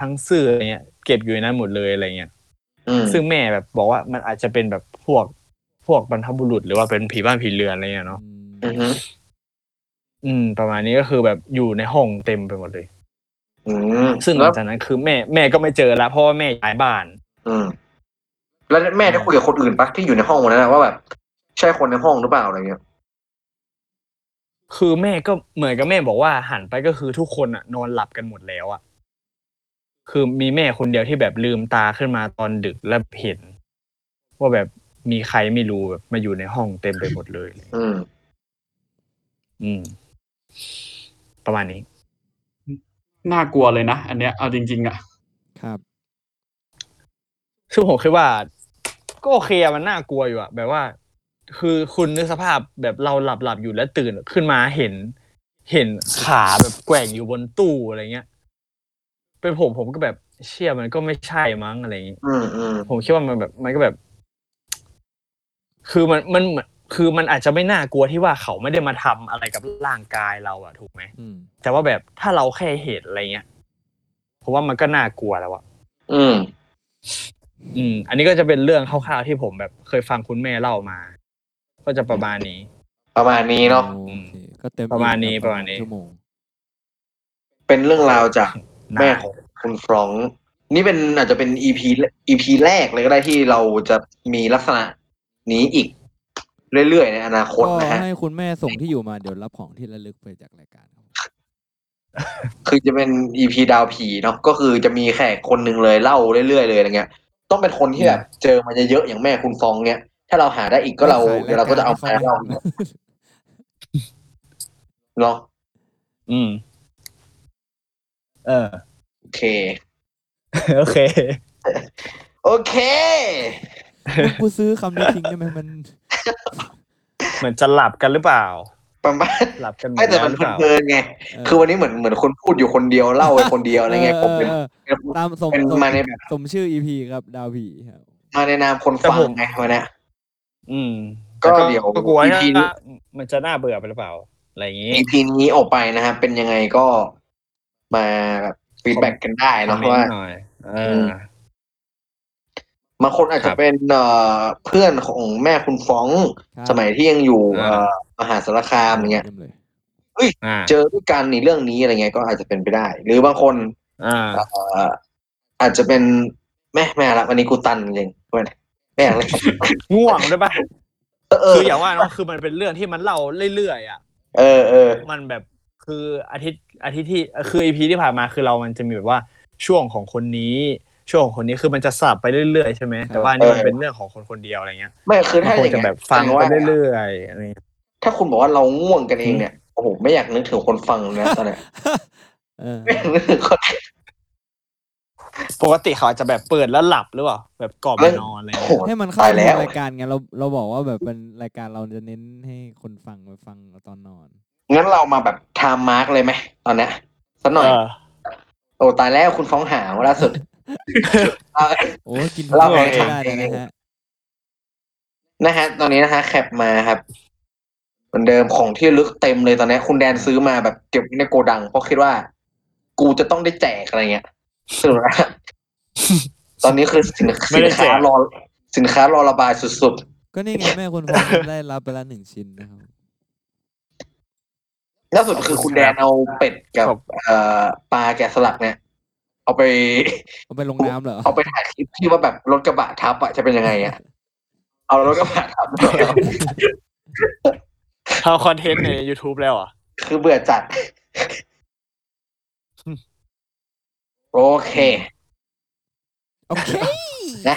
ทั้งเสื้ออะไรเงี้ย เก็บอยู่ในนั้นหมดเลยอะไรเงี้ย
ม
ซึ่งแม่แบบบอกว่ามันอาจจะเป็นแบบพวกพวกบรรพบุรุษหรือว่าเป็นผีบ้านผีเรือนอะไรเงี้ยเนาะ
อืม
อือฮึ
อืม ประมาณนี้ก็คือแบบอยู่ในห้องเต็มไปหมดเลย
อืม
ซึ่งหลั
แล้
ง
ว
จากนั้นคือแม่แม่ก็ไม่เจอละเพราะว่าแม่ย้ายบ้าน
อืมแล้วแม่ได้คุยกับคนอื่นปะที่อยู่ในห้องวันนั้นอะว่าแบบ ใช่คนในห้องหรือเปล่าอะไรเงี้ย
คือแม่ก็เหมือนกับแม่บอกว่าหันไปก็คือทุกคนอะนอนหลับกันหมดแล้วอะคือมีแม่คนเดียวที่แบบลืมตาขึ้นมาตอนดึกแล้วเห็น ว่าแบบมีใครไม่รู้แบบมาอยู่ในห้องเต็มไปหมดเลย
อืม
อืม ประมาณนี้
น่ากลัวเลยนะ อันเนี้ยเอาจริงๆอะ
ครับ
ซึ่งผมคิดว่า ก็โอเคอะมันน่ากลัวอยู่อะแบบว่า คือคุณนึกสภาพแบบเราหลับหลับๆอยู่แล้วตื่นขึ้นมาเห็น เห็นขาแบบแกว่งอยู่บนตู้อะไรเงี้ย เป็นผมผมก็แบบเชื่อมันก็ไม่ใช่มั้งอะไรอย่างงี้
อืมอืม
ผมคิดว่ามันแบบมันก็แบบ คือมันมันเหมือนคือมันอาจจะไม่น่ากลัวที่ว่าเขาไม่ได้มาทำอะไรกับร่างกายเราอะถูกไหม
อืม
แต่ว่าแบบถ้าเราแค่เห็นอะไรเงี้ยผมว่ามันก็น่ากลัวแล้วอะ
อืม
อืม อันนี้ก็จะเป็นเรื่องคร่าวๆที่ผมแบบเคยฟังคุณแม่เล่ามา ก็จะประมาณนี้
ประมาณนี้เนาะ
โอเคก็เต็ม
ประมาณนี้
อิ่กับ
ประมาณนี้
ชั่วโมง
เป็นเรื่องราวจาก
นะ
แม่ของคุณฟรองก์นี่เป็นอาจจะเป็นอีพีอีพีแรกเลยก็ได้ที่เราจะมีลักษณะนี้อีก เรื่อยๆ ในอนาคต
ก็
นะฮะ
ให้คุณแม่ส่งที่อยู่มาเดี๋ยวรับของที่ระลึกไปจากรายการครับ
คือจะเป็นอีพีดาวผีเนาะก็คือจะมีแขกคนหนึ่งเลยเล่าเรื่อยๆเลยอะไรเงี้ย ต้องเป็นคนที่แบบเจอมาเยอะๆอย่างแม่คุณฟองเนี้ยถ้าเราหาได้อีกก็เรา
ขย
เดี๋ยวเราก็จะเอามา
ให้ข
เล่า
ไม่
เนาะ
อืม เออ
โอเค
โอเค
โอเค
มึงกูซื้อ คำนี้ทิ้งได้ไหมมัน
เหมือนจะหลับกันหรือเปล่า
ประมาณ
หลับกันหมด
ไม่แต่
ล้ว
มัน
หรือเปล่า
เพลินๆไง
เออ
คือวันนี้เหมือนเหมือนคนพูดอยู่คนเดียวเล่าไปคนเดียวอะไรเงี้ยผมเป็น
ออ
เป็น
ตามสม
เป็น
สม
มาในแบบ
สมชื่ออีพีครับ ดาวผีครับ
มาในนามคนฟังไงวันเนี้ย
อืม
ก็เดี๋ยว
ก็กลัว
EP นี้
นะมันจะน่าเบื่อไปหรือเปล่า อะไรอย่างงี้
EP นี้ออกไปนะฮะเป็นยังไงก็มาฟีดแบ็กกันได้
คอ
เนาะ
มเมน
ว่า
ต์หน่อยเอออ
ม บางคนอาจ
ครั
จะ
บ
เป็นเอ่อเพื่อนของแม่คุณฟ้อง
ครับ
สมัยที่ยังอยู่
อ่า
เอ่อมหาสารคามอย่างเงี้ย
มเลย
อ่า
เจอด้วยกันในเรื่องนี้อะไรเงี้ยก็อาจจะเป็นไปได้ หรือบางคน
อ่า
เอ่ออาจจะเป็นแม่แม่ละวันนี้กูตันจริงๆเว้ยแม่ง เลย
ง่วงด้วยปะ
เออเอ
คือ ออย่างว่าเนาะคือมันเป็นเรื่องที่มันเล่าเรื่อยๆอ่ะ
เออเออ
มันแบบคืออาทิตย์อาทิตย์ที่คืออีพีที่ผ่านมาคือเรามันจะมีแบบว่าช่วงของคนนี้ช่วงของคนนี้คือมันจะสลับไปเรื่อยๆใช่ไหมแต่ว่าอันนี่มันเป็นเรื่องของคนคนเดียวอะไรเงี้ย
ไม่คือ
มัน
ถ้า
ค
อง ย่าง
จะ
เงี้ย
แบบฟั
แส
ง
ด
ไป
ว่า
เรื่อยๆอะไรเงี้ย
ถ้าคุณบอกว่าเราง่วงกันเองเนี่ยโอ้โหไม่อยากนึกถึงคนฟัง นะตอนเนี้ย
เออ
ไม่อยากนึกถึงคน
ปกติเขาอาจจะแบบเปิดแล้วหลับหรือเปล่าแบบกล่อม
เอ้ย
นอนอะไร
โอ้
เงี้
โห
ย
ให้มันเข้า
ตาย
ใน
แล้ว
รายการไงเราเราบอกว่าแบบเป็นรายการเราจะเน้นให้คนฟังไปฟังตอนนอน
งั้นเรามาแบบไทม์มาร์กเลยไหมตอนเนี้ยสักหน่อย
เออ
โอ้ตายแล้วคุณฟ้องหาวล่า สุด เอา
โอ้กิน
เรา
ทุก
เอ
วั
ง
นไม่ได้เลยนะฮะ
นะฮะ ตอนนี้นะฮะแคปมาครับเหมือนเดิมของที่ระลึกเต็มเลยตอนนี้ คุณแดนซื้อมาแบบเก็บไว้ในโกดัง เพราะคิดว่า กูจะต้องได้แจกอะไรเงี้ย สรุปนะตอนนี้คือสินสินค้ารอสินค้ารอระบายสุด
ก็นี่ไงแม่คน ฟังได้รับไปละหนึ่งชิ้นนะครับ
ๆล่าสุดคือคุณแดนเอาเป็ดกับเอ่อปลาแกะสลักเนี่ย เอาไป
เอาไปลงน้ำเหรอ
เอาไปถ่ายคลิปที่ว่าแบบรถกระบะทับอะจะเป็นยังไงอะเอารถกระบะทับ
ทำคอนเทนต์ใน YouTube แล้วเหรอ่ะ
คือเบื่อ จัด โอเค
โอเค
นะ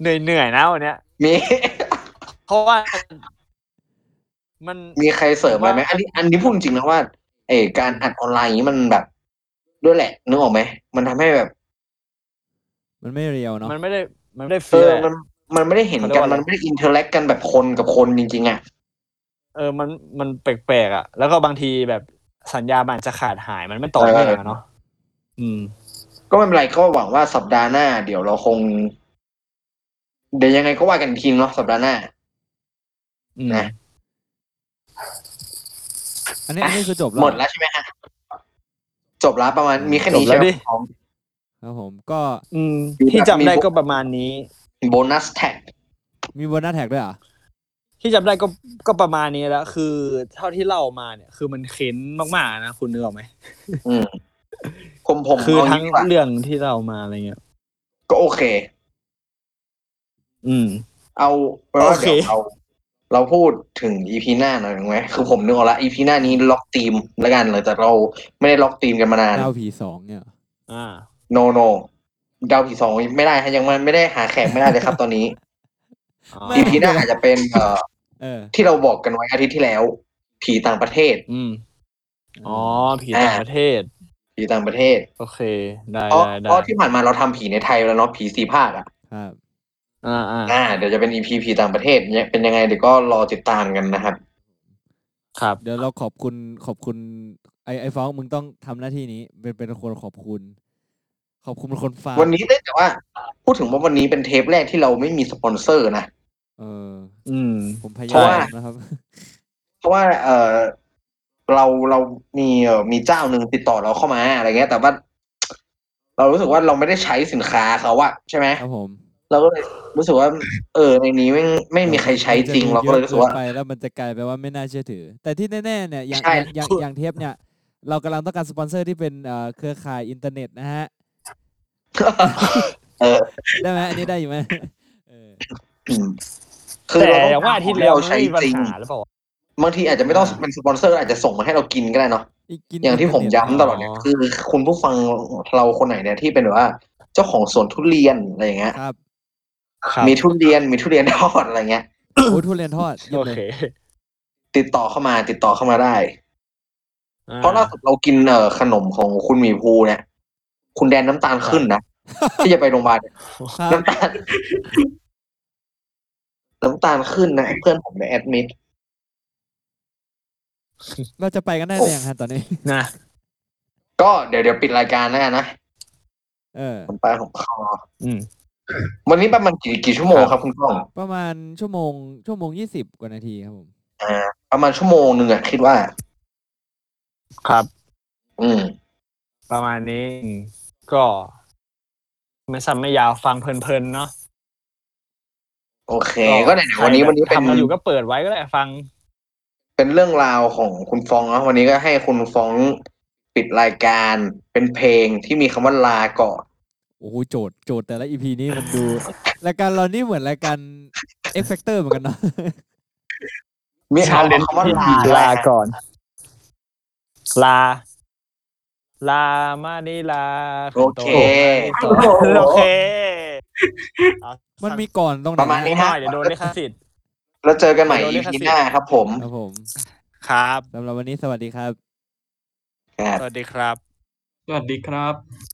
เหนื่อยเหนื่อยๆนะวันเนี้ย
มี
เพราะว่ามัน
มีใครเสริมอะไรไหมอันนี้อันนี้พูดจริงนะว่าเออการอัดออนไลน์อย่างนี้มันแบบ ด้วยแหละนึกออกไหมมันทำให้แบบ
มันไม่เรียวเนาะ
มันไม่ได้ มันไม่ได้
เอ
ฟี
อ
ลอะ
มันมันไม่ได้เห็น
เขาเรีย
กั
ก
น
ว่าอะไร
มันไม่ได้อินเทอร์แลกกันแบบคนกับคนจริง ๆอะ
เออ มัน มันแปลกๆอ่ะ แล้วก็บางทีแบบสัญญาณมันอาจจะขาดหาย มันไม่ต่อเนื่องอะเนาะ อืม
ก็ไม่เป็นไรก็หวังว่าสัปดาห์หน้า เดี๋ยวเราคง เดี๋ยวยังไงก็ว่ากันอีกทีเนาะสัปดาห์หน้า
อืม
นะ
อันนี้อันนี้คือจบแล้ว
หมดแล้วใช่ไหมฮะจบแล้วประมาณมีแค่นี้
จบแล้
ใช่
ว
ไหม
ดิ
ของ
ครับผมก็
อืม
อยู่แบบ
ที่จำได้ก็ประมาณนี้
โบนัสแท็ก
มีโบนัสแท็กด้วยเหรอ่ะ
ที่จำได้ก็ ก็ประมาณนี้แล้ว คือเท่าที่เล่ามาเนี่ย คือมันเข็นมากๆนะ คุณนึกออกไหม
ผมผม
คือ
เอา
ทั้ง
ดีกว่า
เรื่องที่เรามาอะไรเงี้ย
ก็โอเค
อืม
เอาเป็นว่า
โอเค
เดี๋ยวเราเราพูดถึงอีพีหน้าหน่อยหนึ่งไหมคือผมนึกออกละอีพีหน้านี้ล็อกธีมแล้วกันเลยแต่เราไม่ได้ล็อกธีมกันมานาน
ดาวผีสองเนี่ยเหรอ
อ่า
โนโนดาวผีสองไม่ได้ฮะยังมันไม่ได้หาแขกไม่ได้เลยครับ ตอนนี้อีพีหน้าอาจจะเป็นเอ่อ
เออ
ที่เราบอกกันไว้อาทิตย์ที่แล้ว ผีต่างประเทศ
อืม
อ
อ๋อ ผีต่างประเทศ
ผีต่างประเทศ
โอเค ได้
เพราะเพ
ได้ได้
ราะที่ผ่านมาเราทำผีในไทยแล้วเนาะผีสีภาคอะ
ครับ
อ่าอ่า
อ่าเดี๋ยวจะเป็น EP ผีต่างประเทศเนี่ยเป็นยังไงเดี๋ยวก็รอติดตามกันนะครับ
ครับ
เดี๋ยวเราขอบคุณขอบคุณไอไอฟ้องมึงต้องทำหน้าที่นี้ เป็นเป็นคนขอบคุณ ขอบคุณเป็นคนฟัง
วันนี้ได้แต่ว่า พูดถึงว่าวันนี้เป็นเทปแรกที่เราไม่มีสปอนเซอร์นะ
เออ
อืม
ผมพยา
เพราะ
ยา
ว่า
มนะครับ
เพราะว่าเออเราเรามีเอ่อมีเจ้าหนึ่งติดต่อเราเข้ามาอะไรเงี้ย แต่ว่า เรารู้สึกว่าเราไม่ได้ใช้สินค้าเขาอะใช่ไหม
ครับผม
เราก็เลยรู้สึกว่า เออในนี้ไม่งไม่มีใครใช้จริง
มัน
เรา
ดู
ก็เลยรู้สึกว่า
อะนไปแล้วมันจะกลายไปนว่าไม่น่าเชื่อถือ แต่ที่แน่ๆเนี่ยอย่าง
ใช่
อย่างอย่างอย่างเทปเนี่ย เรากำลังต้องการสปอนเซอร์ที่เป็นเอ่อเครือข่ายอินเทอร์เน็ตนะฮะ
เออ
ได้ไหมอันนี้ได้อยู่ไหมเออ
อืม
แต่
ต้
อย่างว่าอาทิตย์แล้วมันไม่มีปัญหาหรือเปล่า
บางทีอาจจะไม่ต้องเป็นสปอนเซอร์ อาจจะส่งมาให้เรากินก็ได้เนาะ
อีกกิน
อย่างที่ผมย้ำตลอดเนี่ย
อ๋อ
คือคุณผู้ฟังเราคนไหนเนี่ยที่เป็นแบบว่า เจ้าของสวนทุเรียนอะไรอย่างเงี้ย
ครับ
ครับ
มีทุเรียนมีทุเรียนทอดอะไรเงี้ย
โอ้ยทุเรียนทอดเยี่ย
โอ
มเลย
เค
ติดต่อเข้ามาติดต่อเข้ามาได้
อ่
เพราะล่าสุดเรากินเอ่อขนมของคุณหมีภูเนี่ย คุณแดนน้ำตาลขึ้น นะที่จะไปโรงพยาบาลเนี่ย
ครับ
น้ำตาล น้ำตาลขึ้นนะเพื่อนผมในยแอดมิด
เราจะไปกันได้หรือยังฮะตอนนี้
นะ
ก็เดี๋ยวเดี๋ยวปิดรายการแล้วกันนะ
เออ
ผมไปผมคอ
อืม
วันนี้ประมาณกี่กี่ชั่วโมงครับคุณก้อง
ประมาณชั่วโมง ชั่วโมงยี่สิบกว่านาทีครับผม
อ่า ประมาณชั่วโมงหนึ่งอะคิดว่า
ครับ
อืม
ประมาณนี้อืมก็ ไม่สั้นไม่ยาวฟังเพลินๆเนาะ
โอเค ก็ไหนๆวันนี้วันนี้
ใคร
เป็น
แบบทำอยู่ก็เปิดไว้ก็ได้ฟัง
เป็นเรื่องราวของคุณฟองเนอะวันนี้ก็ให้คุณฟองปิดรายการเป็นเพลงที่มีคำว่าลาก่อน
โอ้โหโจทย์โจทย์แต่ละอีพีนี้มันดู รายการเรานี่เหมือนรายการเอ็กแฟกเตอร์เหมือนกันเนาะ
มีเอา
Challenge
คำว่าลา
ลาก่อน ลา ลามานิลา
โอเค
โอเคโอเคเอา
มันมีก่อนตรงไหน
ประมาณนี้
หน่อยเดี๋ยวโดนลิขสิทธิ์
แล้วเจอกันใหม่
โดนลิข
EP
สิทธิ์
หน้าครับผม
ครับผม
ครับ
สำหรับวันนี้สวัสดีครับ
สวัสดีครับ
สวัสดีครับ